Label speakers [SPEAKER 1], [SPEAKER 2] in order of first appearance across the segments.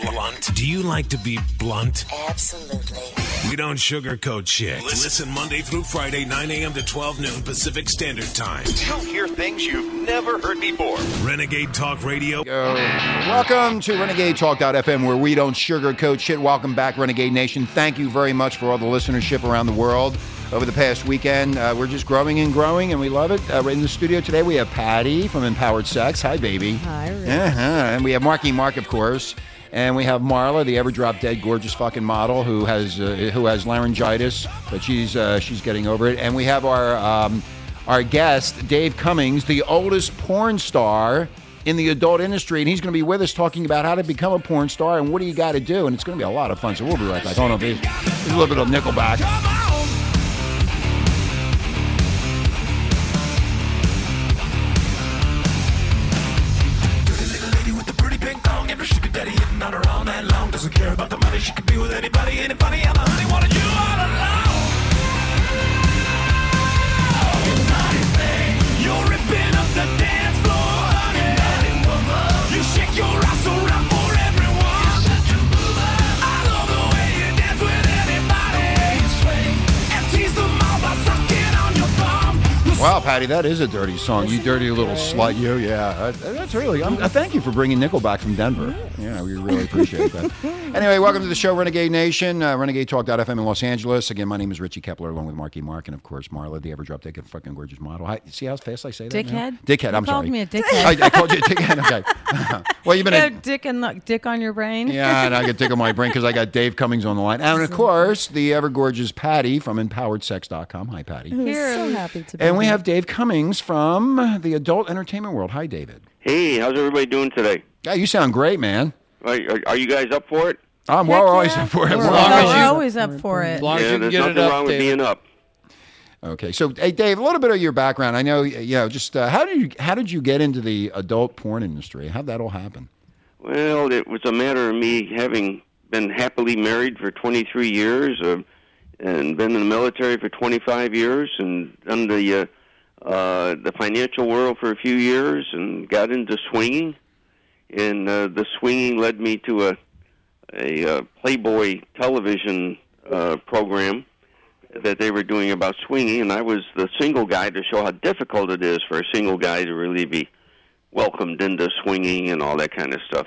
[SPEAKER 1] blunt? Do you like to be blunt?
[SPEAKER 2] Absolutely.
[SPEAKER 1] We don't sugarcoat shit. Listen Monday through Friday, 9 a.m. to 12 noon Pacific Standard Time.
[SPEAKER 3] You'll hear things you've never heard before.
[SPEAKER 1] Renegade Talk Radio.
[SPEAKER 4] Welcome to Renegade Talk.fm, where we don't sugarcoat shit. Welcome back, Renegade Nation. Thank you very much for all the listenership around the world over the past weekend. Uh, we're just growing and growing, and we love it. Uh, right in the studio today, we have Patty from Empowered Sex. Hi, baby.
[SPEAKER 5] Hi, Rick.
[SPEAKER 4] Uh-huh. And we have Marky Mark, of course. And we have Marla, the ever drop dead gorgeous fucking model who has uh, who has laryngitis, but she's uh, she's getting over it. And we have our um, our guest Dave Cummings, the oldest porn star in the adult industry, and he's going to be with us talking about how to become a porn star and what do you got to do. And it's going to be a lot of fun. So we'll be right back. Hold on, please. There's a little bit of Nickelback. Wow, Patty, that is a dirty song. You dirty little slut, you. Yeah, that- that's really. I'm, I thank you for bringing Nickelback from Denver. Yeah, we really appreciate that. anyway, welcome to the show, Renegade Nation, uh, RenegadeTalk.fm in Los Angeles. Again, my name is Richie Kepler, along with Marky Mark, and of course Marla, the ever drop dick and fucking gorgeous model. Hi, see how fast I say that? now?
[SPEAKER 5] Dickhead?
[SPEAKER 4] Dickhead.
[SPEAKER 5] You
[SPEAKER 4] I'm
[SPEAKER 5] called
[SPEAKER 4] sorry.
[SPEAKER 5] me a dickhead.
[SPEAKER 4] I, I called you a dickhead. Okay. well, you've been
[SPEAKER 5] You
[SPEAKER 4] a
[SPEAKER 5] have dick and look, dick on your brain.
[SPEAKER 4] yeah, and I get tickle my brain because I got Dave Cummings on the line. And of course, the ever gorgeous Patty from empoweredsex.com. Hi, Patty.
[SPEAKER 5] Here,
[SPEAKER 6] So happy to be
[SPEAKER 4] And we
[SPEAKER 6] here.
[SPEAKER 4] have Dave Cummings from the adult entertainment world. Hi, David.
[SPEAKER 7] Hey, how's everybody doing today?
[SPEAKER 4] Yeah, you sound great, man.
[SPEAKER 7] Are, are, are you guys up for it?
[SPEAKER 4] I'm
[SPEAKER 5] Heck
[SPEAKER 4] we're always
[SPEAKER 5] yeah.
[SPEAKER 4] up for it.
[SPEAKER 5] We're,
[SPEAKER 4] We're
[SPEAKER 5] all-
[SPEAKER 4] always-
[SPEAKER 5] we're
[SPEAKER 6] you-
[SPEAKER 5] always up for it.
[SPEAKER 8] As long as
[SPEAKER 7] yeah,
[SPEAKER 8] you can
[SPEAKER 7] there's
[SPEAKER 8] get
[SPEAKER 7] nothing
[SPEAKER 8] it up,
[SPEAKER 7] wrong with
[SPEAKER 8] David.
[SPEAKER 7] being up.
[SPEAKER 4] Okay, so hey, Dave, a little bit of your background. I know, you know, just uh, how did you how did you get into the adult porn industry? How'd that all happen?
[SPEAKER 7] Well, it was a matter of me having been happily married for 23 years uh, and been in the military for 25 years and done the, uh, uh, the financial world for a few years and got into swinging. And uh, the swinging led me to a, a uh, Playboy television uh, program that they were doing about swinging, and I was the single guy to show how difficult it is for a single guy to really be welcomed into swinging and all that kind of stuff.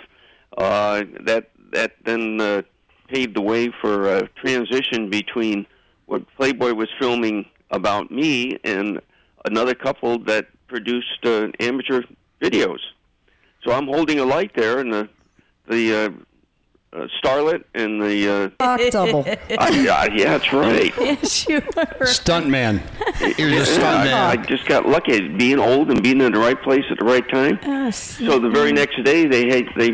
[SPEAKER 7] Uh, that that then uh, paved the way for a transition between what Playboy was filming about me and another couple that produced uh, amateur videos. So I'm holding a light there, and the the uh, uh, starlet and the uh,
[SPEAKER 6] Cock double.
[SPEAKER 7] I, I, yeah, that's right.
[SPEAKER 5] Yes, you were.
[SPEAKER 8] Stuntman. He was a
[SPEAKER 7] Yeah, I, I
[SPEAKER 8] stuntman.
[SPEAKER 7] just got lucky being old and being in the right place at the right time.
[SPEAKER 5] Yes.
[SPEAKER 7] So the very next day, they had, they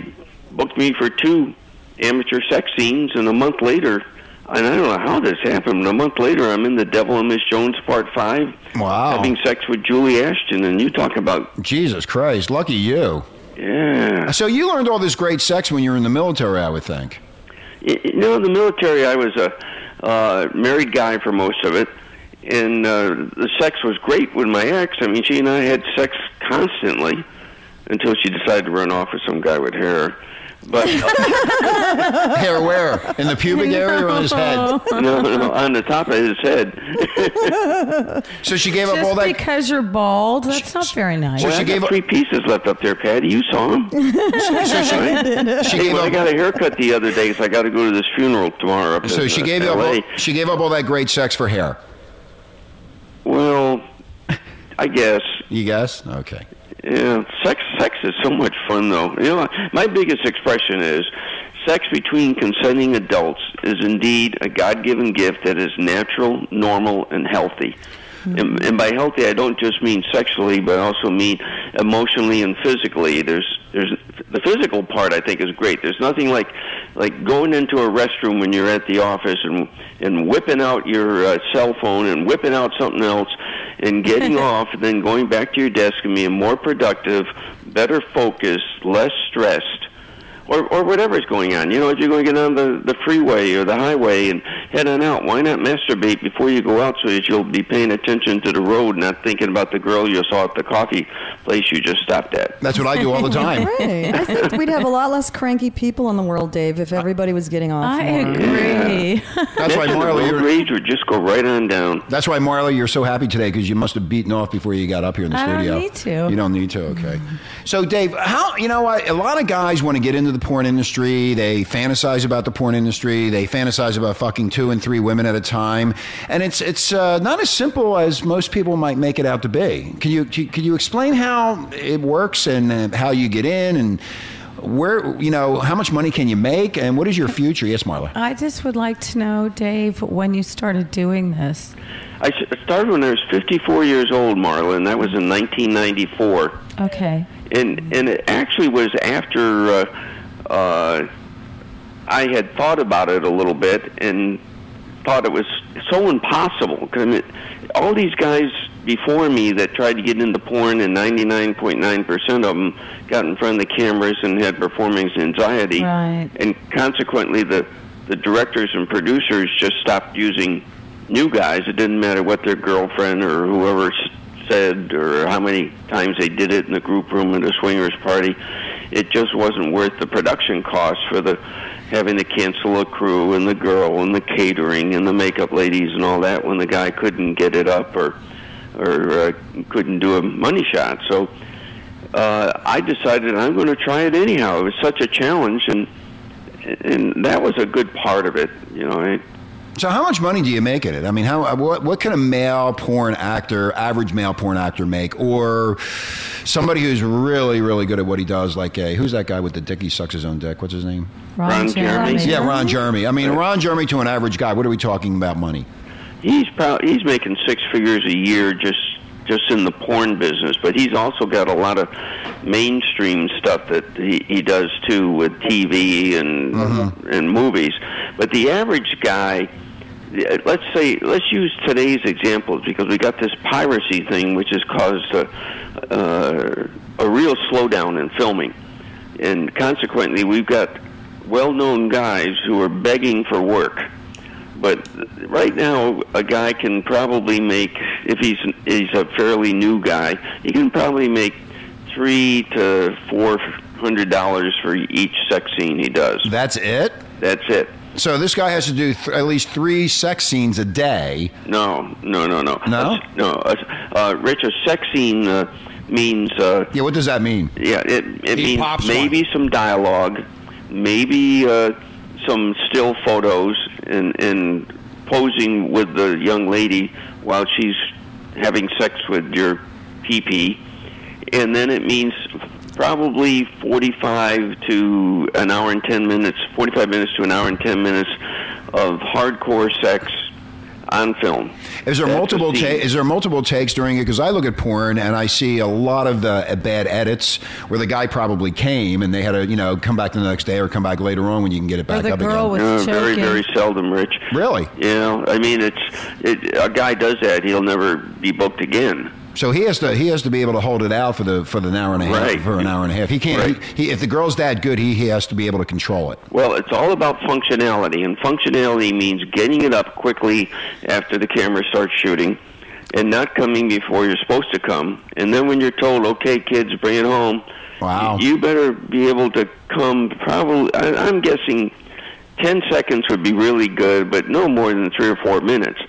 [SPEAKER 7] booked me for two amateur sex scenes, and a month later, and I don't know how this happened. A month later, I'm in The Devil and Miss Jones Part Five,
[SPEAKER 4] Wow.
[SPEAKER 7] having sex with Julie Ashton, and you talk about
[SPEAKER 4] Jesus Christ, lucky you.
[SPEAKER 7] yeah.
[SPEAKER 4] So you learned all this great sex when you were in the military, I would think.
[SPEAKER 7] Y- You know, in the military, I was a uh, married guy for most of it, and uh, the sex was great with my ex. I mean, she and I had sex constantly until she decided to run off with some guy with hair. But
[SPEAKER 4] Hair where? In the pubic area or on his
[SPEAKER 5] Oh.
[SPEAKER 4] head?
[SPEAKER 7] no, no, on the top of his head.
[SPEAKER 4] So she gave up all
[SPEAKER 5] Just
[SPEAKER 4] that.
[SPEAKER 5] because you're bald, that's not very nice.
[SPEAKER 4] So
[SPEAKER 7] I
[SPEAKER 4] she
[SPEAKER 7] got
[SPEAKER 4] gave up.
[SPEAKER 7] three pieces left up there, Patty. You saw them.
[SPEAKER 4] So she, she
[SPEAKER 7] hey,
[SPEAKER 4] gave
[SPEAKER 7] well, I
[SPEAKER 4] up.
[SPEAKER 7] got a haircut the other day, so I got to go to this funeral tomorrow. Up
[SPEAKER 4] So
[SPEAKER 7] in,
[SPEAKER 4] she
[SPEAKER 7] uh,
[SPEAKER 4] gave up.
[SPEAKER 7] LA.
[SPEAKER 4] All, she gave up all that great sex for hair.
[SPEAKER 7] Well, I guess.
[SPEAKER 4] You guess? Okay.
[SPEAKER 7] Yeah, sex sex is so much fun though. You know, my biggest expression is sex between consenting adults is indeed a God-given gift that is natural, normal, and healthy. And, and by healthy, I don't just mean sexually, but I also mean emotionally and physically. There's there's the physical part. I think is great. There's nothing like like going into a restroom when you're at the office and and whipping out your uh, cell phone and whipping out something else and getting off, and then going back to your desk and being more productive, better focused, less stressed or or whatever's going on. You know, if you're going to get on the the freeway or the highway and head on out. Why not masturbate before you go out so that you'll be paying attention to the road, not thinking about the girl you saw at the coffee place you just stopped at?
[SPEAKER 4] That's what I do all the time.
[SPEAKER 2] Right. I think we'd have a lot less cranky people in the world, Dave, if everybody was getting off.
[SPEAKER 5] I
[SPEAKER 2] more.
[SPEAKER 5] agree.
[SPEAKER 4] That's why
[SPEAKER 7] Mention the
[SPEAKER 4] Marla,
[SPEAKER 7] road
[SPEAKER 4] you're,
[SPEAKER 7] rage would just go right on down.
[SPEAKER 4] that's why Marla, you're so happy today because you must have beaten off before you got up here in the
[SPEAKER 5] I don't
[SPEAKER 4] studio.
[SPEAKER 5] need to.
[SPEAKER 4] You don't need to. Okay. So Dave, how you know what? A lot of guys want to get into the porn industry. They fantasize about the porn industry. They fantasize about fucking two and three women at a time, and it's it's uh, not as simple as most people might make it out to be. Can you can you explain how it works and uh, how you get in and where you know how much money can you make and what is your future? Yes, Marla.
[SPEAKER 5] I just would like to know, Dave, when you started doing this.
[SPEAKER 7] I s- started when I was 54 years old, Marla, and that was in 1994.
[SPEAKER 5] Okay.
[SPEAKER 7] and and it actually was after uh, uh, I had thought about it a little bit and thought it was so impossible. 'Cause I mean, all these guys before me that tried to get into porn, and 99.9% of them got in front of the cameras and had performance anxiety,
[SPEAKER 5] Right.
[SPEAKER 7] and consequently the the directors and producers just stopped using new guys. It didn't matter what their girlfriend or whoever s- said or how many times they did it in the group room at a swingers party. It just wasn't worth the production cost for the having to cancel a crew and the girl and the catering and the makeup ladies and all that when the guy couldn't get it up or or uh, couldn't do a money shot. So uh, I decided I'm going to try it anyhow. It was such a challenge, and and that was a good part of it. You know, I,
[SPEAKER 4] So how much money do you make at it? I mean, how what, what can a male porn actor, average male porn actor, make, or somebody who's really, really good at what he does, like a who's that guy with the dick? He sucks his own dick. What's his name?
[SPEAKER 5] Ron,
[SPEAKER 7] Ron Jeremy.
[SPEAKER 4] Yeah, Ron Jeremy. I mean, Ron Jeremy to an average guy. What are we talking about money?
[SPEAKER 7] he's proud. He's making six figures a year just just in the porn business, but he's also got a lot of mainstream stuff that he, he does too with TV and and movies. But the average guy, uh, let's say, let's use today's examples because we got this piracy thing, which has caused a uh, a real slowdown in filming, and consequently, we've got well-known guys who are begging for work but right now a guy can probably make if he's he's a fairly new guy he can probably make three to four hundred dollars for each sex scene he does
[SPEAKER 4] That's it.
[SPEAKER 7] that's it
[SPEAKER 4] So this guy has to do th- at least three sex scenes a day.
[SPEAKER 7] no no no no
[SPEAKER 4] No?
[SPEAKER 7] no uh, rich a sex scene uh, means uh,
[SPEAKER 4] Yeah, what does that mean?
[SPEAKER 7] Yeah, it, it
[SPEAKER 8] He
[SPEAKER 7] means
[SPEAKER 8] pops
[SPEAKER 7] maybe some dialogue, maybe uh, some still photos, and, and posing with the young lady while she's having sex with your PP. And then it means probably 45 to an hour and 10 minutes, 45 minutes to an hour and 10 minutes of hardcore sex on film.
[SPEAKER 4] Is there
[SPEAKER 7] That's a
[SPEAKER 4] multiple ta-
[SPEAKER 7] scene.
[SPEAKER 4] is there multiple takes during it? Because I look at porn and I see a lot of the uh, bad edits where the guy probably came and they had to you know come back the next day or come back later on when you can get it back
[SPEAKER 5] the
[SPEAKER 4] up
[SPEAKER 5] girl
[SPEAKER 4] again.
[SPEAKER 5] with-
[SPEAKER 7] Uh, very,
[SPEAKER 5] joking.
[SPEAKER 7] very seldom, Rich.
[SPEAKER 4] Really?
[SPEAKER 7] You know, I mean, it's it, a guy does that, he'll never be booked again.
[SPEAKER 4] so he has to he has to be able to hold it out for the for the hour and a half
[SPEAKER 7] Right.
[SPEAKER 4] for an hour and a half. He can't.
[SPEAKER 7] Right.
[SPEAKER 4] He, he, if the girl's that good, he, he has to be able to control it.
[SPEAKER 7] Well, it's all about functionality, and functionality means getting it up quickly after the camera starts shooting, and not coming before you're supposed to come. And then when you're told, "Okay, kids, bring it home,"
[SPEAKER 4] Wow.
[SPEAKER 7] you, you better be able to come. Probably, I, I'm guessing, ten seconds would be really good, but no more than three or four minutes.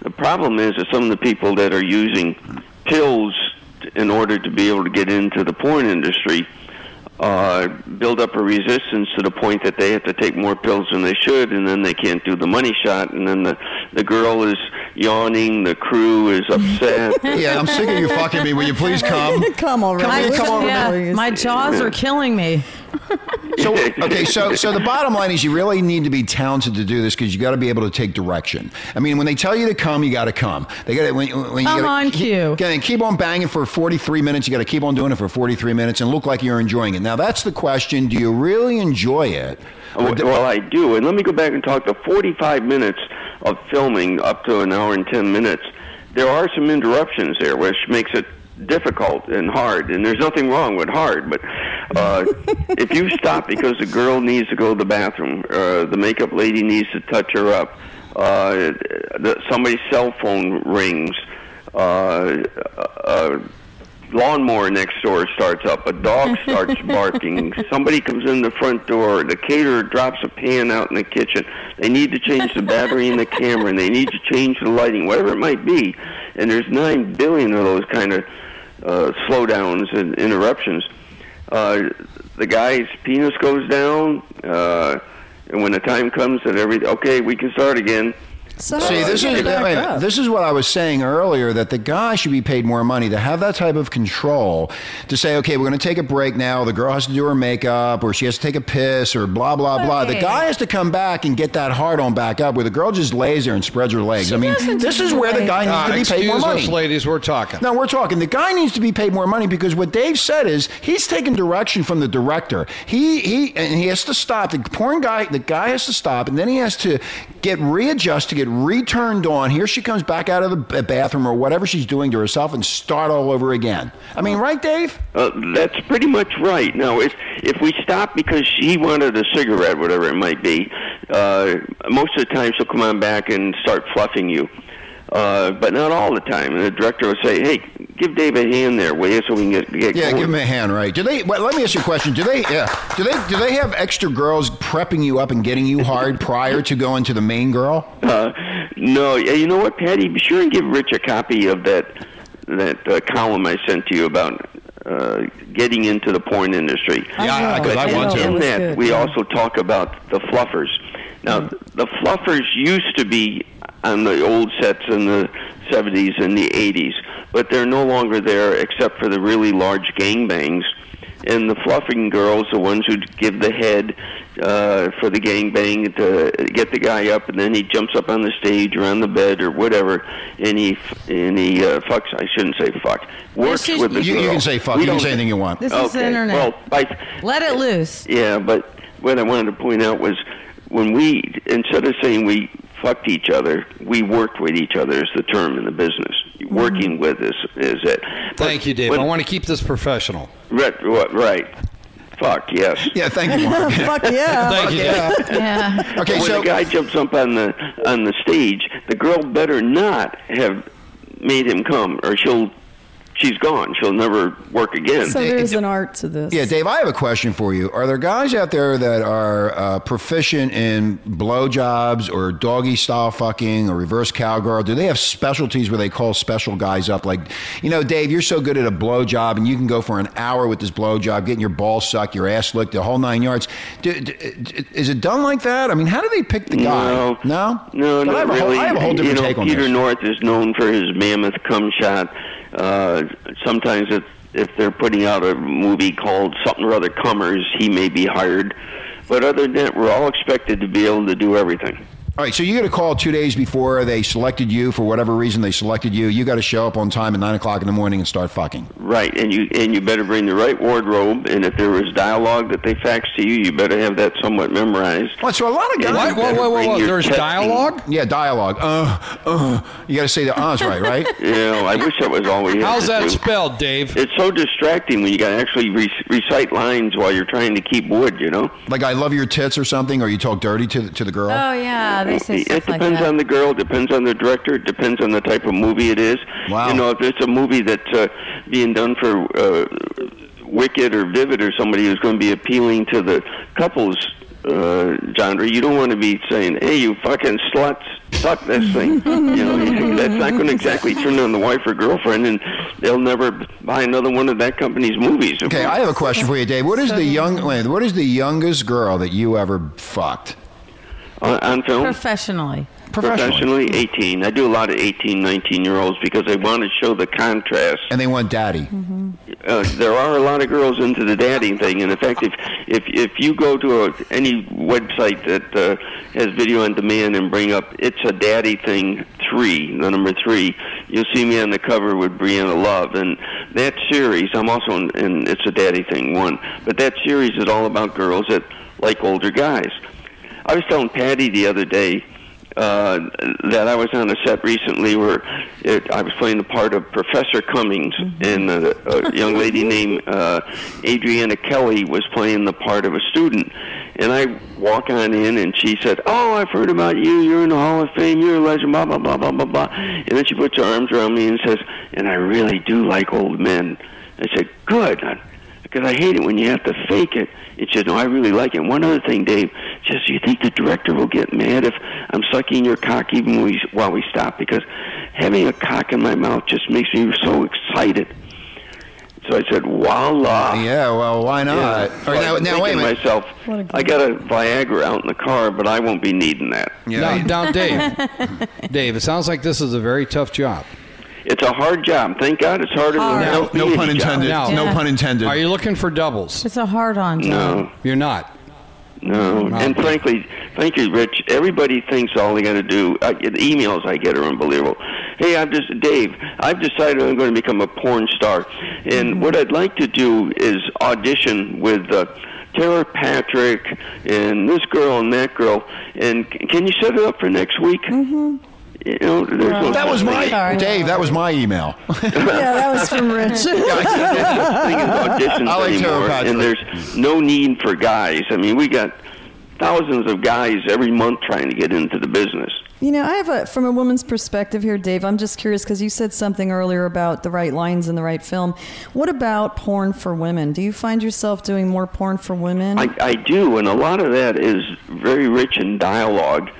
[SPEAKER 7] The problem is that some of the people that are using pills in order to be able to get into the porn industry uh, build up a resistance to the point that they have to take more pills than they should, and then they can't do the money shot, and then the the girl is yawning, the crew is upset.
[SPEAKER 4] Yeah, I'm sick of you fucking me. Will you please come?
[SPEAKER 2] Come already.
[SPEAKER 4] Come on,
[SPEAKER 2] Please.
[SPEAKER 4] come on.
[SPEAKER 5] Yeah, my jaws are killing me.
[SPEAKER 4] So okay, so so the bottom line is you really need to be talented to do this because you got to be able to take direction. I mean, when they tell you to come, you got to come. They got to when, when you
[SPEAKER 5] Come
[SPEAKER 4] gotta
[SPEAKER 5] on,
[SPEAKER 4] keep,
[SPEAKER 5] cue.
[SPEAKER 4] gotta keep on banging for forty three minutes. You got to keep on doing it for forty three minutes and look like you're enjoying it. Now that's the question: Do you really enjoy it?
[SPEAKER 7] well, well, I do, and let me go back and talk the 45 minutes of filming up to an hour and 10 minutes. There are some interruptions there, which makes it difficult and hard. And there's nothing wrong with hard, but uh, if you stop because the girl needs to go to the bathroom, uh, the makeup lady needs to touch her up. uh, the, somebody's cell phone rings, uh, a lawnmower next door starts up, a dog starts barking, somebody comes in the front door, the caterer drops a pan out in the kitchen. They need to change the battery in the camera, and they need to change the lighting, whatever it might be. And there's nine billion of those kind of uh, slowdowns and interruptions. Uh, the guy's penis goes down, uh, and when the time comes that every okay, we can start again.
[SPEAKER 2] So
[SPEAKER 4] See,
[SPEAKER 2] how
[SPEAKER 4] this
[SPEAKER 2] you
[SPEAKER 4] is
[SPEAKER 2] gonna back
[SPEAKER 4] wait a minute.
[SPEAKER 2] up?
[SPEAKER 4] this is what I was saying earlier that the guy should be paid more money to have that type of control to say, okay, we're going to take a break now. The girl has to do her makeup, or she has to take a piss, or blah blah blah. The
[SPEAKER 5] Right.
[SPEAKER 4] guy has to come back and get that hard on back up, where the girl just lays there and spreads her legs. I mean,
[SPEAKER 5] doesn't
[SPEAKER 4] this
[SPEAKER 5] just
[SPEAKER 4] is where the
[SPEAKER 5] lay
[SPEAKER 4] guy
[SPEAKER 8] Ah,
[SPEAKER 4] needs to be paid more
[SPEAKER 8] excuse
[SPEAKER 4] money.
[SPEAKER 8] us, ladies, we're talking.
[SPEAKER 4] No, we're talking. The guy needs to be paid more money because what they've said is he's taking direction from the director. He he and he has to stop. The porn guy, the guy has to stop, and then he has to get readjusted, get returned on. Here she comes back out of the b- bathroom or whatever she's doing to herself, and start all over again. I mean, right, Dave?
[SPEAKER 7] Uh, that's pretty much right. Now, if if we stop because she wanted a cigarette, whatever it might be, uh, most of the time she'll come on back and start fluffing you. Uh, but not all the time. And the director will say, "Hey, give Dave a hand there, will you, so we can get get
[SPEAKER 4] Yeah,
[SPEAKER 7] going."
[SPEAKER 4] give him a hand, right? Do they? Well, let me ask you a question. Do they? Yeah. Do they? Do they have extra girls prepping you up and getting you hard prior to going to the main girl?
[SPEAKER 7] Uh, no, yeah, you know what, Patty? Be sure and give Rich a copy of that that uh, column I sent to you about uh, getting into the porn industry.
[SPEAKER 8] Yeah, I- I could- I
[SPEAKER 7] But
[SPEAKER 8] want to.
[SPEAKER 7] In that,
[SPEAKER 2] Good,
[SPEAKER 7] we
[SPEAKER 2] yeah.
[SPEAKER 7] also talk about the fluffers. Now,
[SPEAKER 5] Mm-hmm.
[SPEAKER 7] the fluffers used to be on the old sets in the 70s and the 80s, but they're no longer there except for the really large gangbangs. And the fluffing girls, the ones who give the head uh, for the gangbang to get the guy up, and then he jumps up on the stage or on the bed or whatever, and he f- and he uh, fucks. I shouldn't say fuck. Works
[SPEAKER 5] This is-
[SPEAKER 7] with the
[SPEAKER 4] You, you
[SPEAKER 7] girl.
[SPEAKER 4] can say fuck.
[SPEAKER 7] We
[SPEAKER 4] You can
[SPEAKER 7] don't-
[SPEAKER 4] say anything you want.
[SPEAKER 5] This is the
[SPEAKER 7] Okay.
[SPEAKER 5] internet.
[SPEAKER 7] Well, I,
[SPEAKER 5] Let it loose.
[SPEAKER 7] yeah, but what I wanted to point out was when we, instead of saying we fucked each other, we worked with each other is the term in the business.
[SPEAKER 5] Mm-hmm.
[SPEAKER 7] Working with is, is it. But
[SPEAKER 8] Thank you, Dave.
[SPEAKER 7] when-
[SPEAKER 8] I want to keep this professional.
[SPEAKER 7] Right, right, right. Fuck, yes.
[SPEAKER 4] Yeah, thank you. Mark.
[SPEAKER 2] Fuck yeah.
[SPEAKER 8] Thank you, Dave.
[SPEAKER 5] Yeah.
[SPEAKER 4] Okay,
[SPEAKER 7] when
[SPEAKER 4] so
[SPEAKER 7] the guy jumps up on the on the stage, the girl better not have made him come, or she'll she's gone. She'll never work again.
[SPEAKER 2] So there's an art to this.
[SPEAKER 4] Yeah, Dave, I have a question for you. Are there guys out there that are uh, proficient in blowjobs or doggy style fucking or reverse cowgirl? Do they have specialties where they call special guys up? Like, you know, Dave, you're so good at a blowjob and you can go for an hour with this blowjob, getting your ball sucked, your ass licked, the whole nine yards. Do, do- is it done like that? I mean, how do they pick the guy?
[SPEAKER 7] No,
[SPEAKER 4] no,
[SPEAKER 7] no,
[SPEAKER 4] But I
[SPEAKER 7] not
[SPEAKER 4] have a whole-
[SPEAKER 7] really.
[SPEAKER 4] I have a whole different
[SPEAKER 7] you know,
[SPEAKER 4] take on
[SPEAKER 7] Peter
[SPEAKER 4] this.
[SPEAKER 7] North is known for his mammoth cum shot. Uh, sometimes, if if they're putting out a movie called something or other Cummers, he may be hired. But other than that, we're all expected to be able to do everything.
[SPEAKER 4] All right, so you got a call two days before they selected you for whatever reason they selected you. You got to show up on time at nine o'clock in the morning and start fucking.
[SPEAKER 7] Right, and you and you better bring the right wardrobe. And if there was dialogue that they faxed to you, you better have that somewhat memorized.
[SPEAKER 4] Well, so a lot of guys.
[SPEAKER 8] What? Whoa, whoa, whoa,
[SPEAKER 7] Bring
[SPEAKER 8] whoa.
[SPEAKER 7] your
[SPEAKER 8] There's
[SPEAKER 7] testing.
[SPEAKER 8] dialogue?
[SPEAKER 4] Yeah, dialogue. Uh, uh. You got to say the uhs right, right?
[SPEAKER 7] You know, I wish that was all we had.
[SPEAKER 8] How's
[SPEAKER 7] to
[SPEAKER 8] that
[SPEAKER 7] do.
[SPEAKER 8] spelled, Dave?
[SPEAKER 7] It's so distracting when you got to actually re- recite lines while you're trying to keep wood. You know.
[SPEAKER 4] Like I love your tits or something, or you talk dirty to the, to the girl.
[SPEAKER 8] Uh,
[SPEAKER 5] Oh yeah, they say
[SPEAKER 7] It
[SPEAKER 5] stuff
[SPEAKER 7] depends
[SPEAKER 5] like that.
[SPEAKER 7] on the girl, depends on the director, depends on the type of movie it is.
[SPEAKER 4] Wow.
[SPEAKER 7] You know, if it's a movie that's uh, being done for uh, Wicked or Vivid or somebody who's going to be appealing to the couples uh, genre, you don't want to be saying, hey, you fucking sluts, suck this thing. you know, you- that's not going to exactly turn on the wife or girlfriend, and they'll never buy another one of that company's movies.
[SPEAKER 4] Okay, I have a question for you, Dave. What is the young? wait, What is the youngest girl that you ever fucked
[SPEAKER 7] on, on film?
[SPEAKER 5] Professionally.
[SPEAKER 4] professionally?
[SPEAKER 7] 18. I do a lot of 18, 19 year olds because I want to show the contrast.
[SPEAKER 4] And they want daddy.
[SPEAKER 8] Mm-hmm.
[SPEAKER 7] uh, there are a lot of girls into the dadding thing, and in fact, if if if you go to a, any website that uh, has video on demand and bring up "It's a Daddy Thing" three, the number three, you'll see me on the cover with Brianna Love, and that series. I'm also in, in "It's a Daddy Thing" one, but that series is all about girls that like older guys. I was telling Patty the other day uh, that I was on a set recently where it, I was playing the part of Professor Cummings, and a, a young lady named uh, Adriana Kelly was playing the part of a student. And I walk on in, and she said, "Oh, I've heard about you. You're in the Hall of Fame. You're a legend. Blah blah blah blah blah blah." And then she puts her arms around me and says, "And I really do like old men." I said, "Good." Because I hate it when you have to fake it. And she said, No, I really like it. And one other thing, Dave, she says, Do you think the director will get mad if I'm sucking your cock even when we, while we stop? Because having a cock in my mouth just makes me so excited. So I said, Voila.
[SPEAKER 4] Yeah, well, why not?
[SPEAKER 7] Yeah.
[SPEAKER 4] All right, now,
[SPEAKER 7] I'm
[SPEAKER 4] now wait a
[SPEAKER 7] thinking
[SPEAKER 4] minute.
[SPEAKER 7] to myself,
[SPEAKER 2] What a
[SPEAKER 7] I got a Viagra out in the car, but I won't be needing that.
[SPEAKER 4] Yeah.
[SPEAKER 8] Now, now, Dave, Dave, it sounds like this is a very tough job.
[SPEAKER 7] It's a hard job. Thank God it's harder
[SPEAKER 2] Ah.
[SPEAKER 7] than
[SPEAKER 4] No,
[SPEAKER 7] the
[SPEAKER 4] no
[SPEAKER 7] Wheaties
[SPEAKER 4] pun
[SPEAKER 7] job.
[SPEAKER 4] intended.
[SPEAKER 8] Now-
[SPEAKER 4] No pun intended.
[SPEAKER 8] Are you looking for doubles?
[SPEAKER 5] It's a hard on, John.
[SPEAKER 7] No,
[SPEAKER 8] You're not.
[SPEAKER 7] no. And frankly, thank you, Rich. Everybody thinks all they got to do. I, the emails I get are unbelievable. Hey, I'm just Dave. I've decided I'm going to become a porn star,
[SPEAKER 4] Mm-hmm.
[SPEAKER 7] and what I'd like to do is audition with. Uh, Taylor Patrick and this girl and that girl, and c- can you set it up for next week? Mm-hmm. You know, there's no
[SPEAKER 4] that was
[SPEAKER 7] such
[SPEAKER 4] my
[SPEAKER 7] thing.
[SPEAKER 2] Sorry.
[SPEAKER 4] Dave. That was my email.
[SPEAKER 2] yeah, that was from Rich.
[SPEAKER 7] thing is auditions
[SPEAKER 4] I like
[SPEAKER 7] anymore,
[SPEAKER 4] Tara
[SPEAKER 7] and
[SPEAKER 4] Patrick.
[SPEAKER 7] there's no need for guys. I mean, we got thousands of guys every month trying to get into the business.
[SPEAKER 2] You know, I have a from a woman's perspective here, Dave. I'm just curious because you said something earlier about the right lines in the right film. What about porn for women? Do you find yourself doing more porn for women?
[SPEAKER 7] I, I do, and a lot of that is very rich in dialogue,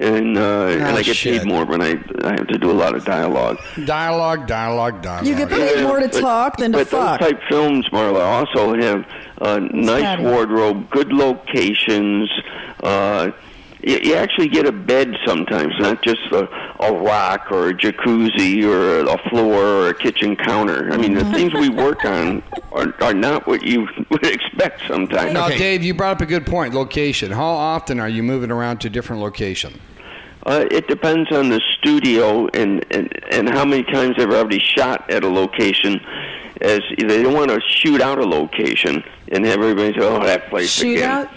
[SPEAKER 7] and uh,
[SPEAKER 2] Ah,
[SPEAKER 7] and I get
[SPEAKER 8] shit.
[SPEAKER 7] paid more when I I have to do a lot of dialogue.
[SPEAKER 8] Dialogue, dialogue, dialogue.
[SPEAKER 2] you get paid
[SPEAKER 7] Yeah,
[SPEAKER 2] more to
[SPEAKER 7] but-
[SPEAKER 2] talk than to
[SPEAKER 7] but
[SPEAKER 2] fuck.
[SPEAKER 7] those type films, Marla, also have uh, nice
[SPEAKER 2] patio.
[SPEAKER 7] wardrobe, good locations. Uh, you, you actually get a bed sometimes, not just a, a rock or a jacuzzi or a floor or a kitchen counter. I mean,
[SPEAKER 2] Mm-hmm.
[SPEAKER 7] the things we work on are, are not what you would expect sometimes.
[SPEAKER 8] Now,
[SPEAKER 4] Okay.
[SPEAKER 8] Dave, you brought up a good point. Location. How often are you moving around to different location?
[SPEAKER 7] Uh, it depends on the studio and, and, and how many times they've already shot at a location. As they don't want to shoot out a location and have everybody say, "Oh, that place
[SPEAKER 5] Shoot
[SPEAKER 7] again."
[SPEAKER 5] out?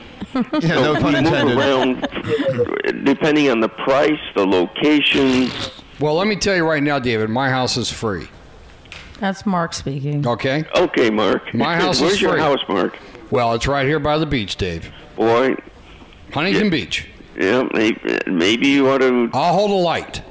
[SPEAKER 4] Yeah, no pun
[SPEAKER 7] You move
[SPEAKER 4] intended.
[SPEAKER 7] around depending on the price, the location.
[SPEAKER 8] Well, let me tell you right now, David. My house is free.
[SPEAKER 5] That's Mark speaking.
[SPEAKER 8] Okay.
[SPEAKER 7] Okay, Mark.
[SPEAKER 8] My house is
[SPEAKER 7] Where's your
[SPEAKER 8] free.
[SPEAKER 7] house, Mark?
[SPEAKER 8] Well, it's right here by the beach, Dave.
[SPEAKER 7] Boy,
[SPEAKER 8] Huntington
[SPEAKER 7] Yeah.
[SPEAKER 8] Beach.
[SPEAKER 7] yeah, maybe, maybe you ought to.
[SPEAKER 8] I'll hold a light.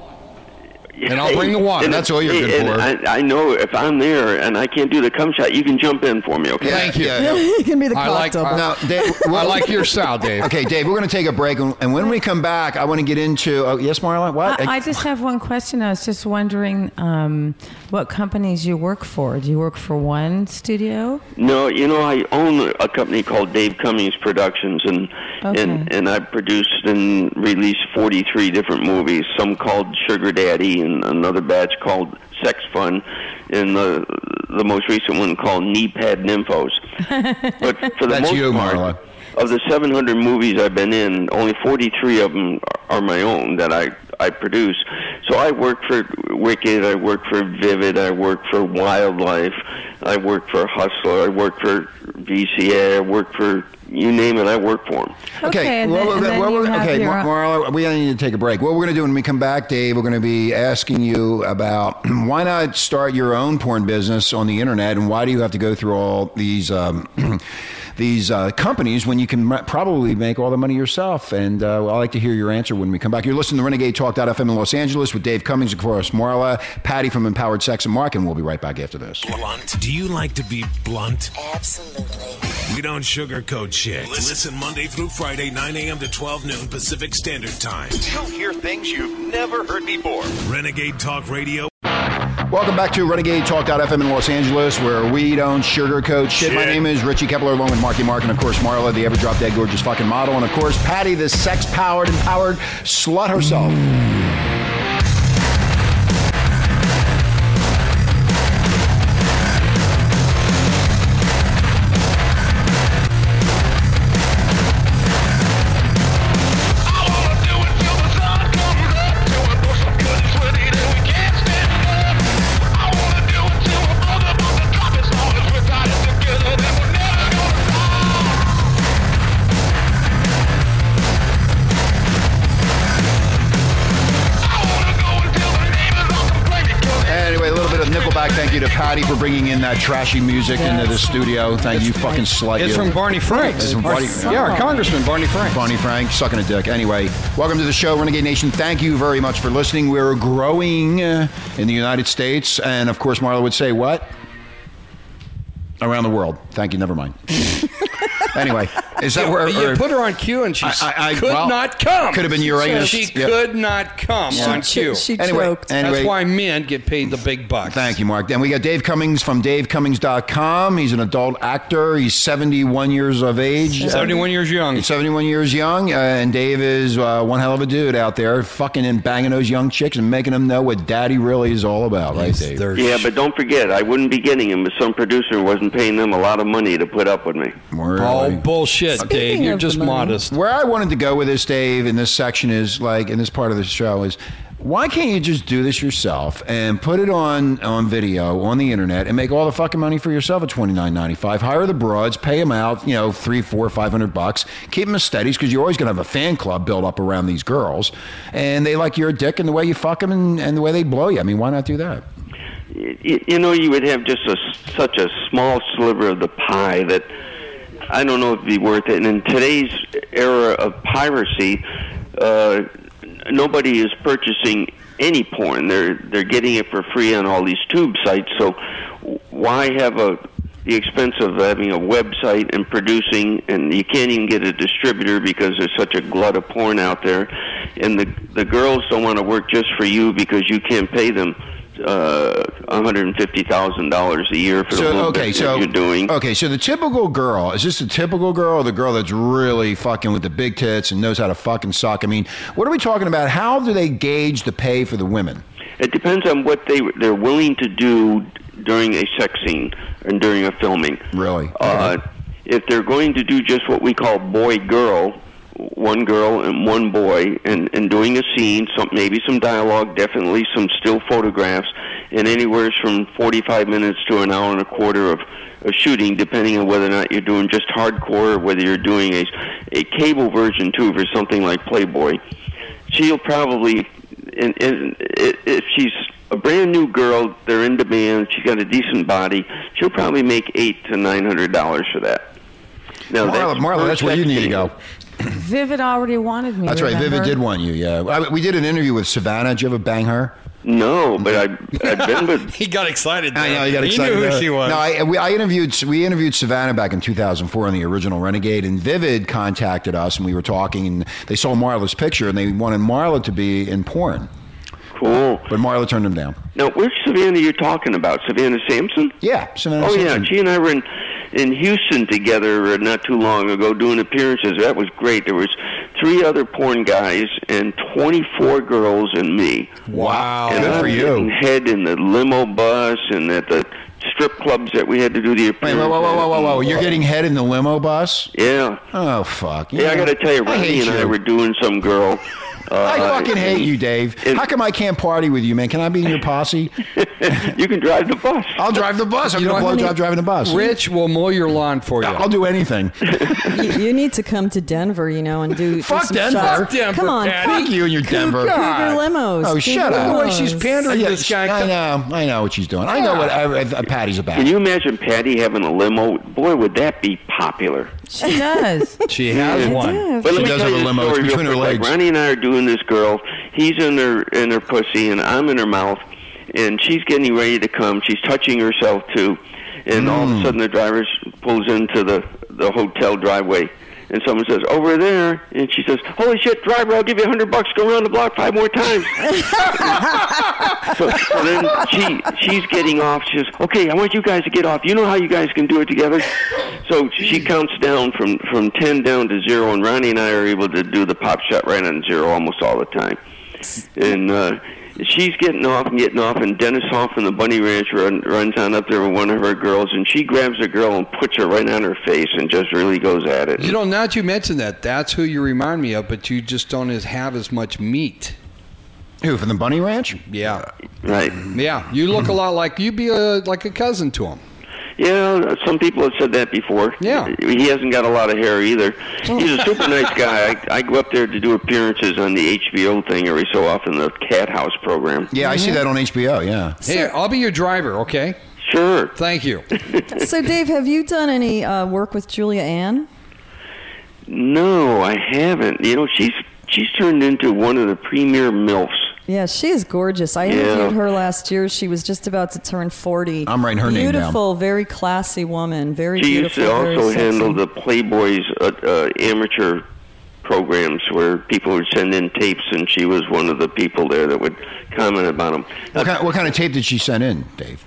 [SPEAKER 8] And I'll bring the water.
[SPEAKER 7] And-
[SPEAKER 4] That's all you're good
[SPEAKER 7] and
[SPEAKER 4] for.
[SPEAKER 7] I, I know if I'm there and I can't do the cum shot, you can jump in for me, okay?
[SPEAKER 4] Thank you. Yeah,
[SPEAKER 2] you can be the
[SPEAKER 8] I
[SPEAKER 2] cock
[SPEAKER 8] like-
[SPEAKER 4] yeah.
[SPEAKER 2] double.
[SPEAKER 4] Now, Dave,
[SPEAKER 8] I like your style, Dave.
[SPEAKER 4] Okay, Dave, we're going to take a break, and, and when we come back, I want to get into. Oh, yes, Marla. What?
[SPEAKER 5] I, I just have one question. I was just wondering um, what companies you work for. Do you work for one studio?
[SPEAKER 7] No, you know I own a company called Dave Cummings Productions, and
[SPEAKER 5] Okay.
[SPEAKER 7] and and I produced and released 43 different movies. Some called Sugar Daddy, and another batch called Sex Fun, and the the most recent one called Knee Pad Nymphos. but for the
[SPEAKER 4] That's
[SPEAKER 7] most
[SPEAKER 4] you,
[SPEAKER 7] part,
[SPEAKER 4] Marla.
[SPEAKER 7] of the 700 movies I've been in, only 43 of them are my own that I I produce. So I work for Wicked, I work for Vivid, I work for Wildlife, I work for Hustler, I work for VCA, I work for you name it, I work for them.
[SPEAKER 4] Okay,
[SPEAKER 5] and
[SPEAKER 4] well,
[SPEAKER 5] then-
[SPEAKER 4] we're
[SPEAKER 5] and
[SPEAKER 4] gonna-
[SPEAKER 5] then
[SPEAKER 4] well,
[SPEAKER 5] you
[SPEAKER 4] we're-
[SPEAKER 5] have
[SPEAKER 4] okay,
[SPEAKER 5] your-
[SPEAKER 4] Mar- Marla, we need to take a break. What we're going to do when we come back, Dave, we're going to be asking you about why not start your own porn business on the internet, and why do you have to go through all these um, these uh, companies when you can m- probably make all the money yourself? And uh, well, I'd like to hear your answer when we come back. You're listening to Renegade Talk.fm in Los Angeles with Dave Cummings, of course, Marla, Patty from Empowered Sex and Mark, and we'll be right back after this.
[SPEAKER 1] Blunt. Do you like to be blunt? Absolutely. We don't sugarcoat shit. Listen Monday through Friday, 9 a.m. to 12 noon Pacific Standard Time.
[SPEAKER 3] You'll hear things you've never heard before.
[SPEAKER 1] Renegade Talk Radio.
[SPEAKER 4] Welcome back to Renegade Talk.fm in Los Angeles, where we don't sugarcoat shit. My
[SPEAKER 1] Shit.
[SPEAKER 4] name is Richie Kepler, along with Marky Mark, and of course Marla, the ever drop dead gorgeous fucking model, and of course Patty, the sex powered, empowered slut herself.
[SPEAKER 6] I
[SPEAKER 4] Black. Thank you to Cotty for bringing in that trashy music into the studio. Thank you, fucking slut.
[SPEAKER 8] It's
[SPEAKER 4] you.
[SPEAKER 8] from Barney Frank.
[SPEAKER 4] It's from Barney-
[SPEAKER 8] Yeah, our Congressman Barney Frank.
[SPEAKER 4] Bonnie Frank sucking a dick. Anyway, welcome to the show, Renegade Nation. Thank you very much for listening. We're growing uh, in the United States, and of course, Marla would say what? Around the world. Thank you. Never mind. anyway, is that where
[SPEAKER 8] You
[SPEAKER 4] or-
[SPEAKER 8] put her on cue and she
[SPEAKER 4] I- I- I-
[SPEAKER 8] could
[SPEAKER 4] well,
[SPEAKER 8] not come.
[SPEAKER 4] could have been Uranus.
[SPEAKER 8] She
[SPEAKER 4] Yeah.
[SPEAKER 8] could not come on cue.
[SPEAKER 2] She, she
[SPEAKER 4] Anyway,
[SPEAKER 2] choked.
[SPEAKER 4] and-
[SPEAKER 8] That's
[SPEAKER 4] Anyway-
[SPEAKER 8] why men get paid the big bucks.
[SPEAKER 4] Thank you, Mark. Then we got Dave Cummings from DaveCummings.com. He's an adult actor. He's 71 years of age.
[SPEAKER 8] Seventy-one years young.
[SPEAKER 4] He's 71 years young, uh, and Dave is uh, one hell of a dude out there, fucking and banging those young chicks and making them know what daddy really is all about, right, Dave?
[SPEAKER 8] They're-
[SPEAKER 7] Yeah, but don't forget, I wouldn't be getting him if some producer wasn't paying them a lot of money to put up with me.
[SPEAKER 4] Really.
[SPEAKER 8] Oh, bullshit,
[SPEAKER 2] Speaking
[SPEAKER 8] Dave. You're
[SPEAKER 2] of the
[SPEAKER 8] just
[SPEAKER 2] money.
[SPEAKER 8] modest.
[SPEAKER 4] Where I wanted to go with this, Dave, in this section is like in this part of the show is why can't you just do this yourself and put it on on video on the internet and make all the fucking money for yourself at twenty nine ninety five? Hire the broads, pay them out, you know, three, four, five hundred bucks. Keep them as steadies because you're always going to have a fan club built up around these girls, and they like your dick and the way you fuck them and, and the way they blow you. I mean, why not do that?
[SPEAKER 7] you, you know, you would have just a, such a small sliver of the pie that I don't know if it'd be worth it. And in today's era of piracy, uh, nobody is purchasing any porn. They're they're getting it for free on all these tube sites. So why have a the expense of having a website and producing, and you can't even get a distributor because there's such a glut of porn out there, and the the girls don't want to work just for you because you can't pay them uh, $150,000 a year for the
[SPEAKER 4] So
[SPEAKER 7] little
[SPEAKER 4] okay,
[SPEAKER 7] bit
[SPEAKER 4] so
[SPEAKER 7] that you're doing.
[SPEAKER 4] okay, so the typical girl is this the typical girl, or the girl that's really fucking with the big tits and knows how to fucking suck. I mean, what are we talking about? How do they gauge the pay for the women?
[SPEAKER 7] It depends on what they they're willing to do during a sex scene and during a filming.
[SPEAKER 4] Really?
[SPEAKER 7] Uh, If they're going to do just what we call boy girl, one girl and one boy, and and doing a scene, some maybe some dialogue, definitely some still photographs, and anywhere from forty five minutes to an hour and a quarter of. Of shooting, depending on whether or not you're doing just hardcore, or whether you're doing a, a cable version too for something like Playboy, she'll probably and, and i- if she's a brand new girl they're in demand she's got a decent body she'll probably make eight to nine hundred dollars for that now
[SPEAKER 4] Marla, Marla,
[SPEAKER 7] her
[SPEAKER 4] that's where you
[SPEAKER 7] sex
[SPEAKER 4] need to go.
[SPEAKER 7] scene.
[SPEAKER 5] Vivid already wanted me.
[SPEAKER 4] That's right. Vivid
[SPEAKER 5] remember?
[SPEAKER 4] did want you. Yeah, I, we did an interview with Savannah. Did you ever bang her?
[SPEAKER 7] no but I, i've been with
[SPEAKER 8] He got excited.
[SPEAKER 4] I
[SPEAKER 8] there.
[SPEAKER 4] know you got
[SPEAKER 8] He
[SPEAKER 4] excited.
[SPEAKER 8] knew who
[SPEAKER 4] about it.
[SPEAKER 8] she was.
[SPEAKER 4] No, I, we, I interviewed we interviewed Savannah back in 2004 on the original Renegade, and Vivid contacted us, and we were talking, and they saw Marla's picture, and they wanted Marla to be in porn,
[SPEAKER 7] cool
[SPEAKER 4] but Marla turned them down.
[SPEAKER 7] now which savannah you're talking about savannah sampson
[SPEAKER 4] Yeah, Savannah.
[SPEAKER 7] oh yeah
[SPEAKER 4] Simpson.
[SPEAKER 7] she and i were in in houston together uh, not too long ago doing appearances that was great there was three other porn guys and twenty four girls and me
[SPEAKER 4] Wow,
[SPEAKER 7] and
[SPEAKER 4] good
[SPEAKER 7] I'm
[SPEAKER 4] for
[SPEAKER 7] getting
[SPEAKER 4] you.
[SPEAKER 7] Head in the limo bus and at the strip clubs that we had to do the
[SPEAKER 4] Wait,
[SPEAKER 7] appearance.
[SPEAKER 4] whoa, whoa, whoa, whoa, whoa, whoa! You're getting head in the limo bus?
[SPEAKER 7] Yeah,
[SPEAKER 4] Oh fuck!
[SPEAKER 7] yeah. I got to tell you,
[SPEAKER 4] I
[SPEAKER 7] Randy
[SPEAKER 4] hate
[SPEAKER 7] and I
[SPEAKER 4] you.
[SPEAKER 7] were doing some girl. Uh,
[SPEAKER 4] I fucking hate you, Dave.
[SPEAKER 7] and-
[SPEAKER 4] How come I can't party with you, man? Can I be in your posse?
[SPEAKER 7] you can drive the bus.
[SPEAKER 4] I'll drive the bus. I'm
[SPEAKER 8] You
[SPEAKER 4] gonna
[SPEAKER 8] know
[SPEAKER 4] blow
[SPEAKER 8] what?
[SPEAKER 4] job driving the bus.
[SPEAKER 8] Rich will mow your lawn for you.
[SPEAKER 4] I'll do anything.
[SPEAKER 2] you, you need to come to Denver, you know, and do do
[SPEAKER 4] Fuck
[SPEAKER 2] some
[SPEAKER 4] Denver.
[SPEAKER 2] shots.
[SPEAKER 4] Fuck Denver,
[SPEAKER 2] Come on,
[SPEAKER 4] Patty.
[SPEAKER 2] fuck
[SPEAKER 4] You and your Denver.
[SPEAKER 2] Cougar
[SPEAKER 4] God.
[SPEAKER 2] limos.
[SPEAKER 4] Oh,
[SPEAKER 2] Cougar
[SPEAKER 4] shut up.
[SPEAKER 2] limos.
[SPEAKER 4] Boy, she's
[SPEAKER 8] pandering
[SPEAKER 4] Yeah,
[SPEAKER 8] this guy.
[SPEAKER 4] I know. I know what she's doing. I know what I, I, Patty's about.
[SPEAKER 7] Can you imagine Patty having a limo? Boy, would that be popular.
[SPEAKER 5] She does.
[SPEAKER 8] She has one.
[SPEAKER 7] But
[SPEAKER 4] She
[SPEAKER 7] let me
[SPEAKER 4] does
[SPEAKER 7] tell
[SPEAKER 4] have a
[SPEAKER 7] you
[SPEAKER 4] limo.
[SPEAKER 7] story
[SPEAKER 4] It's
[SPEAKER 7] real
[SPEAKER 4] between her
[SPEAKER 7] quick. Like,
[SPEAKER 4] legs.
[SPEAKER 7] Ronnie and I are doing this girl. He's in her in her pussy, and I'm in her mouth, and she's getting ready to come. She's touching herself too, and all
[SPEAKER 4] Mm.
[SPEAKER 7] of a sudden the driver s- pulls into the the hotel driveway, and someone says, "Over there," and she says, "Holy shit, driver! I'll give you a hundred bucks. Go around the block five more times." so, so then she she's getting off. She says, "Okay, I want you guys to get off. You know how you guys can do it together." So she counts down from from ten down to zero, and Ronnie and I are able to do the pop shot right on zero almost all the time. And uh, she's getting off and getting off, and Dennis Hoff and the Bunny Ranch run, runs on up there with one of her girls, and she grabs a girl and puts her right on her face and just really goes at it.
[SPEAKER 8] You know, now that you mention that, that's who you remind me of, but you just don't as- have as much meat.
[SPEAKER 4] Who from the Bunny Ranch?
[SPEAKER 8] Yeah,
[SPEAKER 7] right.
[SPEAKER 8] yeah. You look a lot like you'd be a, like a cousin to him.
[SPEAKER 7] Yeah, some people have said that before.
[SPEAKER 8] Yeah.
[SPEAKER 7] He hasn't got a lot of hair either.
[SPEAKER 2] Oh.
[SPEAKER 7] He's a super nice guy. I, I go up there to do appearances on the HBO thing every so often, the Cat House program.
[SPEAKER 4] Yeah, I see that on HBO. Yeah.
[SPEAKER 8] Hey, I'll be your driver, okay?
[SPEAKER 7] Sure.
[SPEAKER 8] Thank you.
[SPEAKER 2] So, Dave, have you done any uh, work with Julia Ann?
[SPEAKER 7] No, I haven't. You know, she's she's turned into one of the premier MILFs.
[SPEAKER 2] Yeah, she is gorgeous. I
[SPEAKER 7] Yeah.
[SPEAKER 2] interviewed her last year. She was just about to turn 40.
[SPEAKER 4] I'm writing her name down.
[SPEAKER 2] beautiful, very classy woman. Very
[SPEAKER 7] She used
[SPEAKER 2] beautiful.
[SPEAKER 7] to
[SPEAKER 2] very
[SPEAKER 7] also
[SPEAKER 2] sexy.
[SPEAKER 7] handle the Playboy's uh, uh, amateur programs where people would send in tapes, and she was one of the people there that would comment about them.
[SPEAKER 4] What kind, what kind of tape did she send in, Dave?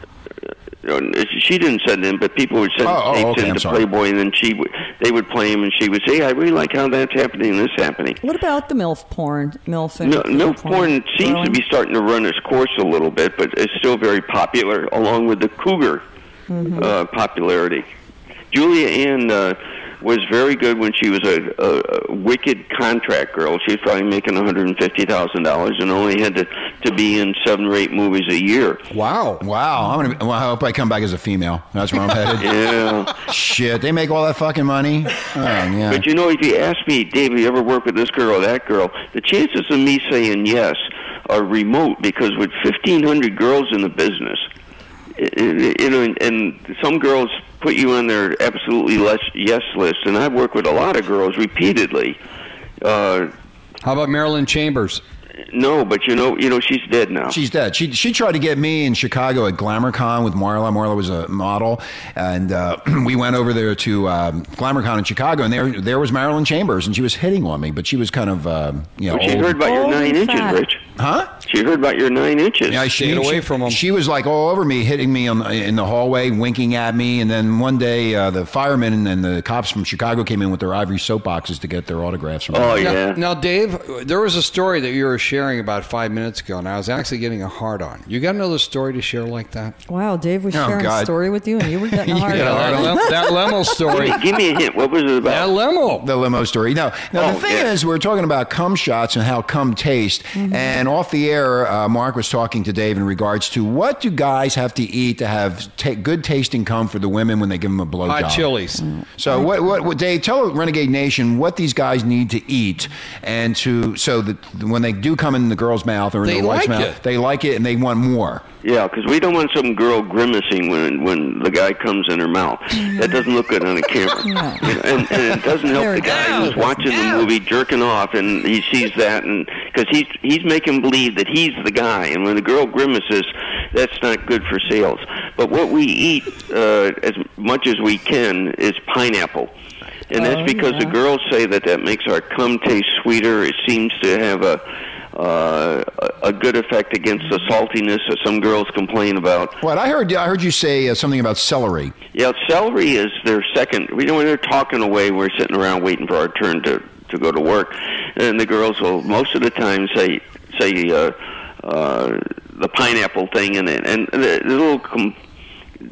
[SPEAKER 7] Uh, she didn't send them, but people would send
[SPEAKER 4] Oh, oh,
[SPEAKER 7] tapes
[SPEAKER 4] okay, I'm
[SPEAKER 7] into
[SPEAKER 4] sorry.
[SPEAKER 7] Playboy, and then she would they would play them, and she would say, "I really like how that's happening, and this happening."
[SPEAKER 2] What about the MILF porn? MILF and
[SPEAKER 7] No, milk porn seems to
[SPEAKER 2] growing?
[SPEAKER 7] be starting to run its course a little bit, but it's still very popular, along with the cougar
[SPEAKER 4] Mm-hmm.
[SPEAKER 7] uh, popularity. Julia Ann uh, was very good when she was a, a, a wicked contract girl. She was probably making one hundred and fifty thousand dollars, and only had to to be in seven or eight movies a year.
[SPEAKER 8] Wow.
[SPEAKER 4] Wow, I'm gonna. Well, I hope I come back as a female. That's where I'm headed.
[SPEAKER 7] Yeah.
[SPEAKER 4] Shit, they make all that fucking money. Oh, yeah.
[SPEAKER 7] But you know, if you ask me, Dave, have you ever worked with this girl or that girl, the chances of me saying yes are remote because with 1,500 girls in the business, i- i- you know, and, and some girls put you on their absolutely less yes list, and I've worked with a lot of girls repeatedly. Uh,
[SPEAKER 8] How about Marilyn Chambers?
[SPEAKER 7] no, but you know, you know, she's dead now.
[SPEAKER 4] She's dead. She she tried to get me in Chicago at GlamourCon with Marla. Marla was a model, and uh, we went over there to um, GlamourCon in Chicago, and there there was Marilyn Chambers, and she was hitting on me, but she was kind of uh, you know
[SPEAKER 7] But she
[SPEAKER 4] old.
[SPEAKER 7] heard about your
[SPEAKER 2] Old and
[SPEAKER 7] nine inches,
[SPEAKER 2] fat.
[SPEAKER 7] Rich.
[SPEAKER 4] huh?
[SPEAKER 7] She heard about your nine inches.
[SPEAKER 4] Yeah, she,
[SPEAKER 8] Stayed away
[SPEAKER 4] she-
[SPEAKER 8] from 'em.
[SPEAKER 4] She was like all over me, hitting me on, in the hallway, winking at me. And then one day, uh, the firemen and, and the cops from Chicago came in with their ivory soapboxes to get their autographs. From her.
[SPEAKER 7] oh
[SPEAKER 8] Now-
[SPEAKER 7] yeah.
[SPEAKER 8] Now, Dave, there was a story that you were sharing about five minutes ago, and I was actually getting a hard on. You got another story to share like that?
[SPEAKER 2] Wow, Dave was
[SPEAKER 4] Oh,
[SPEAKER 2] sharing
[SPEAKER 4] God.
[SPEAKER 2] a story with you, and you were getting
[SPEAKER 4] You
[SPEAKER 2] hard.
[SPEAKER 4] got a hard
[SPEAKER 2] on.
[SPEAKER 4] on.
[SPEAKER 8] Lem- that Lemel story.
[SPEAKER 7] Give me a hint. What was it about?
[SPEAKER 8] That Lemel.
[SPEAKER 4] The limo story. No, now the
[SPEAKER 7] Oh,
[SPEAKER 4] thing
[SPEAKER 7] yeah.
[SPEAKER 4] is, we're talking about cum shots and how cum taste.
[SPEAKER 8] Mm-hmm.
[SPEAKER 4] And off the air, uh, Mark was talking to Dave in regards to what do guys have to eat to have ta good tasting cum for the women when they give them a blowjob.
[SPEAKER 8] Hot chilies.
[SPEAKER 4] So what, what, what Dave, tell Renegade Nation what these guys need to eat and to so that when they do come in the girl's mouth or in
[SPEAKER 8] They
[SPEAKER 4] the wife's
[SPEAKER 8] like
[SPEAKER 4] mouth,
[SPEAKER 8] it.
[SPEAKER 4] they like it and they want more.
[SPEAKER 7] Yeah, 'cause we don't want some girl grimacing when when the guy comes in her mouth. That doesn't look good on a camera,
[SPEAKER 2] No.
[SPEAKER 7] You know, and, and it doesn't help
[SPEAKER 2] There
[SPEAKER 7] the
[SPEAKER 2] it
[SPEAKER 7] guy
[SPEAKER 2] goes.
[SPEAKER 7] who's watching the movie jerking off and he sees that, and because he's he's making believe that he's the guy, and when the girl grimaces, that's not good for sales. But what we eat uh, as much as we can is pineapple. And that's because the girls say that that makes our cum taste sweeter. It seems to have a uh, a a good effect against the saltiness that some girls complain about.
[SPEAKER 4] What I heard, I heard you say uh, something about celery.
[SPEAKER 7] Yeah, celery is their second. We know when they're talking away, we're sitting around waiting for our turn to to go to work, and the girls will most of the time say say uh, uh, the pineapple thing, and and there's a little com-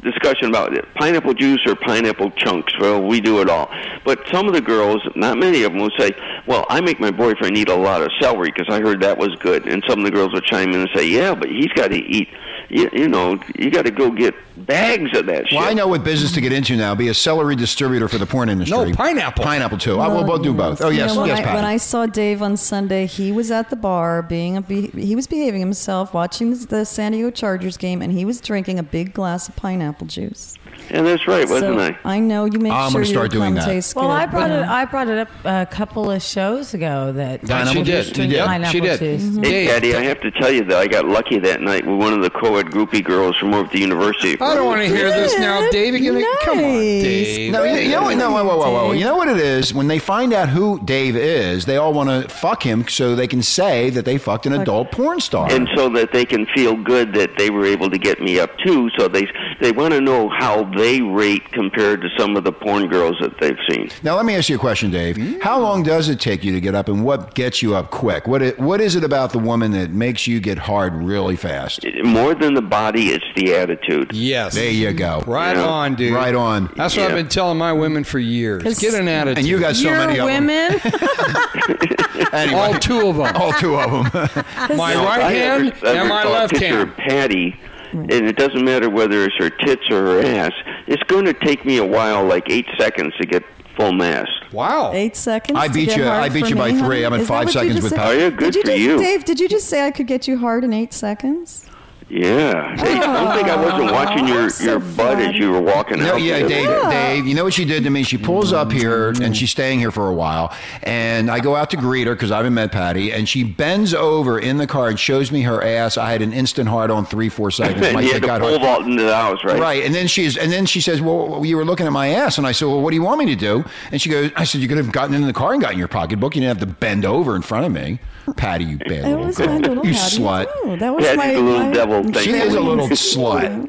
[SPEAKER 7] discussion about it. pineapple juice or pineapple chunks. Well, we do it all, but some of the girls, not many of them, will say, "Well, I make my boyfriend eat a lot of celery because I heard that was good," and some of the girls will chime in and say, "Yeah, but he's got to eat." You, you know, you got to go get bags of that shit.
[SPEAKER 4] Well, I know what business to get into now. Be a celery distributor for the porn industry.
[SPEAKER 8] No, pineapple.
[SPEAKER 4] Pineapple too. I will both do both. Oh
[SPEAKER 2] You
[SPEAKER 4] yes,
[SPEAKER 2] know, when,
[SPEAKER 4] yes,
[SPEAKER 2] I,
[SPEAKER 4] Pat.
[SPEAKER 2] when I saw Dave on Sunday, he was at the bar being a be- he was behaving himself, watching the San Diego Chargers game, and he was drinking a big glass of pineapple juice.
[SPEAKER 7] Yeah, that's right, wasn't
[SPEAKER 2] so
[SPEAKER 7] I?
[SPEAKER 2] know you make
[SPEAKER 4] I'm
[SPEAKER 2] sure
[SPEAKER 4] gonna start
[SPEAKER 2] your
[SPEAKER 4] doing
[SPEAKER 2] cum
[SPEAKER 4] that.
[SPEAKER 2] tastes
[SPEAKER 5] Well,
[SPEAKER 2] good.
[SPEAKER 5] I brought
[SPEAKER 2] you
[SPEAKER 5] it.
[SPEAKER 4] Uh-huh.
[SPEAKER 2] know.
[SPEAKER 5] I brought it up a couple of shows ago that
[SPEAKER 4] Dynamo
[SPEAKER 8] She
[SPEAKER 4] juice?
[SPEAKER 8] did.
[SPEAKER 4] You did? Mm-hmm.
[SPEAKER 5] Pineapple
[SPEAKER 8] She did.
[SPEAKER 5] juice. Mhm.
[SPEAKER 7] Hey,
[SPEAKER 8] Dave,
[SPEAKER 7] Daddy, I have to tell you that I got lucky that night with one of the co-ed groupie girls from over at the university.
[SPEAKER 8] I don't want to hear this now, Dave. You're gonna, Come on,
[SPEAKER 2] Nice.
[SPEAKER 8] Dave.
[SPEAKER 4] No, you, you know what? No, whoa, whoa, whoa, whoa.
[SPEAKER 2] Dave.
[SPEAKER 4] You know what it is? When they find out who Dave is, they all want to fuck him so they can say that they fucked an adult porn star.
[SPEAKER 7] And so that they can feel good that they were able to get me up too. So they they want to know how they rate compared to some of the porn girls that they've seen.
[SPEAKER 4] now, let me ask you a question, Dave. How long does it take you to get up, and what gets you up quick? What it, What is it about the woman that makes you get hard really fast?
[SPEAKER 7] More than the body, it's the attitude.
[SPEAKER 8] Yes.
[SPEAKER 4] There you go.
[SPEAKER 8] Right
[SPEAKER 7] Yeah.
[SPEAKER 8] on, dude.
[SPEAKER 4] Right on.
[SPEAKER 8] That's what I've
[SPEAKER 7] Yeah.
[SPEAKER 8] been telling my women for years. Get an attitude.
[SPEAKER 4] And you got so
[SPEAKER 5] Your
[SPEAKER 4] many of
[SPEAKER 5] women.
[SPEAKER 4] them. Anyway,
[SPEAKER 8] all two of them.
[SPEAKER 4] all two of them.
[SPEAKER 8] my
[SPEAKER 7] I
[SPEAKER 8] right hand
[SPEAKER 7] ever, I ever
[SPEAKER 8] and my
[SPEAKER 7] saw a
[SPEAKER 8] left
[SPEAKER 7] picture
[SPEAKER 8] hand. Mm.
[SPEAKER 7] of Patty, and it doesn't matter whether it's her tits or her ass. It's going to take me a while, like eight seconds, to get full mass.
[SPEAKER 8] Wow.
[SPEAKER 2] Eight seconds.
[SPEAKER 4] I
[SPEAKER 2] to
[SPEAKER 4] beat
[SPEAKER 2] get
[SPEAKER 4] you-
[SPEAKER 2] hard
[SPEAKER 4] I beat
[SPEAKER 2] for
[SPEAKER 4] you by
[SPEAKER 2] me,
[SPEAKER 4] three.
[SPEAKER 2] honey?
[SPEAKER 4] I'm at
[SPEAKER 2] Is that
[SPEAKER 4] five
[SPEAKER 2] what
[SPEAKER 4] seconds
[SPEAKER 2] just
[SPEAKER 4] with
[SPEAKER 2] said?
[SPEAKER 4] Pat.
[SPEAKER 7] Oh, yeah, good
[SPEAKER 2] did you
[SPEAKER 7] for
[SPEAKER 2] just,
[SPEAKER 7] you.
[SPEAKER 2] Dave, did you just say I could get you hard in eight seconds?
[SPEAKER 7] Yeah. Hey, don't think I wasn't watching your,
[SPEAKER 2] so
[SPEAKER 7] your butt
[SPEAKER 2] fun.
[SPEAKER 7] as you were walking
[SPEAKER 4] No,
[SPEAKER 7] out.
[SPEAKER 4] yeah,
[SPEAKER 7] the other
[SPEAKER 4] Dave,
[SPEAKER 7] day.
[SPEAKER 4] Dave, you know what she did to me? She pulls up here and she's staying here for a while. And I go out to greet her because I haven't met Patty. And she bends over in the car and shows me her ass. I had an instant hard on three, four seconds.
[SPEAKER 7] And
[SPEAKER 4] My
[SPEAKER 7] you
[SPEAKER 4] dick
[SPEAKER 7] had to
[SPEAKER 4] got
[SPEAKER 7] pole
[SPEAKER 4] hard.
[SPEAKER 7] vault into the house, right?
[SPEAKER 4] Right. And then she's and then she says, Well, you were looking at my ass. And I said, Well, what do you want me to do? And she goes, I said, You could have gotten in the car and gotten your pocketbook. You didn't have to bend over in front of me. Patty, you bad
[SPEAKER 2] That
[SPEAKER 7] Oh,
[SPEAKER 4] little
[SPEAKER 2] was
[SPEAKER 4] girl.
[SPEAKER 2] my little
[SPEAKER 4] you
[SPEAKER 2] Patty.
[SPEAKER 4] slut.
[SPEAKER 2] Oh, that was
[SPEAKER 7] Patty's
[SPEAKER 2] my
[SPEAKER 7] a little
[SPEAKER 2] my-
[SPEAKER 7] devil thing.
[SPEAKER 4] She is a little slut.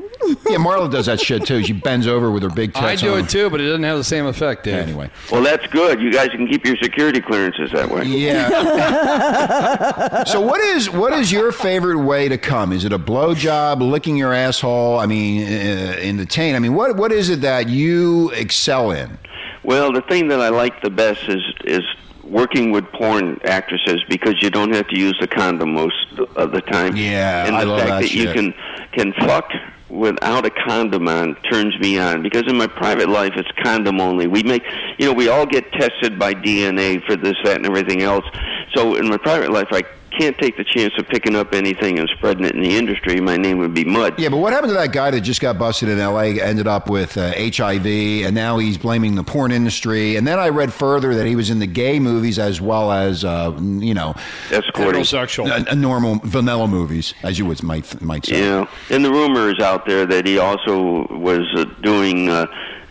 [SPEAKER 4] Yeah, Marla does that shit too. She bends over with her big tits.
[SPEAKER 8] I do
[SPEAKER 4] on.
[SPEAKER 8] it too, but it doesn't have the same effect, Dave.
[SPEAKER 4] Anyway.
[SPEAKER 7] Well, that's good. You guys can keep your security clearances that way.
[SPEAKER 4] Yeah. so what is what is your favorite way to come? Is it a blowjob, licking your asshole? I mean, uh, in the taint. I mean, what what is it that you excel in?
[SPEAKER 7] Well, the thing that I like the best is is working with porn actresses because you don't have to use the condom most of the time.
[SPEAKER 4] Yeah,
[SPEAKER 7] and the
[SPEAKER 4] I love
[SPEAKER 7] fact
[SPEAKER 4] that
[SPEAKER 7] that, you
[SPEAKER 4] shit.
[SPEAKER 7] can can fuck without a condom on turns me on because in my private life it's condom only. We make you know we all get tested by DNA for this that and everything else. So in my private life I can't take the chance of picking up anything and spreading it in the industry. My name would be mud.
[SPEAKER 4] Yeah, but what happened to that guy that just got busted in L.A. ended up with uh, HIV, and now he's blaming the porn industry. And then I read further that he was in the gay movies as well as uh, you know,
[SPEAKER 7] Escorting.
[SPEAKER 8] Heterosexual.
[SPEAKER 4] a, a normal vanilla movies, as you would might might say.
[SPEAKER 7] Yeah, and the rumor is out there that he also was uh, doing uh,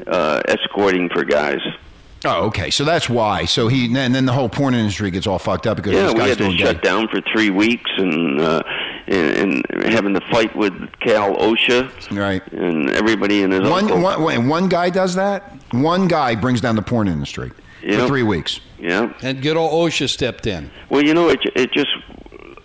[SPEAKER 7] uh, escorting for guys.
[SPEAKER 4] Oh, okay. So that's why. So he and then the whole porn industry gets all fucked up because
[SPEAKER 7] Yeah,
[SPEAKER 4] this
[SPEAKER 7] we
[SPEAKER 4] guy's
[SPEAKER 7] had to
[SPEAKER 4] doing
[SPEAKER 7] shut
[SPEAKER 4] gay.
[SPEAKER 7] down for three weeks, and uh, and, and having to fight with Cal OSHA,
[SPEAKER 4] Right.
[SPEAKER 7] and everybody in his
[SPEAKER 4] One,
[SPEAKER 7] uncle.
[SPEAKER 4] one, one- one guy does that. One guy brings down the porn industry for
[SPEAKER 7] Yep.
[SPEAKER 4] three weeks.
[SPEAKER 7] Yeah,
[SPEAKER 8] And good old OSHA stepped in.
[SPEAKER 7] well, you know, it it just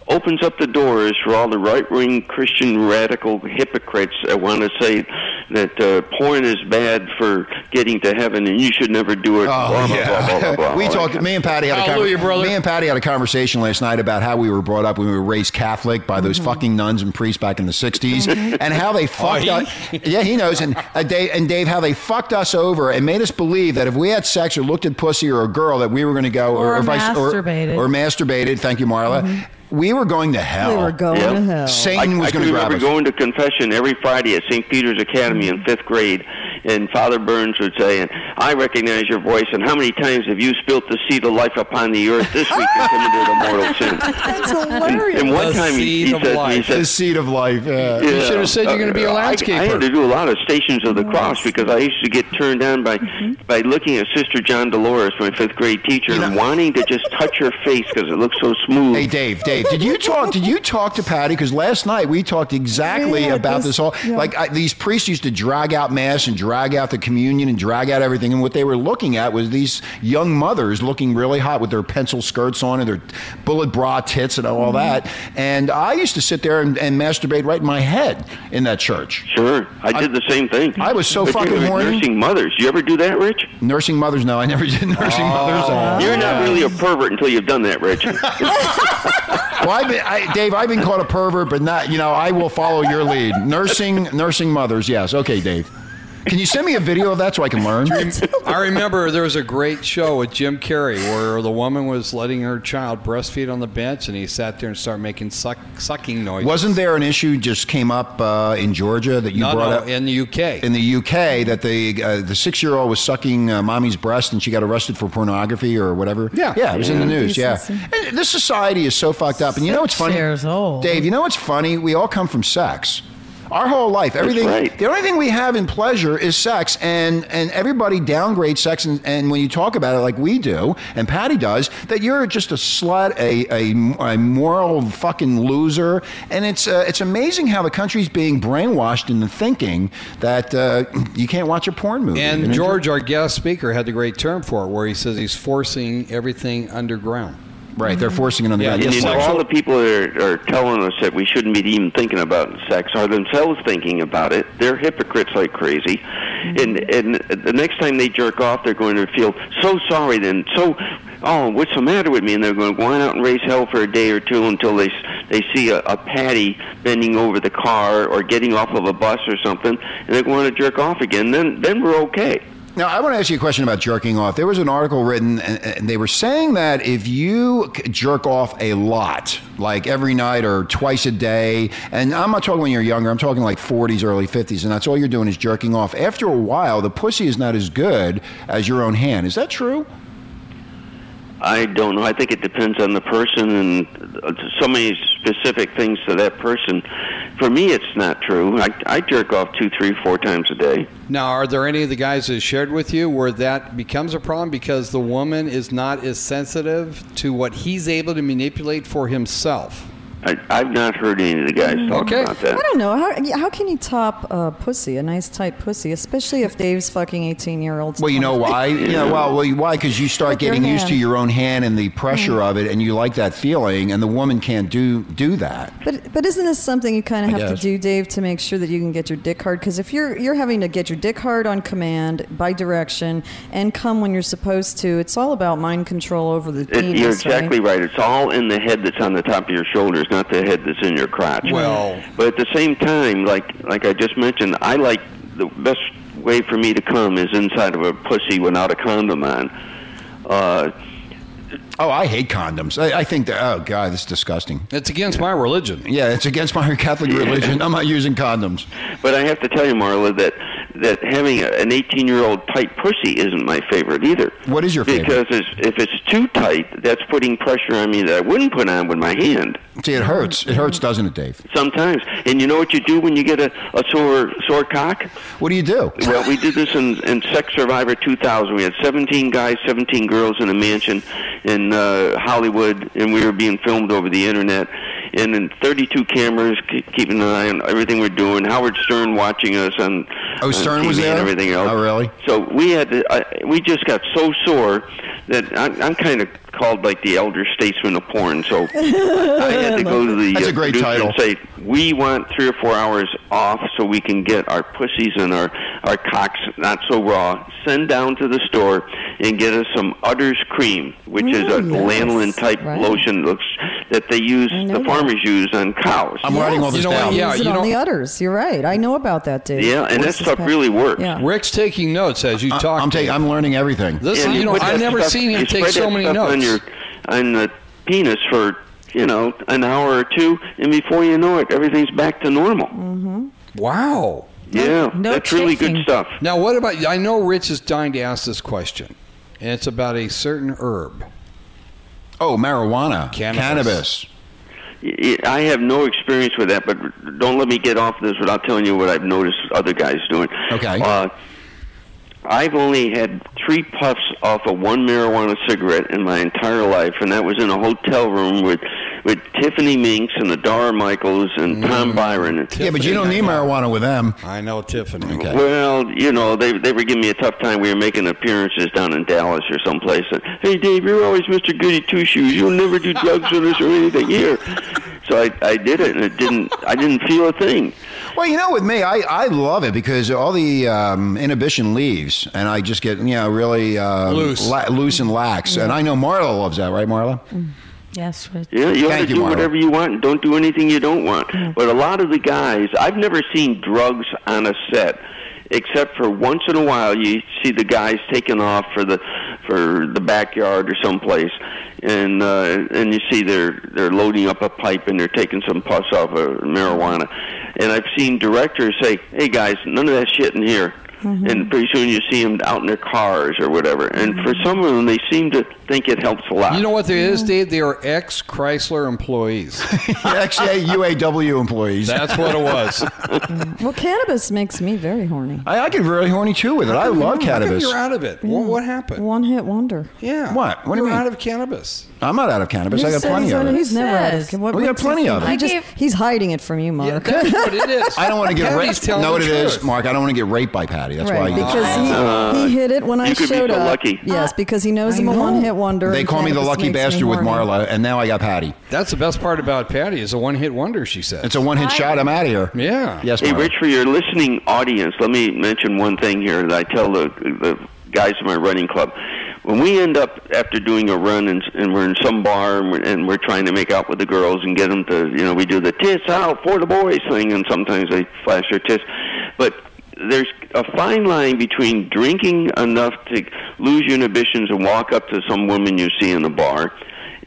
[SPEAKER 7] opens up the doors for all the right wing Christian radical hypocrites that want to say that uh, porn is bad for getting to heaven, and you should never do it. blah, blah, blah, blah, blah, blah,
[SPEAKER 4] Oh, we
[SPEAKER 7] all that
[SPEAKER 4] talked.
[SPEAKER 7] kind of-
[SPEAKER 4] Me and Patty had a
[SPEAKER 8] Hallelujah, brother.
[SPEAKER 4] Me and Patty had a conversation last night about how we were brought up when we were raised Catholic by those fucking nuns and priests back in the '60s, and how they fucked
[SPEAKER 8] he-
[SPEAKER 4] us. Yeah, he knows. And uh, Dave, and Dave, how they fucked us over and made us believe that if we had sex or looked at pussy or a girl, that we were going to go
[SPEAKER 5] Or
[SPEAKER 4] vice-
[SPEAKER 5] masturbated.
[SPEAKER 4] or, masturbated. Thank you, Marla. We were going to hell.
[SPEAKER 2] We were going
[SPEAKER 7] Yeah.
[SPEAKER 2] to hell.
[SPEAKER 4] Satan
[SPEAKER 7] I,
[SPEAKER 4] was going
[SPEAKER 7] I can
[SPEAKER 4] to grab
[SPEAKER 7] remember
[SPEAKER 4] us.
[SPEAKER 7] going to confession every Friday at St. Peter's Academy in fifth grade, and Father Burns would say, "And I recognize your voice, and how many times have you spilt the seed of life upon the earth this week and committed a mortal sin?"
[SPEAKER 2] That's
[SPEAKER 7] And,
[SPEAKER 2] hilarious.
[SPEAKER 7] and one
[SPEAKER 8] The
[SPEAKER 7] time he,
[SPEAKER 8] seed
[SPEAKER 7] he
[SPEAKER 8] of
[SPEAKER 7] said, he
[SPEAKER 8] life.
[SPEAKER 7] said,
[SPEAKER 4] the seed of life. yeah.
[SPEAKER 7] yeah,
[SPEAKER 8] should have said you're gonna be a
[SPEAKER 7] uh, I- I,
[SPEAKER 8] landscaper.
[SPEAKER 7] had to do a lot of Stations of the Cross because I used to get turned on by by looking at Sister John Dolores, my fifth grade teacher,
[SPEAKER 4] You know-
[SPEAKER 7] and wanting to just touch her face because it looked so smooth.
[SPEAKER 4] Hey Dave, Dave, did you talk? Did you talk to Patty? Because last night we talked exactly
[SPEAKER 2] Yeah,
[SPEAKER 4] about
[SPEAKER 2] this-
[SPEAKER 4] this whole
[SPEAKER 2] yeah.
[SPEAKER 4] like I, these priests used to drag out mass and drag out the communion and drag out everything, and what they were looking at was these young mothers looking really hot with their pencil skirts on and their bullet bra tits and all that.
[SPEAKER 2] Mm-hmm.
[SPEAKER 4] And I used to sit there and, and masturbate right in my head in that church.
[SPEAKER 7] Sure, I, did the same thing.
[SPEAKER 4] I was so
[SPEAKER 7] But you
[SPEAKER 4] fucking
[SPEAKER 7] were
[SPEAKER 4] horny.
[SPEAKER 7] Nursing mothers, you ever do that, Rich?
[SPEAKER 4] Nursing mothers? No, I never did nursing mothers.
[SPEAKER 7] Oh. You're not really a pervert until you've done that, Rich.
[SPEAKER 4] Well, I've been, I, Dave, I've been called a pervert, but not. You know, I will follow your lead. Nursing, nursing mothers. Yes. Okay, Dave. Can you send me a video of that so I can learn?
[SPEAKER 8] I remember there was a great show with Jim Carrey where the woman was letting her child breastfeed on the bench, and he sat there and started making suck, sucking noises.
[SPEAKER 4] Wasn't there an issue just came up uh, in Georgia that you
[SPEAKER 8] no,
[SPEAKER 4] brought
[SPEAKER 8] no,
[SPEAKER 4] up
[SPEAKER 8] in the UK.
[SPEAKER 4] in the UK that the uh, the six year old was sucking uh, mommy's breast and she got arrested for pornography or whatever?
[SPEAKER 8] Yeah.
[SPEAKER 4] yeah, it was in the news. Yeah,
[SPEAKER 2] Decency.
[SPEAKER 4] and this society is so fucked up. And you know what's
[SPEAKER 5] Six
[SPEAKER 4] funny?
[SPEAKER 5] years old.
[SPEAKER 4] Dave, you know what's funny? We all come from sex. Our whole life, everything.
[SPEAKER 7] right.
[SPEAKER 4] The only thing we have in pleasure is sex, and and everybody downgrades sex. And, and when you talk about it like we do, and Patty does, that you're just a slut, a, a, a moral fucking loser. And it's uh, it's amazing how the country's being brainwashed into thinking that uh, you can't watch a porn movie.
[SPEAKER 8] and
[SPEAKER 4] enjoy-
[SPEAKER 8] George, our guest speaker, had the great term for it, where he says he's forcing everything underground.
[SPEAKER 4] right? They're forcing it on the
[SPEAKER 8] Yeah,
[SPEAKER 4] ground.
[SPEAKER 7] and
[SPEAKER 8] Yes,
[SPEAKER 7] you know,
[SPEAKER 8] sexual-
[SPEAKER 7] all the people that are, are telling us that we shouldn't be even thinking about sex are themselves thinking about it. They're hypocrites like crazy, and and the next time they jerk off, they're going to feel so sorry. Then so, oh, what's the matter with me? And they're going to go on out and raise hell for a day or two until they s- they see a, a patty bending over the car or getting off of a bus or something, and they want to jerk off again. Then then we're okay.
[SPEAKER 4] Now, I want to ask you a question about jerking off. There was an article written, and, and they were saying that if you c- jerk off a lot, like every night or twice a day, and I'm not talking when you're younger, I'm talking like 40s, early 50s, and that's all you're doing is jerking off. After a while, the pussy is not as good as your own hand. Is that true?
[SPEAKER 7] I don't know. I think it depends on the person and uh, so many specific things to that person. For me, it's not true. I, I jerk off two, three, four times a day.
[SPEAKER 8] Now, are there any of the guys that shared with you where that becomes a problem because the woman is not as sensitive to what he's able to manipulate for himself?
[SPEAKER 7] I, I've not heard any of the guys talk
[SPEAKER 8] Okay.
[SPEAKER 7] about that.
[SPEAKER 2] I don't know. How, how can you top a pussy, a nice tight pussy, especially if Dave's fucking 18 year olds?
[SPEAKER 4] Well, you know why? You know, well, well, you- why? Because you start
[SPEAKER 2] With your
[SPEAKER 4] getting used to
[SPEAKER 2] hand. Mm.
[SPEAKER 4] your own hand and the pressure of it, and you like that feeling, and the woman can't do do that.
[SPEAKER 2] But, but isn't this something you kind
[SPEAKER 4] I
[SPEAKER 2] of have
[SPEAKER 4] guess.
[SPEAKER 2] to do, Dave, to make sure that you can get your dick hard? Because if you're you're having to get your dick hard on command, by direction, and come when you're supposed to, it's all about mind control over the
[SPEAKER 7] It,
[SPEAKER 2] penis.
[SPEAKER 7] you're
[SPEAKER 2] right?
[SPEAKER 7] exactly right. It's all in the head that's on the top of your shoulders, not the head that's in your crotch.
[SPEAKER 8] Well-
[SPEAKER 7] but at the same time, like like I just mentioned, I like the best way for me to come is inside of a pussy without a condom on. Uh,
[SPEAKER 4] Oh, I hate condoms. I, I think that. Oh God, it's disgusting.
[SPEAKER 8] It's against my religion.
[SPEAKER 4] Yeah, it's against my Catholic religion. I'm not using condoms.
[SPEAKER 7] but I have to tell you, Marla, that that having a, an 18-year-old tight pussy isn't my favorite either.
[SPEAKER 4] What is your favorite?
[SPEAKER 7] Because it's, if it's too tight, that's putting pressure on me that I wouldn't put on with my hand.
[SPEAKER 4] See, it hurts. It hurts, doesn't it, Dave?
[SPEAKER 7] Sometimes, and you know what you do when you get a, a sore sore cock?
[SPEAKER 4] What do you do?
[SPEAKER 7] Well, we did this in, in Sex Survivor 2000. We had 17 guys, 17 girls in a mansion in uh, Hollywood, and we were being filmed over the internet. And then 32 cameras ke- keeping an eye on everything we're doing. Howard Stern watching us on.
[SPEAKER 4] Oh,
[SPEAKER 7] on
[SPEAKER 4] Stern
[SPEAKER 7] TV
[SPEAKER 4] was there?
[SPEAKER 7] And everything else.
[SPEAKER 4] Oh, really?
[SPEAKER 7] So we had to, I, we just got so sore that I'm, I'm kind of called like the elder statesman of porn. So I had to go to the
[SPEAKER 4] That's
[SPEAKER 7] uh,
[SPEAKER 4] a great
[SPEAKER 7] producer
[SPEAKER 4] title.
[SPEAKER 7] and say we want three or four hours off so we can get our pussies and our our cocks not so raw. Send down to the store and get us some Udder's cream, which is a
[SPEAKER 2] Mm, yes.
[SPEAKER 7] lanolin type
[SPEAKER 2] Right.
[SPEAKER 7] lotion that looks that they use
[SPEAKER 2] I know
[SPEAKER 7] the
[SPEAKER 2] that.
[SPEAKER 7] farmers use on cows.
[SPEAKER 4] I'm writing all this
[SPEAKER 8] You know what?
[SPEAKER 4] down.
[SPEAKER 8] Yeah,
[SPEAKER 2] Use it
[SPEAKER 8] you
[SPEAKER 2] on
[SPEAKER 8] don't-
[SPEAKER 2] the udders. You're right. I know about that, Dave.
[SPEAKER 7] Yeah, and that
[SPEAKER 2] Horses
[SPEAKER 7] stuff
[SPEAKER 2] pack-
[SPEAKER 7] really works.
[SPEAKER 2] Yeah.
[SPEAKER 8] Rick's taking notes as you
[SPEAKER 4] I-
[SPEAKER 8] talk.
[SPEAKER 4] I'm taking. I'm learning everything.
[SPEAKER 8] This,
[SPEAKER 7] And
[SPEAKER 8] you know,
[SPEAKER 7] put that
[SPEAKER 8] I've never
[SPEAKER 7] stuff-
[SPEAKER 8] seen him
[SPEAKER 7] you
[SPEAKER 8] take
[SPEAKER 7] spread
[SPEAKER 8] so
[SPEAKER 7] that
[SPEAKER 8] many
[SPEAKER 7] stuff
[SPEAKER 8] notes.
[SPEAKER 7] on your on the penis for you know an hour or two, and before you know it, everything's back to normal.
[SPEAKER 2] Mm.
[SPEAKER 8] wow.
[SPEAKER 7] Yeah,
[SPEAKER 5] no
[SPEAKER 7] that's really
[SPEAKER 5] chafing.
[SPEAKER 7] good stuff.
[SPEAKER 8] Now, what about? I know Rich is dying to ask this question, and it's about a certain herb.
[SPEAKER 4] Oh, marijuana,
[SPEAKER 8] Cannabis.
[SPEAKER 4] cannabis.
[SPEAKER 7] Y- y- I have no experience with that, but don't let me get off this without telling you what I've noticed other guys doing.
[SPEAKER 4] Okay.
[SPEAKER 7] Uh, I've only had three puffs off of one marijuana cigarette in my entire life, and that was in a hotel room with with Tiffany Minks and Adara Michaels and Tom Byron.
[SPEAKER 4] Mm. Yeah, but you don't need marijuana with them.
[SPEAKER 8] I know Tiffany.
[SPEAKER 4] Okay.
[SPEAKER 7] Well, you know, they they were giving me a tough time. We were making appearances down in Dallas or someplace. And, hey, Dave, you're always Mr. Goody Two Shoes. You'll never do drugs with us or anything here. So I I did it, and it didn't. I didn't feel a thing.
[SPEAKER 4] Well, you know, with me, I, I love it because all the um, inhibition leaves, and I just get you know really uh,
[SPEAKER 8] Loose.
[SPEAKER 4] la- loose and lax. And I know Marla loves that, right, Marla?
[SPEAKER 5] Yes, Rich.
[SPEAKER 7] Yeah, you
[SPEAKER 4] Thank
[SPEAKER 7] ought to
[SPEAKER 4] you,
[SPEAKER 7] do
[SPEAKER 4] Marla.
[SPEAKER 7] whatever you want and don't do anything you don't want. But a lot of the guys, I've never seen drugs on a set, except for once in a while you see the guys taking off for the for the backyard or someplace, and uh, and you see they're they're loading up a pipe and they're taking some puffs off of marijuana, and I've seen directors say, "Hey guys, none of that shit in here." And pretty soon you see them out in their cars or whatever. And for some of them, they seem to think it helps a lot.
[SPEAKER 8] You know what there is, Dave? They are ex Chrysler employees.
[SPEAKER 4] Actually, UAW employees.
[SPEAKER 8] That's what it was.
[SPEAKER 2] Well, cannabis makes me very horny.
[SPEAKER 4] I, I get really horny too with it. I love
[SPEAKER 8] How come
[SPEAKER 4] cannabis.
[SPEAKER 8] you're out of it? What, what happened?
[SPEAKER 2] One hit wonder.
[SPEAKER 8] yeah.
[SPEAKER 4] What? What do you
[SPEAKER 8] you're
[SPEAKER 4] mean?
[SPEAKER 8] out of cannabis.
[SPEAKER 4] I'm not out of cannabis. I got
[SPEAKER 2] Who says
[SPEAKER 4] plenty
[SPEAKER 2] he's
[SPEAKER 4] of
[SPEAKER 2] out
[SPEAKER 4] it.
[SPEAKER 2] He's never out
[SPEAKER 5] Who
[SPEAKER 2] of
[SPEAKER 5] says?
[SPEAKER 2] what-
[SPEAKER 4] We got
[SPEAKER 2] what's he
[SPEAKER 4] plenty of
[SPEAKER 2] thinking?
[SPEAKER 4] it.
[SPEAKER 2] He just, he's hiding it from you,
[SPEAKER 8] Yeah,
[SPEAKER 2] Mark.
[SPEAKER 8] that's what it is.
[SPEAKER 4] I don't want to get
[SPEAKER 8] Patty's
[SPEAKER 4] raped.
[SPEAKER 8] telling
[SPEAKER 4] No, what
[SPEAKER 8] the
[SPEAKER 4] it is,
[SPEAKER 8] truth.
[SPEAKER 4] Mark. I don't want to get raped by Patty. That's
[SPEAKER 2] Right,
[SPEAKER 4] why. I,
[SPEAKER 2] because he, he hit it when I
[SPEAKER 7] you could be
[SPEAKER 2] showed
[SPEAKER 7] so
[SPEAKER 2] up.
[SPEAKER 7] lucky.
[SPEAKER 2] Yes, because he knows
[SPEAKER 8] I
[SPEAKER 2] I'm a
[SPEAKER 8] know.
[SPEAKER 2] one hit wonder.
[SPEAKER 4] they
[SPEAKER 2] and
[SPEAKER 4] call me the
[SPEAKER 2] cannabis
[SPEAKER 4] lucky
[SPEAKER 2] makes me
[SPEAKER 4] bastard with
[SPEAKER 2] horny.
[SPEAKER 4] Marla, and now I got Patty.
[SPEAKER 8] That's the best part about Patty is a one hit wonder, she said.
[SPEAKER 4] It's a one hit shot. I'm out of here.
[SPEAKER 8] Yeah.
[SPEAKER 4] Yes,
[SPEAKER 7] Hey,
[SPEAKER 4] Marla.
[SPEAKER 7] Rich, for your listening audience, let me mention one thing here that I tell the, the guys in my running club. Wh- when we end up after doing a run and, and we're in some bar and we're, and we're trying to make out with the girls and get them to, you know, we do the tits out for the boys thing, and sometimes they flash their tits. But there's a fine line between drinking enough to lose your inhibitions and walk up to some woman you see in the bar.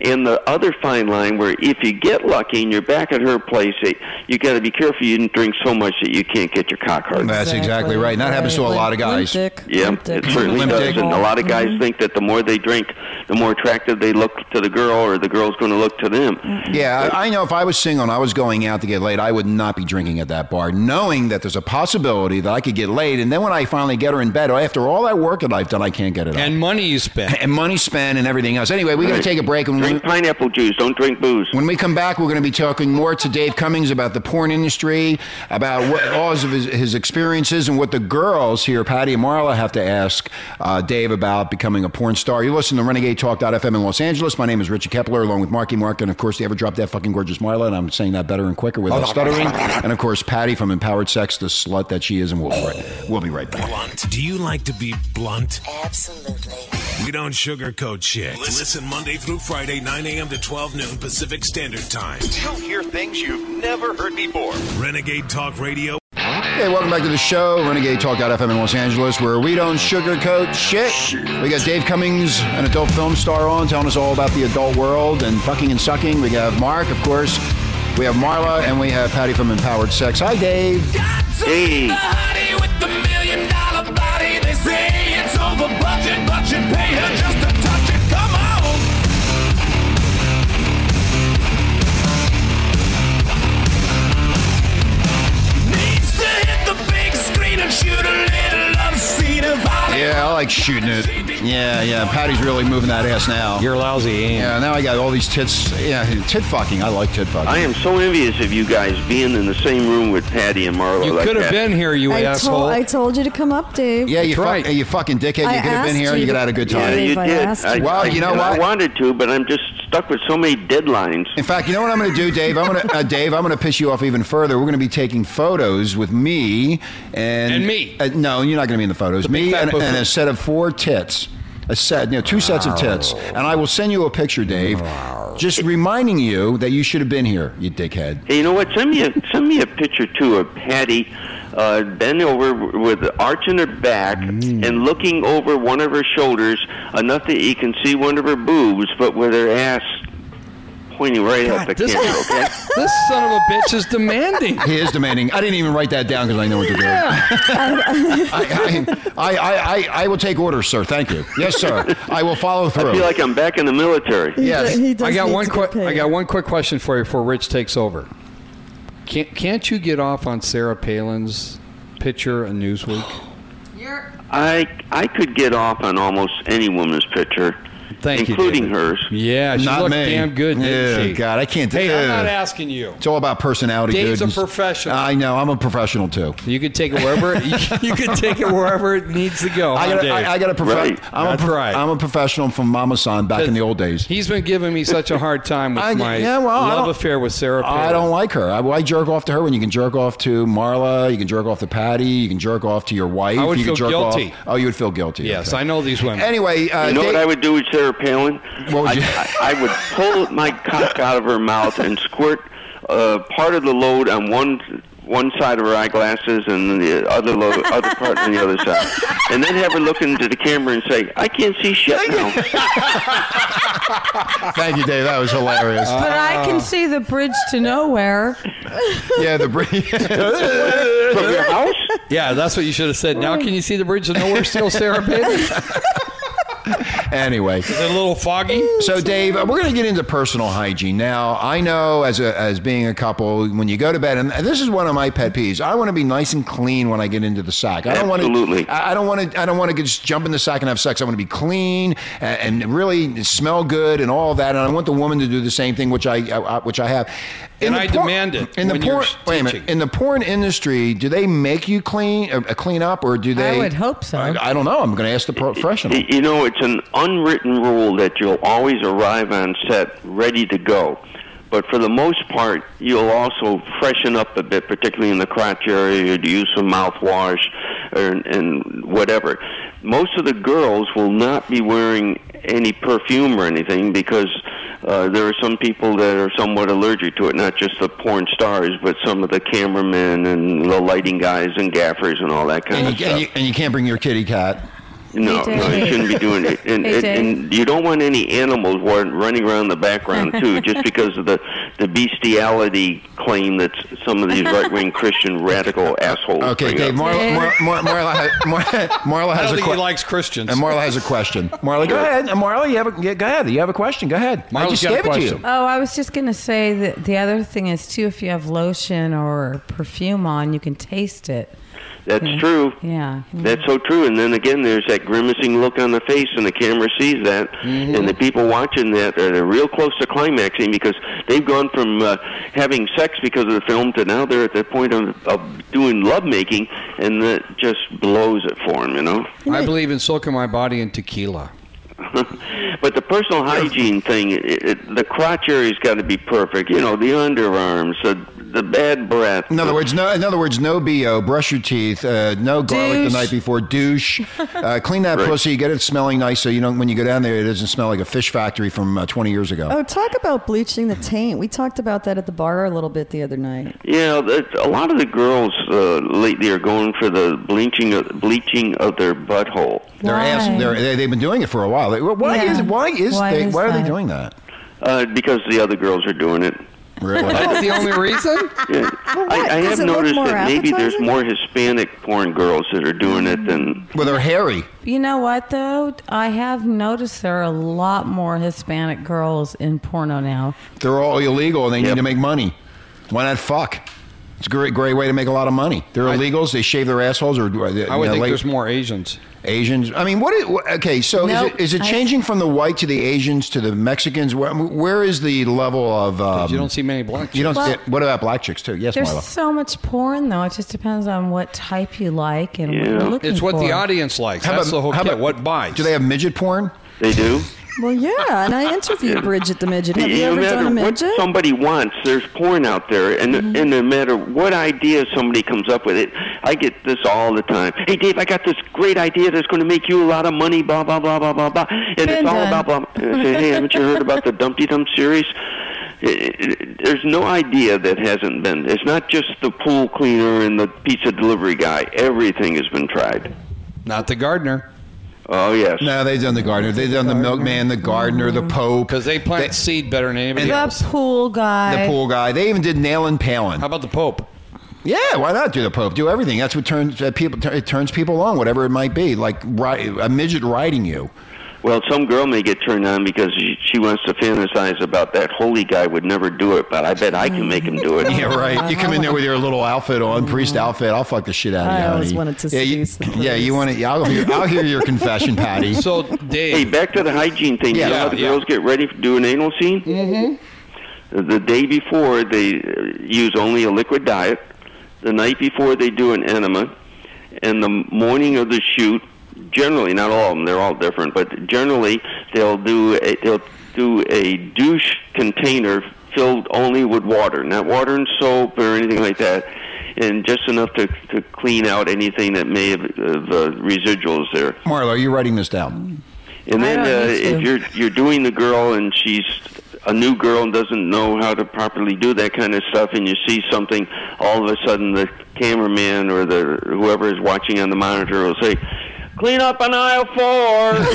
[SPEAKER 7] And the other fine line where if you get lucky and you're back at her place, eh, you got to be careful you didn't drink so much that you can't get your cock hard.
[SPEAKER 4] That's exactly right. And that happens to a
[SPEAKER 2] Limp-
[SPEAKER 4] lot of guys.
[SPEAKER 2] Limp dick,
[SPEAKER 7] Yeah,
[SPEAKER 2] limp dick.
[SPEAKER 7] it certainly
[SPEAKER 4] Limp
[SPEAKER 7] does.
[SPEAKER 4] dick.
[SPEAKER 7] And a lot of guys
[SPEAKER 2] Mm-hmm.
[SPEAKER 7] think that the more they drink, the more attractive they look to the girl, or the girl's going to look to them.
[SPEAKER 2] Mm-hmm.
[SPEAKER 4] Yeah, I I know if I was single and I was going out to get laid, I would not be drinking at that bar, knowing that there's a possibility that I could get laid. And then when I finally get her in bed, after all that work that I've done, I can't get it up.
[SPEAKER 8] And money you spend.
[SPEAKER 4] And money spent and everything else. Anyway, we're going to take a break. And when we-
[SPEAKER 7] Drink pineapple juice. Don't drink booze.
[SPEAKER 4] When we come back, we're going to be talking more to Dave Cummings about the porn industry, about what all of his, his experiences, and what the girls here, Patty and Marla, have to ask uh, Dave about becoming a porn star. You listen to Renegade Talk.fm in Los Angeles. My name is Richie Kepler, along with Marky Mark, and of course, the ever drop that fucking gorgeous Marla, and I'm saying that better and quicker without stuttering. And of course, Patty from Empowered Sex, the slut that she is, and we'll, be right- we'll be right back.
[SPEAKER 1] Blunt. Do you like to be blunt? Absolutely. We don't sugarcoat shit. Listen Monday through Friday, 9 a.m. to 12 noon Pacific Standard Time.
[SPEAKER 3] You'll hear things you've never heard before.
[SPEAKER 1] Renegade Talk Radio.
[SPEAKER 4] Hey, welcome back to the show, Renegade Talk FM in Los Angeles, where we don't sugarcoat shit. We got Dave Cummings, an adult film star, on telling us all about the adult world and fucking and sucking. We have Mark, of course. We have Marla, and we have Patty from Empowered Sex. Hi, Dave.
[SPEAKER 7] Hey.
[SPEAKER 4] Yeah, I like shooting it. Yeah, yeah. Patty's really moving that ass now.
[SPEAKER 8] You're lousy, and
[SPEAKER 4] yeah, now I got all these tits. Yeah, tit fucking. I like tit fucking.
[SPEAKER 7] I am so envious of you guys being in the same room with Patty and Marlo.
[SPEAKER 8] You
[SPEAKER 7] like
[SPEAKER 8] could have
[SPEAKER 7] that.
[SPEAKER 8] been here, you
[SPEAKER 2] I
[SPEAKER 8] asshole.
[SPEAKER 2] told, I told you to come up, Dave.
[SPEAKER 4] yeah, you,
[SPEAKER 8] That's
[SPEAKER 4] fuck-
[SPEAKER 8] right.
[SPEAKER 4] you fucking dickhead.
[SPEAKER 2] I
[SPEAKER 4] you could have been
[SPEAKER 2] asked
[SPEAKER 4] here and
[SPEAKER 2] you
[SPEAKER 4] you could have had a good
[SPEAKER 2] to-
[SPEAKER 4] time.
[SPEAKER 7] Yeah,
[SPEAKER 2] Dave,
[SPEAKER 7] you
[SPEAKER 2] I
[SPEAKER 7] did.
[SPEAKER 2] asked
[SPEAKER 7] I,
[SPEAKER 2] you.
[SPEAKER 4] Well,
[SPEAKER 7] I-
[SPEAKER 4] you know
[SPEAKER 7] and I
[SPEAKER 4] what?
[SPEAKER 7] wanted to, but I'm just stuck with so many deadlines.
[SPEAKER 4] In fact, you know what I'm going to do, Dave? I'm going to uh, Dave. I'm going to piss you off even further. We're going to be taking photos with me and
[SPEAKER 8] And me.
[SPEAKER 4] Uh, no, you're not going to be in the photos. me
[SPEAKER 8] fat
[SPEAKER 4] and,
[SPEAKER 8] boob.
[SPEAKER 4] and a set of four tits. A set, you know, two sets of tits, and I will send you a picture, Dave. Just reminding you that you should have been here, you dickhead.
[SPEAKER 7] Hey, you know what? Send me a send me a picture too of Patty uh, bent over with the arch in her back
[SPEAKER 8] Mm.
[SPEAKER 7] and looking over one of her shoulders, enough that you can see one of her boobs, but with her ass pointing right at the
[SPEAKER 8] this-
[SPEAKER 7] camera. Okay.
[SPEAKER 8] this son of a bitch is demanding.
[SPEAKER 4] He is demanding. I didn't even write that down because I know what to do. I, I, I, I, I will take orders, sir. Thank you. Yes, sir. I will follow through.
[SPEAKER 7] I feel like I'm back in the military.
[SPEAKER 2] He
[SPEAKER 4] Yes.
[SPEAKER 2] does- he does
[SPEAKER 8] I got
[SPEAKER 2] need
[SPEAKER 8] one
[SPEAKER 2] to get
[SPEAKER 8] quick. I
[SPEAKER 2] paid.
[SPEAKER 8] got one quick question for you before Rich takes over. Can't can't you get off on Sarah Palin's picture in Newsweek?
[SPEAKER 7] I I could get off on almost any woman's picture,
[SPEAKER 8] Thank you,
[SPEAKER 7] including
[SPEAKER 8] David.
[SPEAKER 7] hers.
[SPEAKER 8] Yeah, she
[SPEAKER 4] Not
[SPEAKER 8] looked
[SPEAKER 4] me.
[SPEAKER 8] damn good. Didn't
[SPEAKER 4] Yeah,
[SPEAKER 8] she?
[SPEAKER 4] God, I can't-
[SPEAKER 8] Hey, I'm not
[SPEAKER 4] Ugh.
[SPEAKER 8] asking you.
[SPEAKER 4] It's all about personality.
[SPEAKER 8] Dave's
[SPEAKER 4] dude.
[SPEAKER 8] a professional.
[SPEAKER 4] I know. I'm a professional too.
[SPEAKER 8] You could take it wherever you, you could take it wherever it needs to go.
[SPEAKER 4] I
[SPEAKER 8] huh,
[SPEAKER 4] got.
[SPEAKER 8] Dave?
[SPEAKER 4] I, I got a prof-
[SPEAKER 7] Right.
[SPEAKER 4] I'm
[SPEAKER 8] That's
[SPEAKER 4] a prof-
[SPEAKER 8] right.
[SPEAKER 4] I'm a professional from Mama San back in the old days.
[SPEAKER 8] He's been giving me such a hard time with
[SPEAKER 4] I-
[SPEAKER 8] my
[SPEAKER 4] yeah, well, I
[SPEAKER 8] love
[SPEAKER 4] don't-
[SPEAKER 8] affair with Sarah Palin.
[SPEAKER 4] I don't like her. I, why jerk off to her when you can jerk off to Marla? You can jerk off to Patty. You can jerk off to your wife.
[SPEAKER 8] I would
[SPEAKER 4] you can
[SPEAKER 8] feel
[SPEAKER 4] jerk
[SPEAKER 8] guilty.
[SPEAKER 4] Off. Oh, you would feel guilty.
[SPEAKER 8] Yes,
[SPEAKER 4] okay.
[SPEAKER 8] I know these women.
[SPEAKER 4] Anyway, uh,
[SPEAKER 7] You know
[SPEAKER 4] Dave-
[SPEAKER 7] what I would do with Sarah Palin?
[SPEAKER 4] What would
[SPEAKER 7] I,
[SPEAKER 4] you-
[SPEAKER 7] I, I would pull my cock out of her mouth and squirt uh, part of the load on one one side of her eyeglasses and the other load, other part on the other side, and then have her look into the camera and say, "I can't see shit now."
[SPEAKER 4] Thank you, Dave. That was hilarious.
[SPEAKER 5] But I can see the bridge to nowhere.
[SPEAKER 4] yeah, the br-
[SPEAKER 7] From your house?
[SPEAKER 8] yeah, that's what you should have said. Now can you see the bridge of nowhere still, Sarah Palin? Is it
[SPEAKER 4] anyway.
[SPEAKER 8] a little foggy?
[SPEAKER 4] So, Dave, we're going to get into personal hygiene now. I know, as a, as being a couple, when you go to bed, and this is one of my pet peeves. I want to be nice and clean when I get into the sack. I don't
[SPEAKER 7] Absolutely.
[SPEAKER 4] Want to, I I don't want to. I don't want to just jump in the sack and have sex. I want to be clean and, and really smell good and all that. And I want the woman to do the same thing, which I, I- I- which I have. In
[SPEAKER 8] And
[SPEAKER 4] the
[SPEAKER 8] I demand it
[SPEAKER 4] In the
[SPEAKER 8] when you're
[SPEAKER 4] porn, wait a minute.
[SPEAKER 8] teaching.
[SPEAKER 4] In the porn industry, do they make you clean, uh, clean up, or do they?
[SPEAKER 5] would hope so.
[SPEAKER 4] I, I don't know. I'm going to ask the pro- professional.
[SPEAKER 7] You know, it's an unwritten rule that you'll always arrive on set ready to go. But for the most part, you'll also freshen up a bit, particularly in the crotch area. You'd use some mouthwash, or, and whatever. Most of the girls will not be wearing any perfume or anything because uh, there are some people that are somewhat allergic to it. Not just the porn stars, but some of the cameramen and the lighting guys and gaffers and all that kind
[SPEAKER 4] And
[SPEAKER 7] of
[SPEAKER 4] you,
[SPEAKER 7] stuff.
[SPEAKER 4] and, you, and you can't bring your kitty cat.
[SPEAKER 7] No,
[SPEAKER 5] Hey,
[SPEAKER 7] no, you
[SPEAKER 5] Dave.
[SPEAKER 7] shouldn't be doing it. And,
[SPEAKER 5] Hey,
[SPEAKER 7] and,
[SPEAKER 5] Dave.
[SPEAKER 7] and you don't want any animals wa- running around the background too, just because of the the bestiality claim that s- some of these right wing Christian radical assholes.
[SPEAKER 4] Okay,
[SPEAKER 7] bring
[SPEAKER 4] Dave.
[SPEAKER 7] up.
[SPEAKER 4] Marla, Mar- Mar- Marla, has, Mar- Marla
[SPEAKER 8] I
[SPEAKER 4] has
[SPEAKER 8] don't
[SPEAKER 4] a
[SPEAKER 8] think he
[SPEAKER 4] question.
[SPEAKER 8] likes Christians.
[SPEAKER 4] And Marla has a question. Marla, go ahead. Uh, Marla, you have a yeah, go ahead. You have a question. Go ahead. I
[SPEAKER 8] Marla's
[SPEAKER 4] just
[SPEAKER 8] got a
[SPEAKER 4] gave it to you.
[SPEAKER 8] question.
[SPEAKER 5] Oh, I was just going to say that the other thing is too if you have lotion or perfume on, you can taste it.
[SPEAKER 7] That's true.
[SPEAKER 5] Yeah.
[SPEAKER 7] That's so true. And then again, there's that grimacing look on the face, and the camera sees that,
[SPEAKER 4] Mm-hmm.
[SPEAKER 7] and the people watching that are they're real close to climaxing because they've gone from uh, having sex because of the film to now they're at the point of, of doing lovemaking, and that just blows it for them, you know.
[SPEAKER 8] I believe in soaking my body in tequila.
[SPEAKER 7] but the personal hygiene thing, it, it, the crotch area's got to be perfect. You know, the underarms, the, the bad breath.
[SPEAKER 4] In other words, no. In other words, no bo. Brush your teeth. Uh, no garlic
[SPEAKER 5] Douche.
[SPEAKER 4] the night before. Douche. Uh, clean that
[SPEAKER 7] Right.
[SPEAKER 4] pussy. Get it smelling nice, so you don't. When you go down there, it doesn't smell like a fish factory from uh, 20 years ago.
[SPEAKER 2] Oh, talk about bleaching the taint. We talked about that at the bar a little bit the other night.
[SPEAKER 7] Yeah, that- a lot of the girls uh, lately are going for the bleaching of, bleaching of their butthole.
[SPEAKER 4] Their ass.
[SPEAKER 5] Why?
[SPEAKER 4] They're, they, they've been doing it for a while. They- Why
[SPEAKER 5] Yeah.
[SPEAKER 4] is? Why is?
[SPEAKER 5] Why
[SPEAKER 4] they,
[SPEAKER 5] is
[SPEAKER 4] why are they
[SPEAKER 5] that?
[SPEAKER 4] doing that?
[SPEAKER 7] Uh, because the other girls are doing it.
[SPEAKER 4] Really?
[SPEAKER 8] That's the only reason?
[SPEAKER 7] Yeah.
[SPEAKER 2] what?
[SPEAKER 7] I, I have
[SPEAKER 2] Does it look
[SPEAKER 7] noticed
[SPEAKER 2] more
[SPEAKER 7] that maybe there's
[SPEAKER 2] appetizing?
[SPEAKER 7] more Hispanic porn girls that are doing it than
[SPEAKER 4] well, they're hairy.
[SPEAKER 5] You know what though? I have noticed there are a lot more Hispanic girls in porno now.
[SPEAKER 4] They're all illegal, and they need
[SPEAKER 7] Yep.
[SPEAKER 4] to make money. Why not fuck? It's a great, great way to make a lot of money. They're
[SPEAKER 8] I-
[SPEAKER 4] illegals. They shave their assholes, or uh,
[SPEAKER 8] I would
[SPEAKER 4] you know,
[SPEAKER 8] think
[SPEAKER 4] late-
[SPEAKER 8] there's more Asians.
[SPEAKER 4] Asians. I mean, what? Is, wh- okay, so
[SPEAKER 5] Nope.
[SPEAKER 4] is, it, is it
[SPEAKER 5] I-
[SPEAKER 4] changing from the white to the Asians to the Mexicans? Where, where is the level of? Um,
[SPEAKER 8] you don't see many black
[SPEAKER 4] You don't.
[SPEAKER 5] Well-
[SPEAKER 4] see- what about black chicks too? Yes,
[SPEAKER 5] There's
[SPEAKER 4] Marla.
[SPEAKER 5] so much porn though. It just depends on what type you like and what
[SPEAKER 7] Yeah.
[SPEAKER 5] you're looking
[SPEAKER 8] It's what the
[SPEAKER 5] for.
[SPEAKER 8] audience likes.
[SPEAKER 4] How
[SPEAKER 8] That's
[SPEAKER 4] about-
[SPEAKER 8] the whole
[SPEAKER 4] how
[SPEAKER 8] kit.
[SPEAKER 4] about-
[SPEAKER 8] what buys.
[SPEAKER 4] Do they have midget porn?
[SPEAKER 7] they do.
[SPEAKER 2] Well, yeah, and I interviewed Bridget the Midget. Have you
[SPEAKER 7] no
[SPEAKER 2] ever
[SPEAKER 7] matter
[SPEAKER 2] done a
[SPEAKER 7] what
[SPEAKER 2] midget? Mm-hmm.
[SPEAKER 7] somebody wants, there's porn out there, and and no matter what idea somebody comes up with, it I get this all the time. Hey, Dave, I got this great idea that's going to make you a lot of money. Blah blah blah blah blah blah, and
[SPEAKER 5] Been
[SPEAKER 7] it's all
[SPEAKER 5] done.
[SPEAKER 7] about blah. And I say, hey, haven't you heard about the Dumpty Dum series? It- it- There's no idea that hasn't been. It's not just the pool cleaner and the pizza delivery guy. Everything has been tried.
[SPEAKER 8] Not the gardener.
[SPEAKER 7] Oh yes.
[SPEAKER 4] No, they've done the gardener. They've done the milkman, the gardener,
[SPEAKER 5] Mm.
[SPEAKER 4] the pope,
[SPEAKER 8] Because they plant
[SPEAKER 4] They-
[SPEAKER 8] seed better than anybody else.
[SPEAKER 5] The pool guy.
[SPEAKER 4] the pool guy. They even did nail and palin.
[SPEAKER 8] How about the Pope?
[SPEAKER 4] Yeah, why not do the Pope? Do everything. That's what turns uh, people. tur- it turns people on, whatever it might be. Like ri- a midget riding you.
[SPEAKER 7] Well, some girl may get turned on because she, she wants to fantasize about that holy guy would never do it, but I bet I can make him do it.
[SPEAKER 4] Yeah, right. You come in there with your little outfit on, priest outfit. I'll fuck the shit out of
[SPEAKER 2] Mm-hmm. I
[SPEAKER 4] you.
[SPEAKER 2] always
[SPEAKER 4] honey.
[SPEAKER 2] wanted to
[SPEAKER 4] yeah, you,
[SPEAKER 2] seduce the
[SPEAKER 4] yeah, you want to. I'll hear, I'll hear your confession, Patty.
[SPEAKER 8] So,
[SPEAKER 7] Hey,
[SPEAKER 8] Dave,
[SPEAKER 7] back to the hygiene thing.
[SPEAKER 4] Yeah,
[SPEAKER 7] you know how the
[SPEAKER 8] yeah.
[SPEAKER 7] girls get ready to do an anal scene? Mm-hmm. The day before, they uh, use only a liquid diet. The night before, they do an enema. And the morning of the shoot, generally, not all of them, they're all different, but generally, they'll do a, they'll do a douche container filled only with water, not water and soap or anything like that. And just enough to, to clean out anything that may have uh, uh, residuals there.
[SPEAKER 4] Marla, are you writing this down?
[SPEAKER 7] And
[SPEAKER 5] I
[SPEAKER 7] then
[SPEAKER 5] don't
[SPEAKER 7] uh,
[SPEAKER 5] need to.
[SPEAKER 7] if you're you're doing the girl and she's a new girl and doesn't know how to properly do that kind of stuff, and you see something, all of a sudden the cameraman or the whoever is watching on the monitor will say. Clean up on aisle four,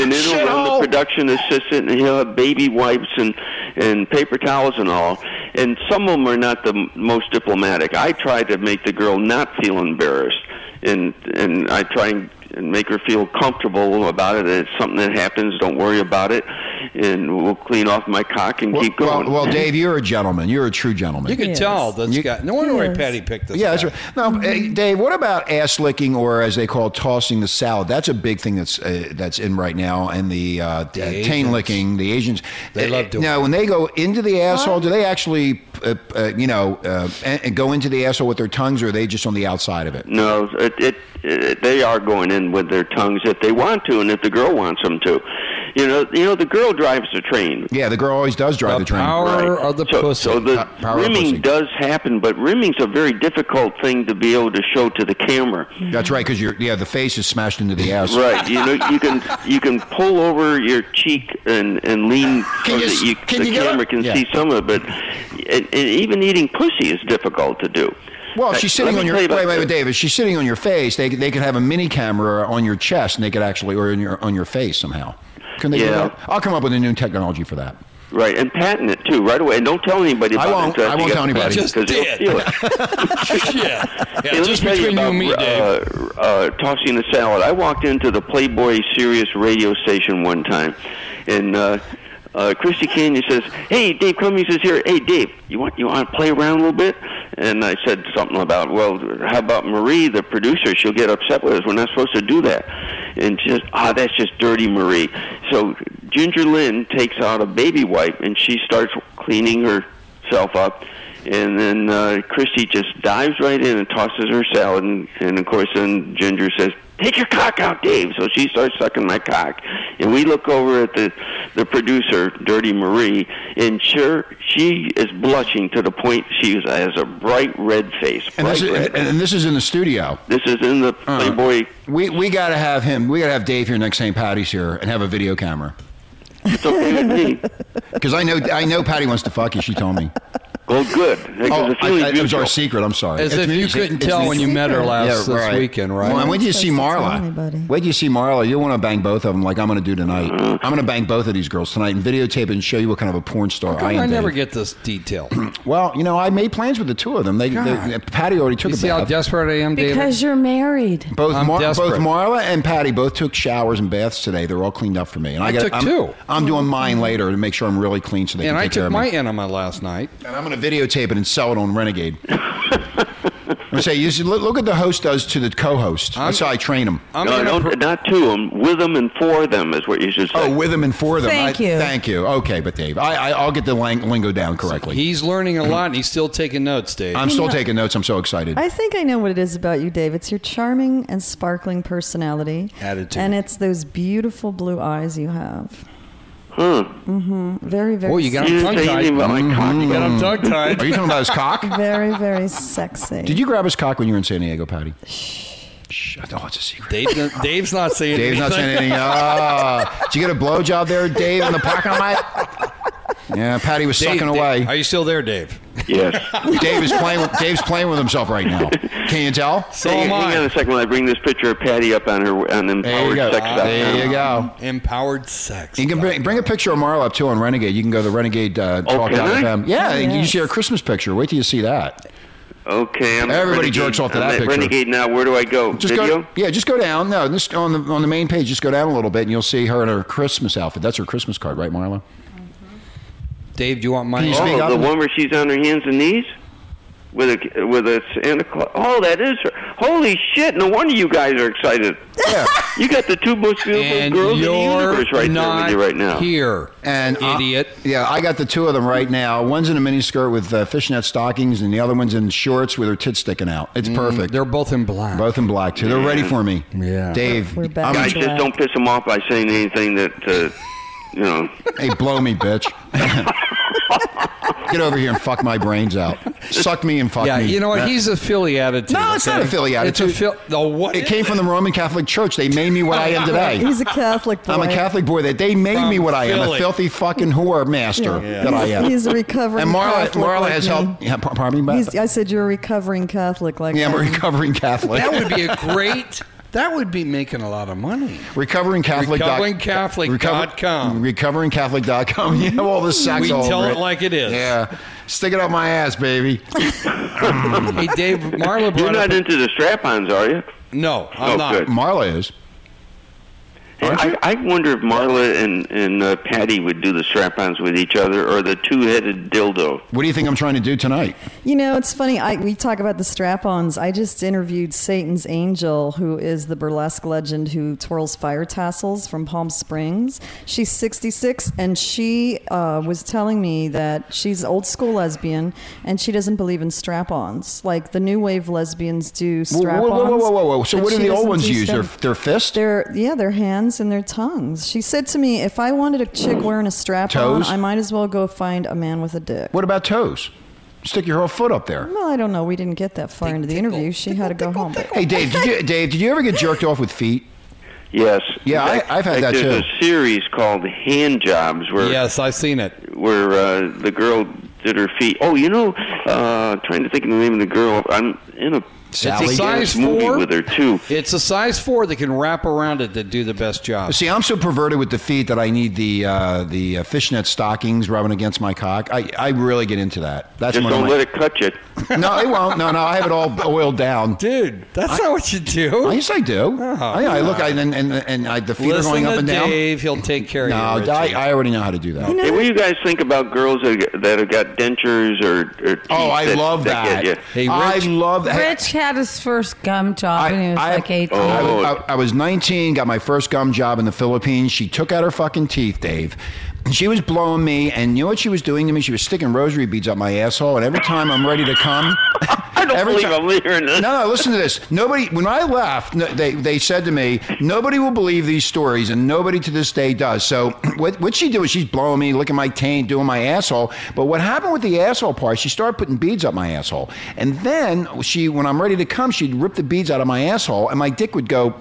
[SPEAKER 7] and then it'll run the production assistant, and he'll have baby wipes and and paper towels and all. And some of them are not the m- most diplomatic. I try to make the girl not feel embarrassed, and and I try and and make her feel comfortable about it. It's something that happens. Don't worry about it, and we'll clean off my cock and
[SPEAKER 4] Well,
[SPEAKER 7] keep going.
[SPEAKER 4] well, well, Dave, you're a gentleman. You're a true gentleman.
[SPEAKER 8] you can
[SPEAKER 2] Yes.
[SPEAKER 8] tell that's
[SPEAKER 4] You-
[SPEAKER 8] guy. No wonder why
[SPEAKER 2] Yes.
[SPEAKER 8] Patty picked this.
[SPEAKER 4] yeah, that's
[SPEAKER 8] guy.
[SPEAKER 4] right. Now, uh, Dave, what about ass licking, or as they call it, tossing the salad? That's a big thing that's uh, that's in right now, and the, uh, the
[SPEAKER 8] Asians.
[SPEAKER 4] taint licking, the Asians.
[SPEAKER 8] They
[SPEAKER 4] Uh,
[SPEAKER 8] love doing
[SPEAKER 4] Now,
[SPEAKER 8] it.
[SPEAKER 4] when they go into the asshole, do they actually, uh, uh, you know, uh, a- and go into the asshole with their tongues, or are they just on the outside of it?
[SPEAKER 7] No, it, it, it they are going in with their tongues if they want to, and if the girl wants them to. You know, you know, the girl drives the train.
[SPEAKER 4] Yeah, the girl always does drive the, train.
[SPEAKER 8] Power of the
[SPEAKER 7] so,
[SPEAKER 8] pussy.
[SPEAKER 7] so the
[SPEAKER 4] P- power of pussy.
[SPEAKER 7] rimming does happen, but rimming's a very difficult thing to be able to show to the camera.
[SPEAKER 4] That's right, because you're yeah, the face is smashed into the ass.
[SPEAKER 7] Right, you know, you can you can pull over your cheek and and lean
[SPEAKER 4] Can
[SPEAKER 7] so
[SPEAKER 4] you s-
[SPEAKER 7] that you,
[SPEAKER 4] can
[SPEAKER 7] the
[SPEAKER 4] you get
[SPEAKER 7] camera
[SPEAKER 4] up?
[SPEAKER 7] can
[SPEAKER 4] Yeah.
[SPEAKER 7] see some of it. But and, and even eating pussy is difficult to do.
[SPEAKER 4] Well,
[SPEAKER 7] Hey,
[SPEAKER 4] she's sitting
[SPEAKER 7] let
[SPEAKER 4] on
[SPEAKER 7] me
[SPEAKER 4] your
[SPEAKER 7] tell
[SPEAKER 4] wait,
[SPEAKER 7] you about
[SPEAKER 4] wait, wait,
[SPEAKER 7] the-
[SPEAKER 4] David. She's sitting on your face. They they could have a mini camera on your chest, and they could actually or in your on your face somehow. Can they do
[SPEAKER 7] Yeah.
[SPEAKER 4] that? I'll come up with a new technology for that.
[SPEAKER 7] Right, and patent it too right away, and don't tell anybody.
[SPEAKER 4] I
[SPEAKER 7] about
[SPEAKER 4] won't.
[SPEAKER 7] It until
[SPEAKER 4] I won't
[SPEAKER 7] you
[SPEAKER 4] tell
[SPEAKER 7] get the
[SPEAKER 4] anybody.
[SPEAKER 7] patent, 'cause
[SPEAKER 6] Just
[SPEAKER 7] you'll steal it.
[SPEAKER 6] yeah,
[SPEAKER 7] Hey,
[SPEAKER 6] yeah
[SPEAKER 7] let
[SPEAKER 6] just
[SPEAKER 7] me tell
[SPEAKER 6] between you
[SPEAKER 7] about,
[SPEAKER 6] and me, Dave.
[SPEAKER 7] Uh, uh, tossing the salad. I walked into the Playboy Sirius radio station one time, and uh, uh, Christy Canyon says, "Hey, Dave Cummings is here. Hey, Dave, you want you want to play around a little bit?" And I said something about, "Well, how about Marie, the producer? She'll get upset with us. We're not supposed to do that." And just ah, that's just dirty, Marie. So Ginger Lynn takes out a baby wipe and she starts cleaning herself up. And then uh, Christy just dives right in and tosses her salad, and, and of course, then Ginger says, "Take your cock out, Dave." So she starts sucking my cock, and we look over at the the producer, Dirty Marie, and sure, she is blushing to the point she is, has a bright red face.
[SPEAKER 4] And
[SPEAKER 7] Bright
[SPEAKER 4] this, is,
[SPEAKER 7] red.
[SPEAKER 4] and, Uh-huh. and this is in the studio.
[SPEAKER 7] this is in the Playboy.
[SPEAKER 4] We we got to have him. We got to have Dave here next St. Patty's here and have a video camera
[SPEAKER 7] It's okay with me.
[SPEAKER 4] because I know I know Patty wants to fuck you. She told me.
[SPEAKER 7] Well, good. Because
[SPEAKER 4] Oh,
[SPEAKER 7] the
[SPEAKER 4] I,
[SPEAKER 7] feeling's
[SPEAKER 4] I, it was
[SPEAKER 7] mutual.
[SPEAKER 4] our secret. I'm sorry.
[SPEAKER 8] As
[SPEAKER 4] It's
[SPEAKER 8] if
[SPEAKER 4] me-
[SPEAKER 8] you
[SPEAKER 4] it's-
[SPEAKER 8] couldn't
[SPEAKER 4] it's
[SPEAKER 8] tell
[SPEAKER 4] me.
[SPEAKER 8] when you met her last
[SPEAKER 4] Yeah,
[SPEAKER 8] this
[SPEAKER 4] right.
[SPEAKER 8] weekend, right?
[SPEAKER 4] Well, and when did you see
[SPEAKER 2] supposed to tell
[SPEAKER 4] Marla?
[SPEAKER 2] anybody.
[SPEAKER 4] When did you see Marla? You want to bang both of them like I'm going to do tonight. I'm going to bang both of these girls tonight and videotape it and show you what kind of a porn star I
[SPEAKER 8] I,
[SPEAKER 4] am. Dave.
[SPEAKER 8] never get this detail.
[SPEAKER 4] Well, you know, I made plans with the two of them. They, they
[SPEAKER 8] God.
[SPEAKER 4] Patty already took
[SPEAKER 8] you
[SPEAKER 4] a
[SPEAKER 8] see how
[SPEAKER 4] bath.
[SPEAKER 8] desperate I am, David?
[SPEAKER 5] Because you're married.
[SPEAKER 4] both,
[SPEAKER 8] I'm
[SPEAKER 4] Mar- both
[SPEAKER 8] desperate.
[SPEAKER 4] Marla and Patty both took showers and baths today. They're all cleaned up for me. And I,
[SPEAKER 8] I
[SPEAKER 4] got,
[SPEAKER 8] took
[SPEAKER 4] I'm,
[SPEAKER 8] two.
[SPEAKER 4] I'm doing mine later to make sure I'm really clean so they
[SPEAKER 8] and
[SPEAKER 4] can
[SPEAKER 8] I
[SPEAKER 4] take care
[SPEAKER 8] took
[SPEAKER 4] of
[SPEAKER 8] my
[SPEAKER 4] me.
[SPEAKER 8] enema last night.
[SPEAKER 4] And I'm going to videotape it and sell it on Renegade. I'm going to say, you should look, look at the host does to the co-host. That's how I train them.
[SPEAKER 8] I'm
[SPEAKER 7] no,
[SPEAKER 8] gonna
[SPEAKER 7] Uh, no,
[SPEAKER 8] pro-
[SPEAKER 7] not to them, with them and for them is what you should say.
[SPEAKER 4] Oh, with them and for them.
[SPEAKER 5] Thank
[SPEAKER 4] I-
[SPEAKER 5] you.
[SPEAKER 4] Thank you. Okay, but Dave, I, I, I'll get the lang- lingo down correctly.
[SPEAKER 8] He's learning a lot, and he's still taking notes, Dave.
[SPEAKER 4] I'm still taking notes. I'm so excited.
[SPEAKER 2] I think I know what it is about you, Dave. It's your charming and sparkling personality,
[SPEAKER 8] Attitude.
[SPEAKER 2] and it's those beautiful blue eyes you have.
[SPEAKER 4] Oh.
[SPEAKER 7] huh.
[SPEAKER 2] Very, very.
[SPEAKER 8] oh, you got
[SPEAKER 7] You didn't
[SPEAKER 8] him tongue
[SPEAKER 7] say
[SPEAKER 8] tied.
[SPEAKER 7] anything about my cock.
[SPEAKER 8] You got him tongue
[SPEAKER 4] Mm-hmm. Are
[SPEAKER 8] tied.
[SPEAKER 4] you talking about his cock?
[SPEAKER 2] very, very sexy.
[SPEAKER 4] Did you grab his cock when you were in San Diego, Patty? Shh. I know it's a secret.
[SPEAKER 8] Dave, Dave's not saying
[SPEAKER 4] Dave's not saying anything. Ah, did you get a blowjob there, Dave, in the parking lot? Yeah, Patty was
[SPEAKER 8] Dave,
[SPEAKER 4] sucking
[SPEAKER 8] Dave,
[SPEAKER 4] away.
[SPEAKER 8] Are you still there, Dave?
[SPEAKER 7] Yes.
[SPEAKER 4] Dave is playing. With, Dave's playing with himself right now. Can you tell?
[SPEAKER 8] So
[SPEAKER 7] Hey,
[SPEAKER 8] am
[SPEAKER 7] hang on
[SPEAKER 8] I.
[SPEAKER 7] a second while I bring this picture of Patty up on her on
[SPEAKER 4] There you
[SPEAKER 7] empowered
[SPEAKER 4] go.
[SPEAKER 7] sex.
[SPEAKER 4] There you go.
[SPEAKER 8] Empowered sex.
[SPEAKER 4] You can bring, bring a picture of Marla up too on Renegade. You can go to the Renegade uh,
[SPEAKER 7] Oh,
[SPEAKER 4] Talk
[SPEAKER 7] can I?
[SPEAKER 4] FM. Yeah,
[SPEAKER 2] Oh,
[SPEAKER 4] you can
[SPEAKER 2] yes.
[SPEAKER 4] share a Christmas picture. Wait till you see that.
[SPEAKER 7] Okay, I'm at
[SPEAKER 4] Everybody
[SPEAKER 7] Renegade.
[SPEAKER 4] jerks off to
[SPEAKER 7] I'm
[SPEAKER 4] that
[SPEAKER 7] at
[SPEAKER 4] picture.
[SPEAKER 7] Renegade now. Where do I go?
[SPEAKER 4] Just
[SPEAKER 7] Video?
[SPEAKER 4] go. Yeah, just go down. No, just on the on the main page. Just go down a little bit, and you'll see her in her Christmas outfit. That's her Christmas card, right, Marla?
[SPEAKER 8] Dave, do you want
[SPEAKER 4] Can
[SPEAKER 8] mine?
[SPEAKER 4] you
[SPEAKER 7] oh,
[SPEAKER 4] speak up?
[SPEAKER 7] the one where she's on her hands and knees with a with a Santa Claus. Oh, that is her. Holy shit! No wonder you guys are excited.
[SPEAKER 4] Yeah.
[SPEAKER 7] You got the two most beautiful
[SPEAKER 8] and
[SPEAKER 7] girls in the
[SPEAKER 8] you're
[SPEAKER 7] universe right there
[SPEAKER 8] not
[SPEAKER 7] with you right now.
[SPEAKER 8] here,
[SPEAKER 4] And uh,
[SPEAKER 8] idiot.
[SPEAKER 4] yeah, I got the two of them right now. One's in a miniskirt with uh, fishnet stockings, and the other one's in shorts with her tits sticking out. It's perfect.
[SPEAKER 8] Mm, They're both in black.
[SPEAKER 4] both in black too. They're ready for me.
[SPEAKER 8] Yeah.
[SPEAKER 4] Dave.
[SPEAKER 2] We're back.
[SPEAKER 7] Guys,
[SPEAKER 4] I'm,
[SPEAKER 7] just don't piss them off by saying anything that uh, you know.
[SPEAKER 4] hey, blow me, bitch. Get over here and fuck my brains out. Suck me and fuck
[SPEAKER 8] Yeah,
[SPEAKER 4] me.
[SPEAKER 8] you know what?
[SPEAKER 4] That-
[SPEAKER 8] He's a Philly attitude.
[SPEAKER 4] No, it's
[SPEAKER 8] okay?
[SPEAKER 4] not a Philly
[SPEAKER 8] It's
[SPEAKER 4] attitude.
[SPEAKER 8] a Phil. No, what?
[SPEAKER 4] It came from the Roman Catholic Church. They made me what I am today.
[SPEAKER 2] He's a Catholic boy.
[SPEAKER 4] I'm a Catholic boy. That they made
[SPEAKER 8] From
[SPEAKER 4] me what I am, a
[SPEAKER 8] Philly.
[SPEAKER 4] filthy fucking whore master that I am.
[SPEAKER 2] He's a recovering
[SPEAKER 4] and Marla,
[SPEAKER 2] Catholic
[SPEAKER 4] Marla
[SPEAKER 2] like
[SPEAKER 4] has
[SPEAKER 2] me.
[SPEAKER 4] helped. Yeah, par- pardon me, but
[SPEAKER 2] He's, I said you're a recovering Catholic, like
[SPEAKER 4] yeah, I'm a
[SPEAKER 2] that.
[SPEAKER 4] recovering Catholic.
[SPEAKER 8] That would be a great. That would be making a lot of money.
[SPEAKER 4] recovering Catholic. doc-
[SPEAKER 8] RecoveringCatholic dot com.
[SPEAKER 4] Recovering Catholic.com. You have all the sex
[SPEAKER 8] We
[SPEAKER 4] all
[SPEAKER 8] tell
[SPEAKER 4] over
[SPEAKER 8] it like it is.
[SPEAKER 4] Yeah, stick it up my ass, baby.
[SPEAKER 8] Hey, Dave, Marla
[SPEAKER 7] You're
[SPEAKER 8] brought up.
[SPEAKER 7] not into the strap-ons, are you?
[SPEAKER 8] no, I'm
[SPEAKER 7] Oh,
[SPEAKER 8] not.
[SPEAKER 7] good.
[SPEAKER 4] Marla is.
[SPEAKER 7] Hey, I, I wonder if Marla and and uh, Patty would do the strap-ons with each other or the two-headed dildo.
[SPEAKER 4] What do you think I'm trying to do tonight?
[SPEAKER 2] You know, it's funny. I, we talk about the strap-ons. I just interviewed Satan's Angel, who is the burlesque legend who twirls fire tassels from Palm Springs. She's 66, and she uh, was telling me that she's old school lesbian, and she doesn't believe in strap-ons like the new wave lesbians do.
[SPEAKER 4] Whoa,
[SPEAKER 2] Strap-ons.
[SPEAKER 4] whoa, whoa, whoa, whoa, whoa! So
[SPEAKER 2] but
[SPEAKER 4] what do
[SPEAKER 2] she
[SPEAKER 4] the old
[SPEAKER 2] doesn't
[SPEAKER 4] ones
[SPEAKER 2] do
[SPEAKER 4] use? Their
[SPEAKER 2] strap-
[SPEAKER 4] their fist?
[SPEAKER 2] Their yeah, their hands friends in their tongues. She said to me, if I wanted a chick wearing a strap
[SPEAKER 4] Toes?
[SPEAKER 2] on, I might as well go find a man with a dick.
[SPEAKER 4] What about toes? Stick your whole foot up there.
[SPEAKER 2] Well, I don't know. We didn't get that far into the interview. She had to go home. but-
[SPEAKER 4] Hey, Dave, did you, Dave, did you ever get jerked off with feet?
[SPEAKER 7] Yes.
[SPEAKER 4] Yeah,
[SPEAKER 7] In
[SPEAKER 4] I-
[SPEAKER 7] fact-
[SPEAKER 4] I've had
[SPEAKER 7] in fact,
[SPEAKER 4] that
[SPEAKER 7] there's
[SPEAKER 4] too.
[SPEAKER 7] a series called Hand Jobs where
[SPEAKER 8] Yes, I've seen it.
[SPEAKER 7] where uh, the girl did her feet. Oh, you know, uh, trying to think of the name of the girl. I'm in a
[SPEAKER 4] Sally.
[SPEAKER 7] It's a
[SPEAKER 8] Size
[SPEAKER 7] dance movie
[SPEAKER 8] four?
[SPEAKER 7] with her too.
[SPEAKER 8] It's a size four that can wrap around it that do the best job.
[SPEAKER 4] See, I'm so perverted with the feet that I need the uh, the uh, fishnet stockings rubbing against my cock. I, I really get into that. That's
[SPEAKER 7] Just
[SPEAKER 4] one of
[SPEAKER 7] don't
[SPEAKER 4] my-
[SPEAKER 7] let it cut you.
[SPEAKER 4] No, it won't. No, no, I have it all oiled down.
[SPEAKER 8] Dude, that's not what you do.
[SPEAKER 4] Yes, I do. I, I look, I, and and, and I, the feet
[SPEAKER 8] Listen
[SPEAKER 4] are going up
[SPEAKER 8] to
[SPEAKER 4] and down.
[SPEAKER 8] Dave, he'll take care
[SPEAKER 4] no,
[SPEAKER 8] of you.
[SPEAKER 4] I,
[SPEAKER 8] Richie.
[SPEAKER 4] I already know how to do that.
[SPEAKER 7] Hey, what do you guys think about girls that have got- that have got dentures or, or teeth
[SPEAKER 4] Oh, I
[SPEAKER 7] that,
[SPEAKER 4] love that.
[SPEAKER 7] that. get you?
[SPEAKER 8] Hey,
[SPEAKER 4] I
[SPEAKER 8] Rich-
[SPEAKER 4] love that.
[SPEAKER 5] Rich had his first gum job when he was like 18.
[SPEAKER 4] I,
[SPEAKER 7] Oh.
[SPEAKER 4] was- I- I was 19, got my first gum job in the Philippines. She took out her fucking teeth, Dave. She was blowing me, and you know what she was doing to me? She was sticking rosary beads up my asshole, and every time I'm ready to come.
[SPEAKER 7] I don't
[SPEAKER 4] every
[SPEAKER 7] believe
[SPEAKER 4] ti-
[SPEAKER 7] I'm hearing this.
[SPEAKER 4] No, no, listen to this. Nobody, when I left, no- they, they said to me, nobody will believe these stories, and nobody to this day does. So, what, what she did was she's blowing me, licking my taint, doing my asshole. But what happened with the asshole part, she started putting beads up my asshole. And then she, when I'm ready to come, she'd rip the beads out of my asshole, and my dick would go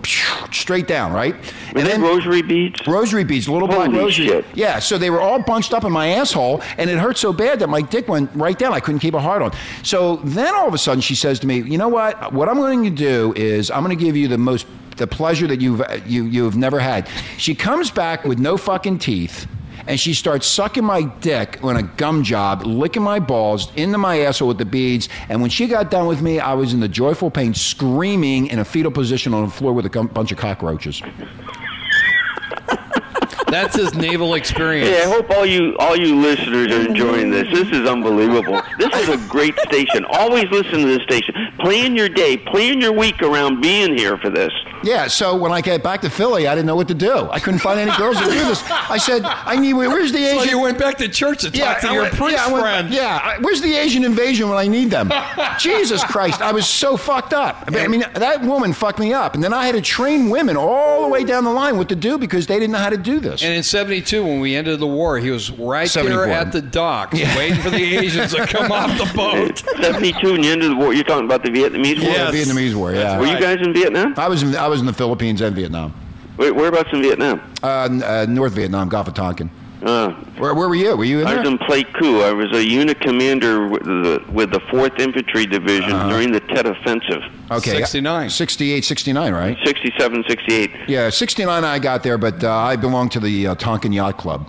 [SPEAKER 4] straight down, right?
[SPEAKER 7] Were
[SPEAKER 4] and
[SPEAKER 7] they
[SPEAKER 4] then
[SPEAKER 7] rosary beads?
[SPEAKER 4] Rosary beads, little black
[SPEAKER 7] Holy
[SPEAKER 4] rosary.
[SPEAKER 7] shit.
[SPEAKER 4] Yeah, so they were all bunched up in my asshole, and it hurt so bad that my dick went right down. I couldn't keep a hard on. So then all of a sudden she says to me, "You know what? What I'm going to do is I'm going to give you the most the pleasure that you've you you've never had." She comes back with no fucking teeth. And she starts sucking my dick on a gum job, licking my balls into my asshole with the beads. And when she got done with me, I was in the joyful pain, screaming in a fetal position on the floor with a gum- bunch of cockroaches.
[SPEAKER 8] That's his naval experience.
[SPEAKER 7] Hey, I hope all you all you listeners are enjoying this. This is unbelievable. This is a great station. Always listen to this station. Plan your day, plan your week around being here for this.
[SPEAKER 4] Yeah, so when I got back to Philly, I didn't know what to do. I couldn't find any girls to do this. I said, "I need. Where's the Asian?"
[SPEAKER 8] So you went back to church to talk to
[SPEAKER 4] I
[SPEAKER 8] your
[SPEAKER 4] went-
[SPEAKER 8] priest
[SPEAKER 4] yeah, I went-
[SPEAKER 8] friend.
[SPEAKER 4] yeah, I- where's the Asian invasion when I need them? Jesus Christ, I was so fucked up. I mean- I mean, that woman fucked me up, and then I had to train women all the way down the line what to do because they didn't know how to do this.
[SPEAKER 8] And in 72, when we ended the war, he was right
[SPEAKER 4] 74.
[SPEAKER 8] there at the dock waiting for the Asians to come off the boat.
[SPEAKER 7] Seventy two and the end of the war. You're talking about the Vietnamese War?
[SPEAKER 4] Yeah, the Vietnamese uh, war. Yeah,
[SPEAKER 7] Were you guys in Vietnam?
[SPEAKER 4] I was in, I was in the Philippines and Vietnam,
[SPEAKER 7] Wait, whereabouts in Vietnam?
[SPEAKER 4] uh, n- uh, North Vietnam, Gulf of Tonkin.
[SPEAKER 7] Uh,
[SPEAKER 4] Where, where were you? Were you in
[SPEAKER 7] I
[SPEAKER 4] there?
[SPEAKER 7] was in Pleiku. I was a unit commander with the, with the 4th Infantry Division during the Tet Offensive,
[SPEAKER 4] Uh-huh. okay,
[SPEAKER 8] 69.
[SPEAKER 4] 68, 69, right?
[SPEAKER 7] 67, 68.
[SPEAKER 4] Yeah, 69 I got there, but uh, I belong to the uh, Tonkin Yacht Club.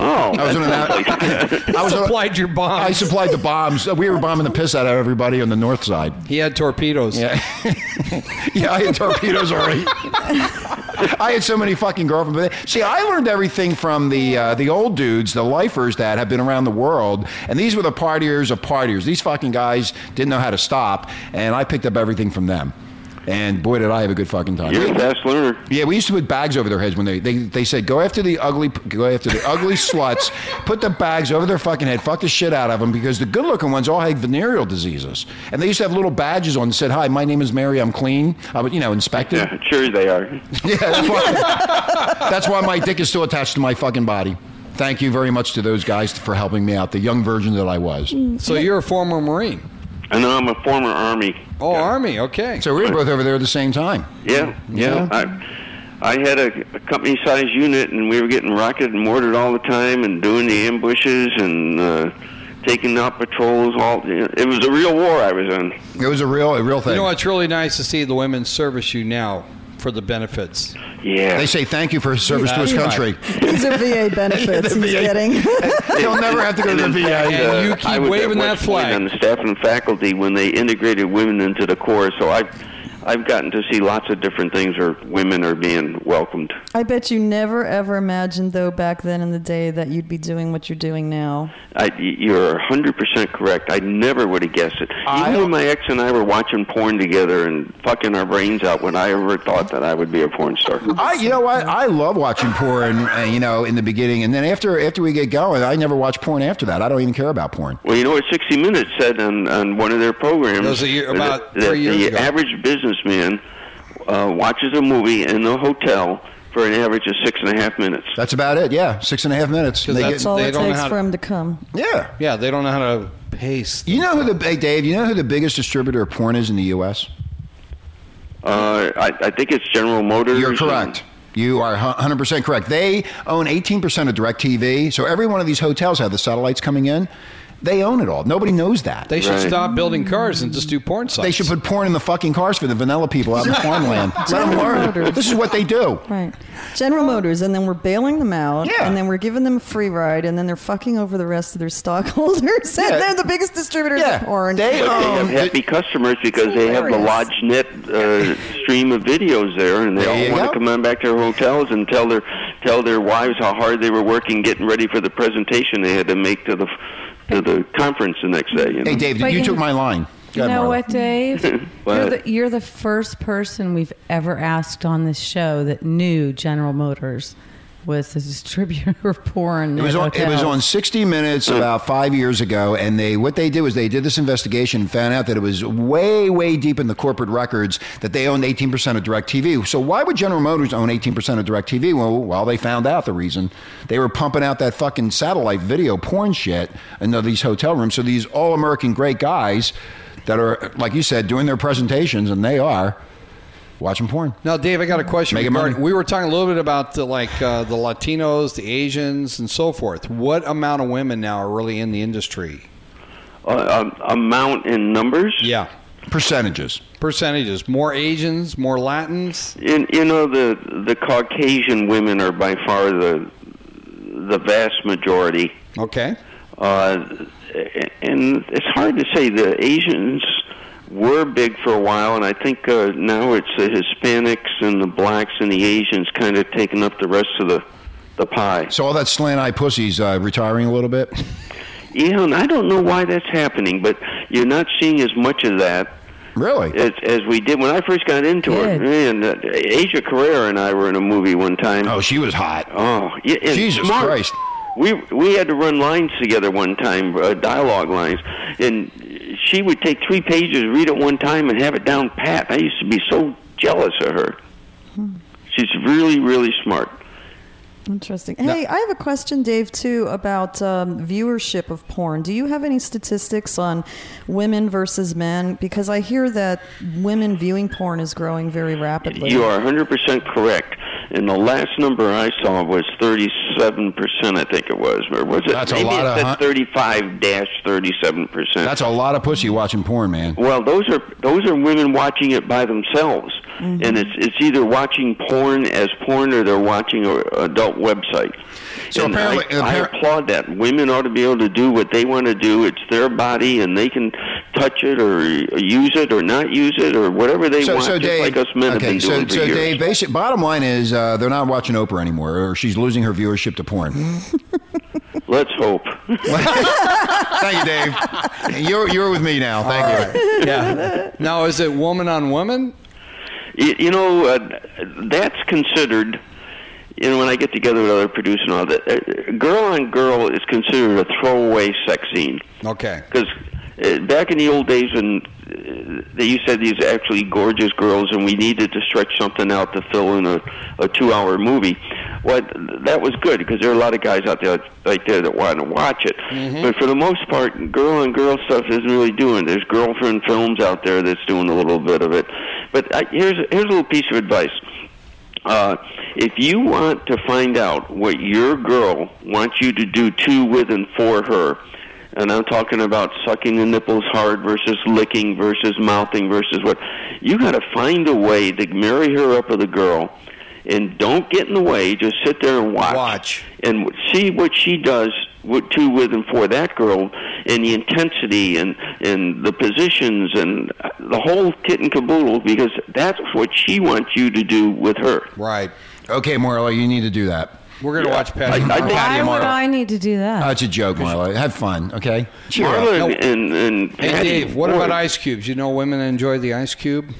[SPEAKER 7] Oh,
[SPEAKER 4] I was in an I was uh,
[SPEAKER 8] Supplied your bombs.
[SPEAKER 4] I supplied the bombs. We were bombing the piss out of everybody on the north side.
[SPEAKER 8] He had torpedoes.
[SPEAKER 4] Yeah, yeah I had torpedoes already. I had so many fucking girlfriends. But they- See, I learned everything from the uh, the old dudes, the lifers that have been around the world, and these were the partiers of partiers. These fucking guys didn't know how to stop, and I picked up everything from them. And boy, did I have a good fucking time.
[SPEAKER 7] you're a fast learner.
[SPEAKER 4] Yeah, we used to put bags over their heads when they, they they said go after the ugly go after the ugly sluts, put the bags over their fucking head, fuck the shit out of them because the good looking ones all had venereal diseases, and they used to have little badges on that said hi, my name is Mary, I'm clean. I would you know inspect it.
[SPEAKER 7] Yeah, sure they are.
[SPEAKER 4] Yeah, that's, why, that's why my dick is still attached to my fucking body. Thank you very much to those guys for helping me out, the young virgin that I was.
[SPEAKER 8] So you're a former Marine.
[SPEAKER 7] I know I'm a former Army.
[SPEAKER 8] Oh,
[SPEAKER 7] guy.
[SPEAKER 8] Army. Okay.
[SPEAKER 4] So we were both over there at the same time.
[SPEAKER 7] Yeah, yeah.
[SPEAKER 4] Yeah.
[SPEAKER 7] I, I had a, a company-sized unit, and we were getting rocketed and mortared all the time, and doing the ambushes and uh, taking out patrols. All you know, it was a real war I was in.
[SPEAKER 4] It was a real a real thing.
[SPEAKER 8] you know, it's really nice to see the women service you now for the benefits.
[SPEAKER 7] Yeah,
[SPEAKER 4] They say thank you for his service to his
[SPEAKER 8] That's
[SPEAKER 4] country.
[SPEAKER 2] These are VA benefits he's
[SPEAKER 4] VA.
[SPEAKER 2] getting.
[SPEAKER 4] He'll never have to go to the
[SPEAKER 7] in
[SPEAKER 4] VA.
[SPEAKER 7] fact,
[SPEAKER 8] And
[SPEAKER 7] uh,
[SPEAKER 8] you keep
[SPEAKER 7] I was at
[SPEAKER 8] waving that
[SPEAKER 7] West Point
[SPEAKER 8] flag.
[SPEAKER 7] on the staff and faculty when they integrated women into the Corps. So I've I've gotten to see lots of different things where women are being welcomed.
[SPEAKER 2] I bet you never ever imagined though back then in the day that you'd be doing what you're doing now.
[SPEAKER 7] I, you're 100% correct. I never would have guessed it.
[SPEAKER 4] I-
[SPEAKER 7] Even when my ex and I were watching porn together and fucking our brains out, when I ever thought that I would be a porn star.
[SPEAKER 4] I, you know what? I love watching porn. Uh, you know, in the beginning, and then after after we get going, I never watch porn after that. I don't even care about porn.
[SPEAKER 7] Well, you know what 60 Minutes said on, on one of their programs?
[SPEAKER 8] That was a year- about
[SPEAKER 7] that, that
[SPEAKER 8] three years
[SPEAKER 7] the
[SPEAKER 8] ago.
[SPEAKER 7] average businessman uh, watches a movie in a hotel for an average of six and a half minutes.
[SPEAKER 4] That's about it. Yeah, six and a half minutes.
[SPEAKER 8] Because
[SPEAKER 4] They
[SPEAKER 2] That's
[SPEAKER 8] that's
[SPEAKER 4] get-
[SPEAKER 2] all
[SPEAKER 8] they
[SPEAKER 2] it
[SPEAKER 8] don't know
[SPEAKER 2] takes
[SPEAKER 8] how
[SPEAKER 2] for
[SPEAKER 8] to-
[SPEAKER 2] him to come.
[SPEAKER 4] yeah.
[SPEAKER 8] Yeah, they don't know how to pace.
[SPEAKER 4] You know who the hey, Dave? You know who the biggest distributor of porn is in the U.S.
[SPEAKER 7] Uh, I, I think it's General Motors.
[SPEAKER 4] You're
[SPEAKER 7] and-
[SPEAKER 4] correct. You are 100% correct. They own 18% of DirecTV. So every one of these hotels have the satellites coming in. They own it all. Nobody knows that.
[SPEAKER 8] They should
[SPEAKER 7] Right.
[SPEAKER 8] stop building cars and just do porn sites.
[SPEAKER 4] They should put porn in the fucking cars for the vanilla people out in the farmland. Let them learn.
[SPEAKER 2] Motors.
[SPEAKER 4] This is what they do.
[SPEAKER 2] Right. General Motors, and then we're bailing them out,
[SPEAKER 4] Yeah.
[SPEAKER 2] and then we're giving them a free ride, and then they're fucking over the rest of their stockholders, and
[SPEAKER 4] Yeah.
[SPEAKER 2] they're the biggest distributors
[SPEAKER 4] Yeah.
[SPEAKER 2] of porn.
[SPEAKER 4] They
[SPEAKER 7] But they
[SPEAKER 4] own.
[SPEAKER 7] have happy customers because they have the
[SPEAKER 2] hilarious.
[SPEAKER 7] LodgeNet uh, stream of videos there, and they
[SPEAKER 4] There you
[SPEAKER 7] all want
[SPEAKER 4] go.
[SPEAKER 7] to come on back to their hotels and tell their tell their wives how hard they were working, getting ready for the presentation they had to make to the to the conference the next day. You know?
[SPEAKER 4] Hey, Dave,
[SPEAKER 5] But
[SPEAKER 4] you
[SPEAKER 5] you-
[SPEAKER 4] took my line. Go
[SPEAKER 5] You
[SPEAKER 4] ahead,
[SPEAKER 5] know
[SPEAKER 4] Marla.
[SPEAKER 5] what, Dave? you're,
[SPEAKER 7] What?
[SPEAKER 5] the, you're the first person we've ever asked on this show that knew General Motors was the distributor of porn.
[SPEAKER 4] It was, on, it was on 60 Minutes about five years ago, and they what they did was they did this investigation and found out that it was way, way deep in the corporate records that they owned 18% of DirecTV. So why would General Motors own 18% of DirecTV? Well, well, they found out the reason. They were pumping out that fucking satellite video porn shit into these hotel rooms. So these all-American great guys that are, like you said, doing their presentations, and they are, watching porn.
[SPEAKER 8] Now, Dave, I got a question.
[SPEAKER 4] Make it
[SPEAKER 8] regarding-
[SPEAKER 4] money.
[SPEAKER 8] We were talking a little bit about the, like uh, the Latinos, the Asians, and so forth. What amount of women now are really in the industry?
[SPEAKER 7] Uh, um, amount in numbers.
[SPEAKER 8] Yeah,
[SPEAKER 4] Percentages.
[SPEAKER 8] percentages. More Asians, more Latins.
[SPEAKER 7] In, you know the the Caucasian women are by far the the vast majority.
[SPEAKER 8] Okay.
[SPEAKER 7] Uh, and it's hard to say. The Asians were big for a while, and I think uh, now it's the Hispanics and the blacks and the Asians kind of taking up the rest of the the pie.
[SPEAKER 4] So all that slant-eye pussies uh, retiring a little bit.
[SPEAKER 7] Yeah, and I don't know why that's happening, but you're not seeing as much of that
[SPEAKER 4] Really?
[SPEAKER 7] as as we did when I first got into it.
[SPEAKER 5] Good.
[SPEAKER 7] Man, uh, Asia Carrera and I were in a movie one time.
[SPEAKER 4] Oh, she was hot.
[SPEAKER 7] Oh, yeah, and
[SPEAKER 4] Jesus
[SPEAKER 7] smart.
[SPEAKER 4] Christ.
[SPEAKER 7] We we had to run lines together one time, uh, dialogue lines, and she would take three pages, read it one time, and have it down pat. I used to be so jealous of her. She's really, really smart.
[SPEAKER 2] Interesting. Hey, I have a question, Dave, too, about um, viewership of porn. Do you have any statistics on women versus men? Because I hear that women viewing porn is growing very rapidly.
[SPEAKER 7] You are 100% correct. And the last number I saw was 37%, I think it was. Or was it?
[SPEAKER 4] That's a
[SPEAKER 7] Maybe
[SPEAKER 4] lot
[SPEAKER 7] it
[SPEAKER 4] of
[SPEAKER 7] said
[SPEAKER 4] hun-
[SPEAKER 7] 35 37%.
[SPEAKER 4] That's a lot of pussy watching porn, man.
[SPEAKER 7] Well, those are those are women watching it by themselves,
[SPEAKER 4] Mm-hmm.
[SPEAKER 7] and it's it's either watching porn as porn or they're watching a adult website.
[SPEAKER 4] So
[SPEAKER 7] and
[SPEAKER 4] apparently-
[SPEAKER 7] I, I
[SPEAKER 4] appar-
[SPEAKER 7] applaud that. Women ought to be able to do what they want to do. It's their body, and they can touch it or use it or not use it or whatever they want. just like us men have
[SPEAKER 4] okay,
[SPEAKER 7] been doing
[SPEAKER 4] so,
[SPEAKER 7] for
[SPEAKER 4] so
[SPEAKER 7] years.
[SPEAKER 4] Dave, basic, bottom line is uh, they're not watching Oprah anymore, or she's losing her viewership to porn.
[SPEAKER 7] Let's hope.
[SPEAKER 4] Thank you, Dave. You're, you're with me now. Thank you.
[SPEAKER 8] Yeah. now, is it woman on woman?
[SPEAKER 7] you, you know, uh, that's considered. You know, when I get together with other producers and all that, uh, girl on girl is considered a throwaway sex scene.
[SPEAKER 8] Okay.
[SPEAKER 7] because uh, back in the old days when uh, they used to have these actually gorgeous girls and we needed to stretch something out to fill in a, a two hour movie what that was good because there are a lot of guys out there like there that want to watch it but for the most part girl and girl stuff isn't really doing there's girlfriend films out there that's doing a little bit of it but I, here's here's a little piece of advice uh, if you want to find out what your girl wants you to do to, with, and for her, and I'm talking about sucking the nipples hard versus licking versus mouthing versus what, you got to find a way to marry her up with a girl, and don't get in the way. Just sit there and watch,
[SPEAKER 8] Watch.
[SPEAKER 7] and see what she does with, to, with, and for that girl, and the intensity and and the positions and the whole kit and caboodle, because that's what she wants you to do with her.
[SPEAKER 8] Right.
[SPEAKER 4] Okay, Marla, you need to do that.
[SPEAKER 8] We're gonna watch Patty.
[SPEAKER 7] I- I think-
[SPEAKER 5] Why would I need to do that?
[SPEAKER 4] Oh, it's a joke, Marla. Have fun, okay? Cheer up.
[SPEAKER 7] Marla and, and, and
[SPEAKER 8] Hey,
[SPEAKER 7] Patty,
[SPEAKER 8] Dave, what
[SPEAKER 7] boy,
[SPEAKER 8] about ice cubes? You know, women enjoy the ice cube.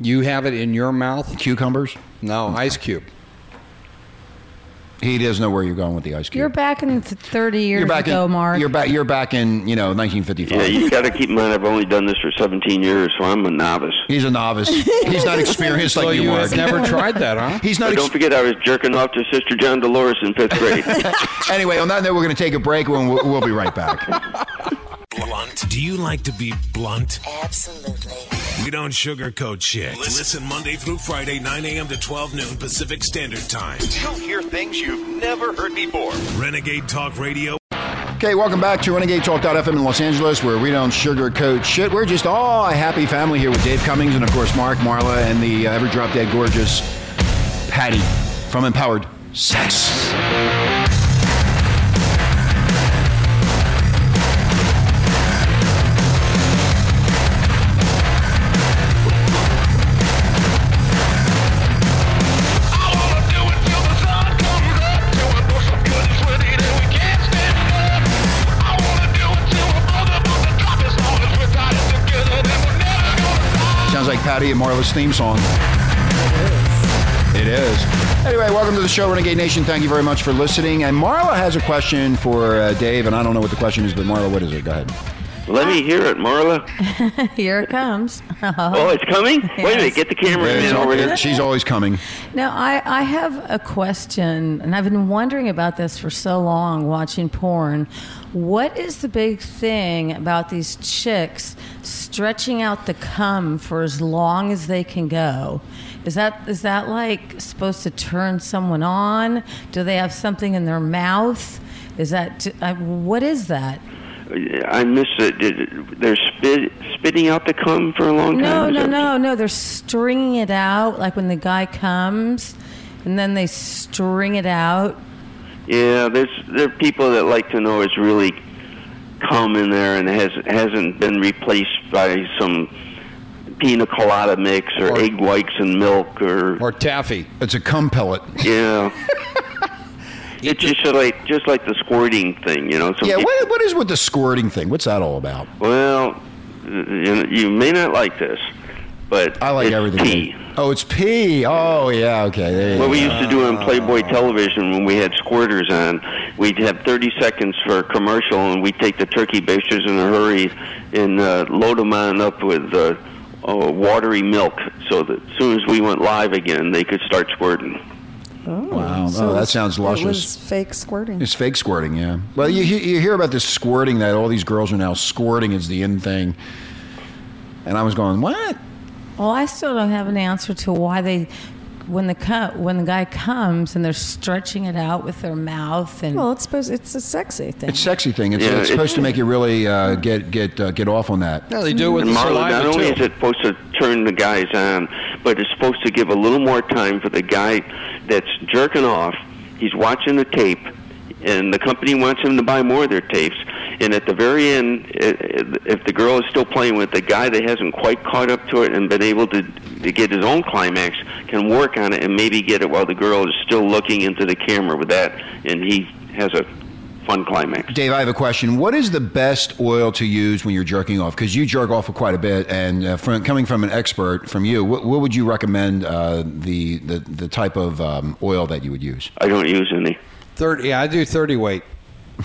[SPEAKER 8] You have it in your mouth?
[SPEAKER 4] Cucumbers.
[SPEAKER 8] No, ice cube.
[SPEAKER 4] He doesn't know where you're going with the ice cube.
[SPEAKER 5] You're back in th- 30 years
[SPEAKER 4] You're back
[SPEAKER 5] ago,
[SPEAKER 4] in,
[SPEAKER 5] Mark.
[SPEAKER 4] You're back. You're back in you know
[SPEAKER 7] Yeah,
[SPEAKER 4] 1955.
[SPEAKER 7] you got to keep in mind I've only done this for 17 years, so I'm a novice.
[SPEAKER 4] He's a novice. He's not experienced
[SPEAKER 8] so
[SPEAKER 4] like you,
[SPEAKER 8] you
[SPEAKER 4] Mark.
[SPEAKER 8] have never tried that, huh?
[SPEAKER 4] He's not.
[SPEAKER 7] But
[SPEAKER 4] ex-
[SPEAKER 7] don't forget, I was jerking off to Sister John Dolores in fifth grade.
[SPEAKER 4] anyway, on that note, we're going to take a break. When we'll, we'll be right back.
[SPEAKER 1] Blunt. Do you like to be blunt? Absolutely. We don't sugarcoat shit. Listen Monday through Friday, 9 a.m. to 12 noon Pacific Standard Time.
[SPEAKER 3] You'll hear things you've never heard before.
[SPEAKER 1] Renegade Talk Radio.
[SPEAKER 4] Okay, welcome back to Renegade Talk.fm in Los Angeles, where we don't sugarcoat shit. We're just all a happy family here with Dave Cummings and, of course, Mark, Marla, and the uh, ever drop dead gorgeous Patty from Empowered Sex. Sounds like Patty and Marla's theme song. It is. Anyway, welcome to the show, Renegade Nation. Thank you very much for listening. And Marla has a question for uh, Dave, and I don't know what the question is, but Marla, what is it? Go ahead.
[SPEAKER 7] Let me hear it, Marla.
[SPEAKER 5] Uh-huh. Here it comes.
[SPEAKER 7] Oh, it's coming? Wait a minute, get the cameraman over here.
[SPEAKER 4] She's always coming.
[SPEAKER 5] Now, I, I have a question, and I've been wondering about this for so long watching porn. What is the big thing about these chicks stretching out the cum for as long as they can go? Is that is that like supposed to turn someone on? Do they have something in their mouth? Is that I, what is that?
[SPEAKER 7] I miss it. Did- They're spit, spitting out the cum for a long
[SPEAKER 5] No,
[SPEAKER 7] time?
[SPEAKER 5] no,
[SPEAKER 7] Is that-
[SPEAKER 5] no, no. They're stringing it out, like when the guy comes, and then they string it out.
[SPEAKER 7] Yeah, there's there are people that like to know it's really cum in there and has hasn't been replaced by some pina colada mix or,
[SPEAKER 8] Or-
[SPEAKER 7] egg whites and milk or,
[SPEAKER 8] Or taffy.
[SPEAKER 4] It's a cum pellet.
[SPEAKER 7] yeah. it's just like just like the squirting thing, you know. Some
[SPEAKER 4] Yeah,
[SPEAKER 7] people-
[SPEAKER 4] what, what is with the squirting thing? What's that all about?
[SPEAKER 7] Well, you, you may not like this, but
[SPEAKER 4] I like
[SPEAKER 7] it's
[SPEAKER 4] everything.
[SPEAKER 7] Pee.
[SPEAKER 4] Oh, it's pee. Oh, yeah, okay. There you
[SPEAKER 7] What
[SPEAKER 4] go.
[SPEAKER 7] we used to do on Playboy television when we had squirters on, we'd have 30 seconds for a commercial, and we'd take the turkey basters in a hurry and uh, load them on up with uh, uh, watery milk so that as soon as we went live again, they could start squirting.
[SPEAKER 2] Oh,
[SPEAKER 4] Wow. Oh,
[SPEAKER 2] it
[SPEAKER 4] that
[SPEAKER 2] was-
[SPEAKER 4] sounds luscious.
[SPEAKER 2] It was fake squirting.
[SPEAKER 4] It's fake squirting, yeah. Well, you, he- you hear about this squirting that all these girls are now squirting is the in thing. And I was going, what?
[SPEAKER 5] Well, I still don't have an answer to why they, when the co- when the guy comes and they're stretching it out with their mouth and
[SPEAKER 2] Well, it's supposed it's a sexy thing.
[SPEAKER 4] It's sexy thing. It's,
[SPEAKER 7] Yeah,
[SPEAKER 4] it's
[SPEAKER 7] it-
[SPEAKER 4] supposed to make you really uh, get get uh, get off on that.
[SPEAKER 8] No, they do it with
[SPEAKER 7] And
[SPEAKER 8] the
[SPEAKER 7] Marla, not
[SPEAKER 8] saliva
[SPEAKER 7] only is
[SPEAKER 8] too.
[SPEAKER 7] it supposed to turn the guys on, but it's supposed to give a little more time for the guy that's jerking off. He's watching the tape, and the company wants him to buy more of their tapes. And at the very end, i- i- if the girl is still playing with the guy that hasn't quite caught up to it and been able to, to get his own climax, can work on it and maybe get it while the girl is still looking into the camera with that, and he has a fun climax.
[SPEAKER 4] Dave, I have a question. What is the best oil to use when you're jerking off? Because you jerk off quite a bit, and uh, from, coming from an expert from you, what, what would you recommend uh, the, the the type of um, oil that you would use?
[SPEAKER 7] I don't use any.
[SPEAKER 8] Thirty. Yeah, I do thirty weight.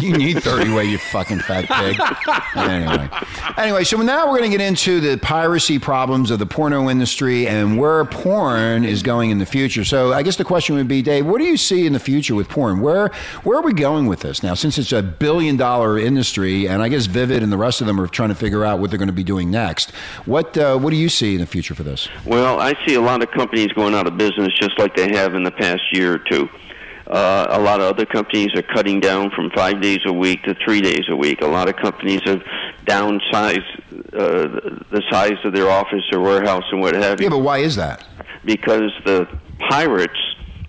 [SPEAKER 4] you need 30 way, you fucking fat pig. anyway. Anyway, so now we're going to get into the piracy problems of the porno industry and where porn is going in the future. So I guess the question would be, Dave, what do you see in the future with porn? Where where are we going with this now? Since it's a billion dollar industry, and I guess Vivid and the rest of them are trying to figure out what they're going to be doing next. What uh, what do you see in the future for this?
[SPEAKER 7] Well, I see a lot of companies going out of business just like they have in the past year or two. Uh, a lot of other companies are cutting down from five days a week to three days a week. A lot of companies have downsized uh, the size of their office or warehouse and what have you
[SPEAKER 4] Yeah, but why is that?
[SPEAKER 7] because the pirates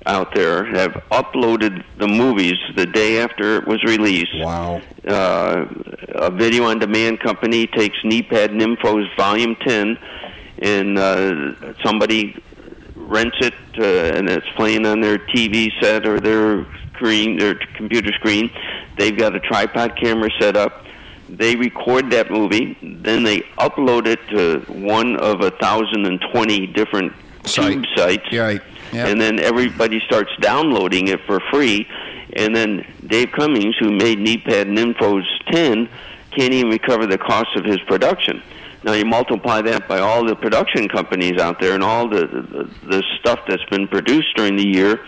[SPEAKER 7] out there have uploaded the movies the day after it was released.
[SPEAKER 8] Wow.
[SPEAKER 7] Uh, a video on demand company takes Nepad Nympho's Volume 10, and uh, somebody rents it, uh, and it's playing on their TV set or their screen, their computer screen. They've got a tripod camera set up. They record that movie, then they upload it to one of a thousand and twenty different
[SPEAKER 4] Site.
[SPEAKER 7] tube sites.
[SPEAKER 4] Yeah, right. Yeah.
[SPEAKER 7] and then everybody starts downloading it for free, and then Dave Cummings, who made E Kneepad and Infos 10, can't even recover the cost of his production. Now you multiply that by all the production companies out there and all the the, the stuff that's been produced during the year,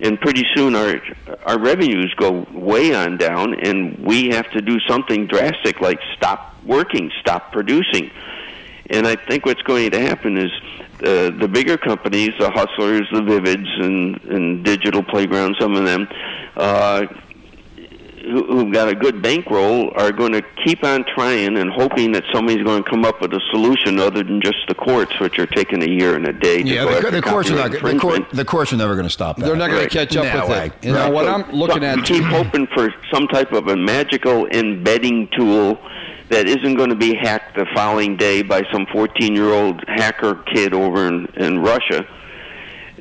[SPEAKER 7] and pretty soon our our revenues go way on down, and we have to do something drastic like stop working, stop producing. And I think what's going to happen is uh, the bigger companies, the Hustlers, the Vivids, and, and Digital Playground, some of them, uh, who, who've got a good bankroll, are going to keep on trying and hoping that somebody's going to come up with a solution other than just the courts, which are taking a year and a day. To
[SPEAKER 4] Yeah,
[SPEAKER 7] go
[SPEAKER 4] the,
[SPEAKER 7] after
[SPEAKER 4] the courts are not.
[SPEAKER 7] copyright
[SPEAKER 4] The, court,
[SPEAKER 7] infringement.
[SPEAKER 4] the courts are never going to stop that.
[SPEAKER 8] They're not going
[SPEAKER 7] Right.
[SPEAKER 8] to catch up
[SPEAKER 4] No
[SPEAKER 8] with
[SPEAKER 4] way.
[SPEAKER 8] it. You know
[SPEAKER 4] Right.
[SPEAKER 8] what I'm looking
[SPEAKER 7] So,
[SPEAKER 8] at?
[SPEAKER 7] Keep hoping for some type of a magical embedding tool that isn't going to be hacked the following day by some 14 year old hacker kid over in, in Russia.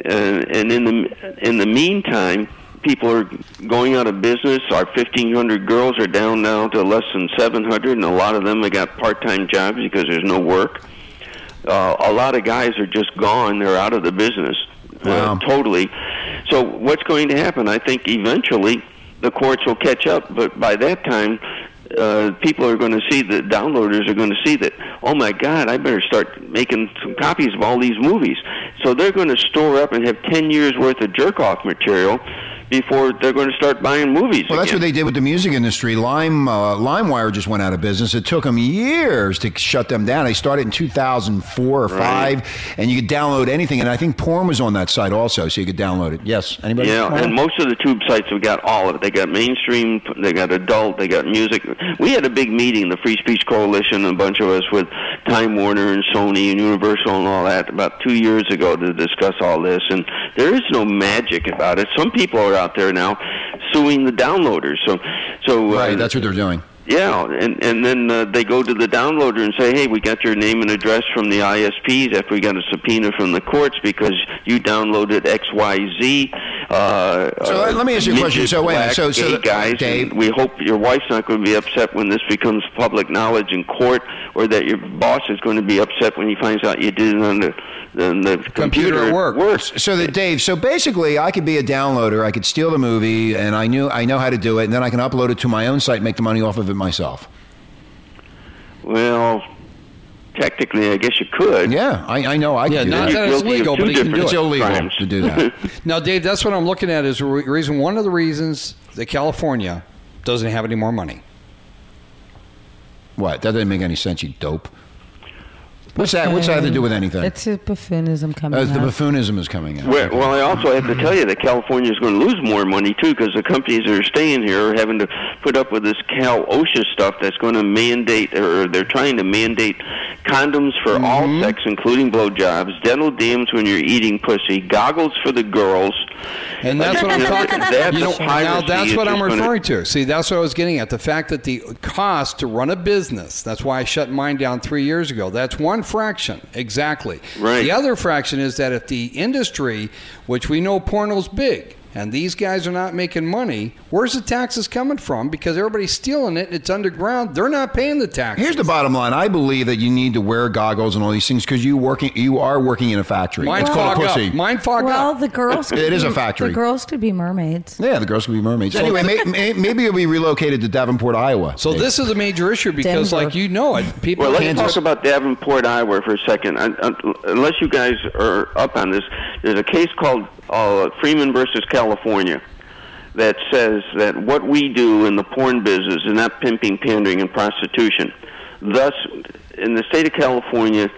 [SPEAKER 7] And, and in the in the meantime, people are going out of business. Our 1,500 girls are down now to less than 700, and a lot of them have got part time jobs because there's no work. Uh, a lot of guys are just gone. They're out of the business uh,
[SPEAKER 4] Wow.
[SPEAKER 7] totally. So what's going to happen? I think eventually the courts will catch up, but by that time, uh, people are going to see the downloaders are going to see that. Oh my God! I better start making some copies of all these movies. So they're going to store up and have ten years worth of jerk off material before they're going to start buying movies.
[SPEAKER 4] Well, that's what
[SPEAKER 7] again.
[SPEAKER 4] they did with the music industry. Lime uh, LimeWire just went out of business. It took them years to shut them down. They started in 2004 or five, and you could download anything. And I think porn was on that site also, so you could download it. Yes, anybody?
[SPEAKER 7] Yeah, and most of the tube sites have got all of it. They got mainstream, they got adult, they got music. We had a big meeting, the Free Speech Coalition, a bunch of us with Time Warner and Sony and Universal and all that, about two years ago to discuss all this. And there is no magic about it. Some people are out there now suing the downloaders. So, so uh,
[SPEAKER 4] right. That's what they're doing.
[SPEAKER 7] yeah, and and then uh, they go to the downloader and say, "Hey, we got your name and address from the ISPs after we got a subpoena from the courts because you downloaded X, Y, Z." Uh,
[SPEAKER 4] So,
[SPEAKER 7] uh,
[SPEAKER 4] let me ask you a question.
[SPEAKER 7] midget
[SPEAKER 4] So, wait a minute.
[SPEAKER 7] black
[SPEAKER 4] So- so
[SPEAKER 7] gay
[SPEAKER 4] the-
[SPEAKER 7] guys, and
[SPEAKER 4] Dave-
[SPEAKER 7] we hope your wife's not going to be upset when this becomes public knowledge in court, or that your boss is going to be upset when he finds out you did it on the on the computer,
[SPEAKER 8] at work.
[SPEAKER 4] So that Dave, so basically, I could be a downloader. I could steal the movie, and I knew I know how to do it, and then I can upload it to my own site, and make the money off of it myself.
[SPEAKER 7] Well, technically, I guess you could.
[SPEAKER 4] Yeah, I, I know I
[SPEAKER 8] Yeah,
[SPEAKER 4] can do
[SPEAKER 8] not
[SPEAKER 4] that.
[SPEAKER 8] that it's
[SPEAKER 7] Guilty of
[SPEAKER 8] legal,
[SPEAKER 7] two
[SPEAKER 8] but you can do
[SPEAKER 7] different
[SPEAKER 4] it's
[SPEAKER 8] it.
[SPEAKER 4] illegal
[SPEAKER 7] crimes.
[SPEAKER 4] to do that.
[SPEAKER 8] Now, Dave, that's what I'm looking at is the re- reason one of the reasons that California doesn't have any more money.
[SPEAKER 4] what? That doesn't make any sense. You dope. What's that? What's that have to do with anything?
[SPEAKER 5] It's a buffoonism coming
[SPEAKER 4] As the
[SPEAKER 5] up.
[SPEAKER 4] buffoonism is coming out.
[SPEAKER 7] Well, well, I also have to tell you that California is going to lose more money too because the companies that are staying here are having to put up with this Cal OSHA stuff that's going to mandate, or they're trying to mandate condoms for
[SPEAKER 8] Mm-hmm.
[SPEAKER 7] all sex, including blowjobs, dental dams when you're eating pussy, goggles for the girls.
[SPEAKER 8] And that's what I'm
[SPEAKER 7] You know,
[SPEAKER 8] talking
[SPEAKER 7] that's
[SPEAKER 8] you know,
[SPEAKER 7] a piracy.
[SPEAKER 8] now that's
[SPEAKER 7] It's
[SPEAKER 8] what I'm
[SPEAKER 7] just gonna-
[SPEAKER 8] referring to. See, that's what I was getting at. The fact that the cost to run a business, that's why I shut mine down three years ago. That's one fraction. Exactly.
[SPEAKER 7] Right.
[SPEAKER 8] The other fraction is that if the industry, which we know porno's big, and these guys are not making money, where's the taxes coming from? Because everybody's stealing it and it's underground. They're not paying the taxes.
[SPEAKER 4] Here's the bottom line. I believe that you need to wear goggles and all these things because you working you are working in a factory.
[SPEAKER 8] Mine
[SPEAKER 4] it's called
[SPEAKER 8] fog
[SPEAKER 4] a
[SPEAKER 8] up.
[SPEAKER 4] pussy.
[SPEAKER 8] Mine fog
[SPEAKER 5] well,
[SPEAKER 8] up.
[SPEAKER 5] the girls. Could
[SPEAKER 4] It is
[SPEAKER 5] be-
[SPEAKER 4] a factory.
[SPEAKER 5] The girls could be mermaids.
[SPEAKER 4] yeah, the girls could be mermaids. Anyway, may, may, maybe you'll be relocated to Davenport, Iowa.
[SPEAKER 8] So this is a major issue because,
[SPEAKER 2] Denver.
[SPEAKER 8] like you know it, people.
[SPEAKER 7] Well, let's
[SPEAKER 8] can't
[SPEAKER 7] talk
[SPEAKER 8] just-
[SPEAKER 7] about Davenport, Iowa, for a second. Un- un- Unless you guys are up on this, there's a case called uh, Freeman versus California that says that what we do in the porn business is not pimping, pandering, and prostitution. Thus, in the state of California,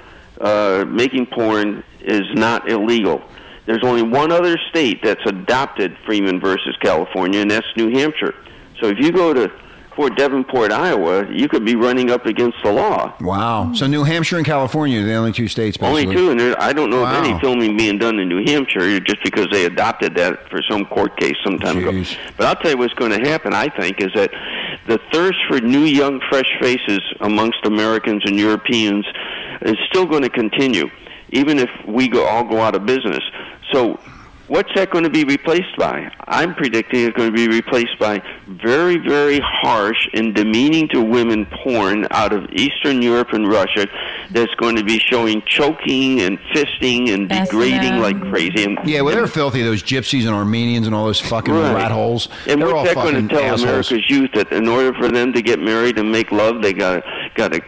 [SPEAKER 7] uh, making porn is not illegal. There's only one other state that's adopted Freeman versus California, and that's New Hampshire. So if you go to Fort Davenport, Iowa, you could be running up against the law.
[SPEAKER 4] wow. So New Hampshire and California are the only two states. Basically.
[SPEAKER 7] Only two, and there, I don't know
[SPEAKER 4] Wow.
[SPEAKER 7] of any filming being done in New Hampshire just because they adopted that for some court case some time
[SPEAKER 4] Jeez.
[SPEAKER 7] ago. But I'll tell you what's going to happen, I think, is that the thirst for new, young, fresh faces amongst Americans and Europeans is still going to continue, even if we go, all go out of business. So What's that going to be replaced by? I'm predicting it's going to be replaced by very, very harsh and demeaning to women porn out of Eastern Europe and Russia that's going to be showing choking and fisting and
[SPEAKER 5] That's
[SPEAKER 7] degrading
[SPEAKER 5] enough.
[SPEAKER 7] like crazy. And,
[SPEAKER 4] Yeah, well,
[SPEAKER 7] and
[SPEAKER 4] they're filthy. Those gypsies and Armenians and all those fucking
[SPEAKER 7] Right.
[SPEAKER 4] rat holes.
[SPEAKER 7] And
[SPEAKER 4] they're all
[SPEAKER 7] what's that
[SPEAKER 4] fucking
[SPEAKER 7] going to tell
[SPEAKER 4] assholes.
[SPEAKER 7] America's youth that in order for them to get married and make love, they got to got to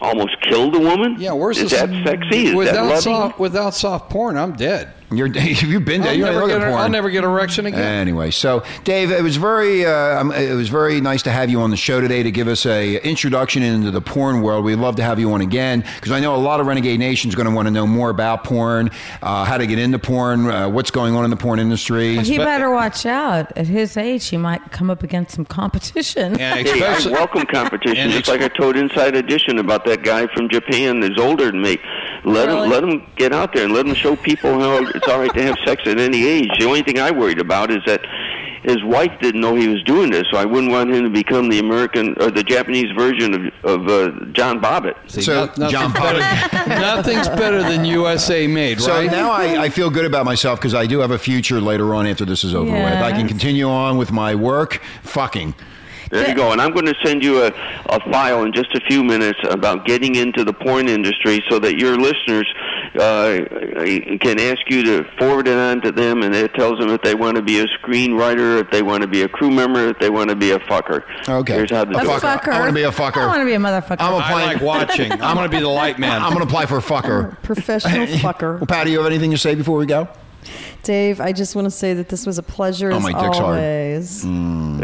[SPEAKER 7] almost kill the woman?
[SPEAKER 8] Yeah, where's
[SPEAKER 7] is
[SPEAKER 8] this-
[SPEAKER 7] that sexy? Is that
[SPEAKER 8] without
[SPEAKER 7] loving?
[SPEAKER 8] soft without soft porn, I'm dead.
[SPEAKER 4] You're, you've been there.
[SPEAKER 8] I'll
[SPEAKER 4] You're
[SPEAKER 8] never,
[SPEAKER 4] looking
[SPEAKER 8] get, a-
[SPEAKER 4] porn.
[SPEAKER 8] I'll never get erection again.
[SPEAKER 4] Anyway, so Dave, it was very uh, um, it was very nice to have you on the show today to give us a introduction into the porn world. We'd love to have you on again because I know a lot of Renegade Nation's going to want to know more about porn, uh, how to get into porn, uh, what's going on in the porn industry.
[SPEAKER 5] He better watch out. At his age, he might come up against some competition.
[SPEAKER 8] And
[SPEAKER 7] Hey, I
[SPEAKER 8] especially-
[SPEAKER 7] welcome competition.
[SPEAKER 8] And
[SPEAKER 7] Just like I told Inside Edition about that guy from Japan that's older than me. Let
[SPEAKER 5] Really?
[SPEAKER 7] him let him get out there and let him show people how it's all right to have sex at any age. The only thing I worried about is that his wife didn't know he was doing this, so I wouldn't want him to become the American or the Japanese version of, of uh, John Bobbitt.
[SPEAKER 8] See,
[SPEAKER 4] So,
[SPEAKER 8] noth- nothing's
[SPEAKER 4] John
[SPEAKER 8] better- nothing's better than USA made,
[SPEAKER 4] So
[SPEAKER 8] right?
[SPEAKER 4] now I, I feel good about myself because I do have a future later on after this is over with. I can
[SPEAKER 5] Yes.
[SPEAKER 4] continue on with my work, fucking.
[SPEAKER 7] There you go. And I'm going to send you a, a file in just a few minutes about getting into the porn industry so that your listeners uh, can ask you to forward it on to them, and it tells them if they want to be a screenwriter, if they want to be a crew member, if they want to be a fucker.
[SPEAKER 4] Okay.
[SPEAKER 7] Here's how to do
[SPEAKER 5] A
[SPEAKER 7] it.
[SPEAKER 4] fucker. I wanna be a fucker.
[SPEAKER 5] I want to be a motherfucker.
[SPEAKER 4] I'm
[SPEAKER 8] I
[SPEAKER 4] applying.
[SPEAKER 8] like watching. I'm going to be the light man.
[SPEAKER 4] I'm going to apply for fucker.
[SPEAKER 2] Professional
[SPEAKER 4] Well,
[SPEAKER 2] fucker.
[SPEAKER 4] Pat, do you have anything to say before we go?
[SPEAKER 2] Dave, I just want to say that this was a pleasure
[SPEAKER 4] Oh,
[SPEAKER 2] as
[SPEAKER 4] my dick's hard.
[SPEAKER 2] always.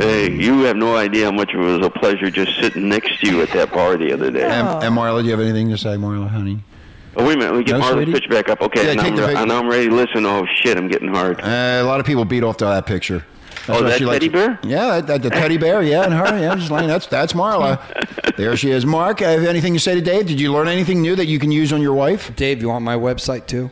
[SPEAKER 7] Hey, you have no idea how much it was a pleasure just sitting next to you at that bar the other day.
[SPEAKER 4] And,
[SPEAKER 2] Oh.
[SPEAKER 4] and Marla, do you have anything to say, Marla, honey?
[SPEAKER 7] Oh, wait a minute. Let me get
[SPEAKER 4] No,
[SPEAKER 7] Marla's
[SPEAKER 4] sweetie?
[SPEAKER 7] pitch back up. Okay,
[SPEAKER 4] Yeah,
[SPEAKER 7] now,
[SPEAKER 4] take
[SPEAKER 7] I'm
[SPEAKER 4] the
[SPEAKER 7] re-
[SPEAKER 4] pic-
[SPEAKER 7] now I'm ready to listen. Oh, shit, I'm getting hard.
[SPEAKER 4] Uh, a lot of people beat off to that picture. That's
[SPEAKER 7] Oh,
[SPEAKER 4] what
[SPEAKER 7] that
[SPEAKER 4] she likes-
[SPEAKER 7] teddy bear?
[SPEAKER 4] Yeah, that, that, the teddy bear. Yeah, and her. Yeah, she's laying. That's that's Marla. There she is. Mark, have anything to say to Dave? Did you learn anything new that you can use on your wife?
[SPEAKER 8] Dave, you want my website too?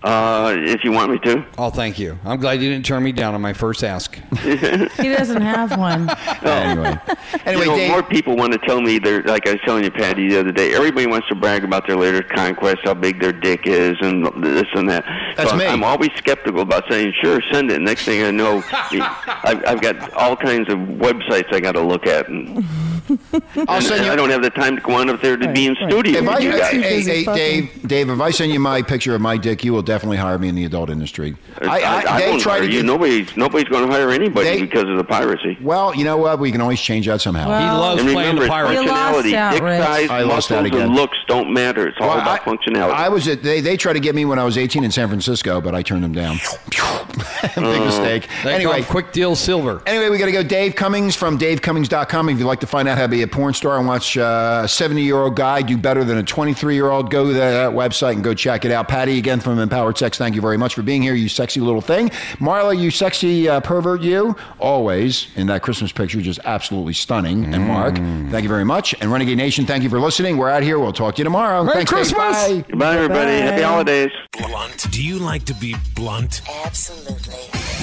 [SPEAKER 7] Uh, if you want me to.
[SPEAKER 8] Oh, thank you. I'm glad you didn't turn me down on my first ask.
[SPEAKER 5] he doesn't have one.
[SPEAKER 4] Anyway, anyway,
[SPEAKER 7] you know,
[SPEAKER 4] Dave.
[SPEAKER 7] more people want to tell me they're like I was telling you, Patty, the other day. Everybody wants to brag about their latest conquest, how big their dick is, and this and that.
[SPEAKER 4] That's
[SPEAKER 7] so
[SPEAKER 4] me.
[SPEAKER 7] I'm always skeptical about saying, "Sure, send it." Next thing I know, I've, I've got all kinds of websites I got to look at, and,
[SPEAKER 4] I'll
[SPEAKER 7] and-
[SPEAKER 4] send
[SPEAKER 7] and
[SPEAKER 4] you.
[SPEAKER 7] I don't have the time to go on up there to be in
[SPEAKER 2] right.
[SPEAKER 7] studio
[SPEAKER 4] If
[SPEAKER 7] with
[SPEAKER 4] I,
[SPEAKER 7] you guys.
[SPEAKER 4] hey, hey,
[SPEAKER 2] busy fucking.
[SPEAKER 4] Dave, Dave, if I send you my picture of my dick, you will definitely hire me in the adult industry. I, I,
[SPEAKER 7] I
[SPEAKER 4] they
[SPEAKER 7] won't
[SPEAKER 4] try to
[SPEAKER 7] hire you.
[SPEAKER 4] get-
[SPEAKER 7] Nobody's nobody's going to hire anybody
[SPEAKER 4] They-
[SPEAKER 7] because of the piracy.
[SPEAKER 4] Well, you know what? We can always change that somehow.
[SPEAKER 5] Well,
[SPEAKER 8] He loves
[SPEAKER 7] And
[SPEAKER 8] playing
[SPEAKER 7] remember,
[SPEAKER 8] the
[SPEAKER 7] it's
[SPEAKER 8] pirate.
[SPEAKER 5] You lost
[SPEAKER 7] functionality,
[SPEAKER 5] out,
[SPEAKER 7] dick
[SPEAKER 5] Rich.
[SPEAKER 7] size,
[SPEAKER 4] I lost out
[SPEAKER 7] muscles,
[SPEAKER 4] again.
[SPEAKER 7] and looks don't matter. It's all
[SPEAKER 4] Well,
[SPEAKER 7] about functionality.
[SPEAKER 4] I was at they, they tried to get me when I was 18 in San Francisco, but I turned them down. Big mistake.
[SPEAKER 8] anyway,
[SPEAKER 4] Anyway,
[SPEAKER 8] quick deal silver.
[SPEAKER 4] anyway, we got to go. Dave Cummings from DaveCummings.com. If you'd like to find out how to be a porn star and watch uh, a 70 year old guy do better than a 23 year old, go to that website and go check it out. Patty again from Empowered Sex. Thank you very much for being here, you sexy little thing. Marla, you sexy uh, pervert, you always in that Christmas picture, just absolutely stunning. And Mark,
[SPEAKER 8] Mm.
[SPEAKER 4] thank you very much. And Renegade Nation, thank you for listening. We're out here. We'll talk to you tomorrow.
[SPEAKER 8] Merry
[SPEAKER 4] Thanks, Dave.
[SPEAKER 8] Christmas!
[SPEAKER 4] Bye.
[SPEAKER 7] Goodbye, everybody. Happy holidays.
[SPEAKER 1] Blunt. Do you like to be blunt? Absolutely.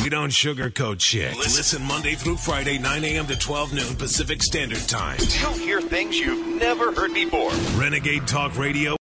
[SPEAKER 1] We don't sugarcoat shit. Listen Monday through Friday, 9 a.m. to 12 noon Pacific Standard Time.
[SPEAKER 3] You'll hear things you've never heard before.
[SPEAKER 1] Renegade Talk Radio.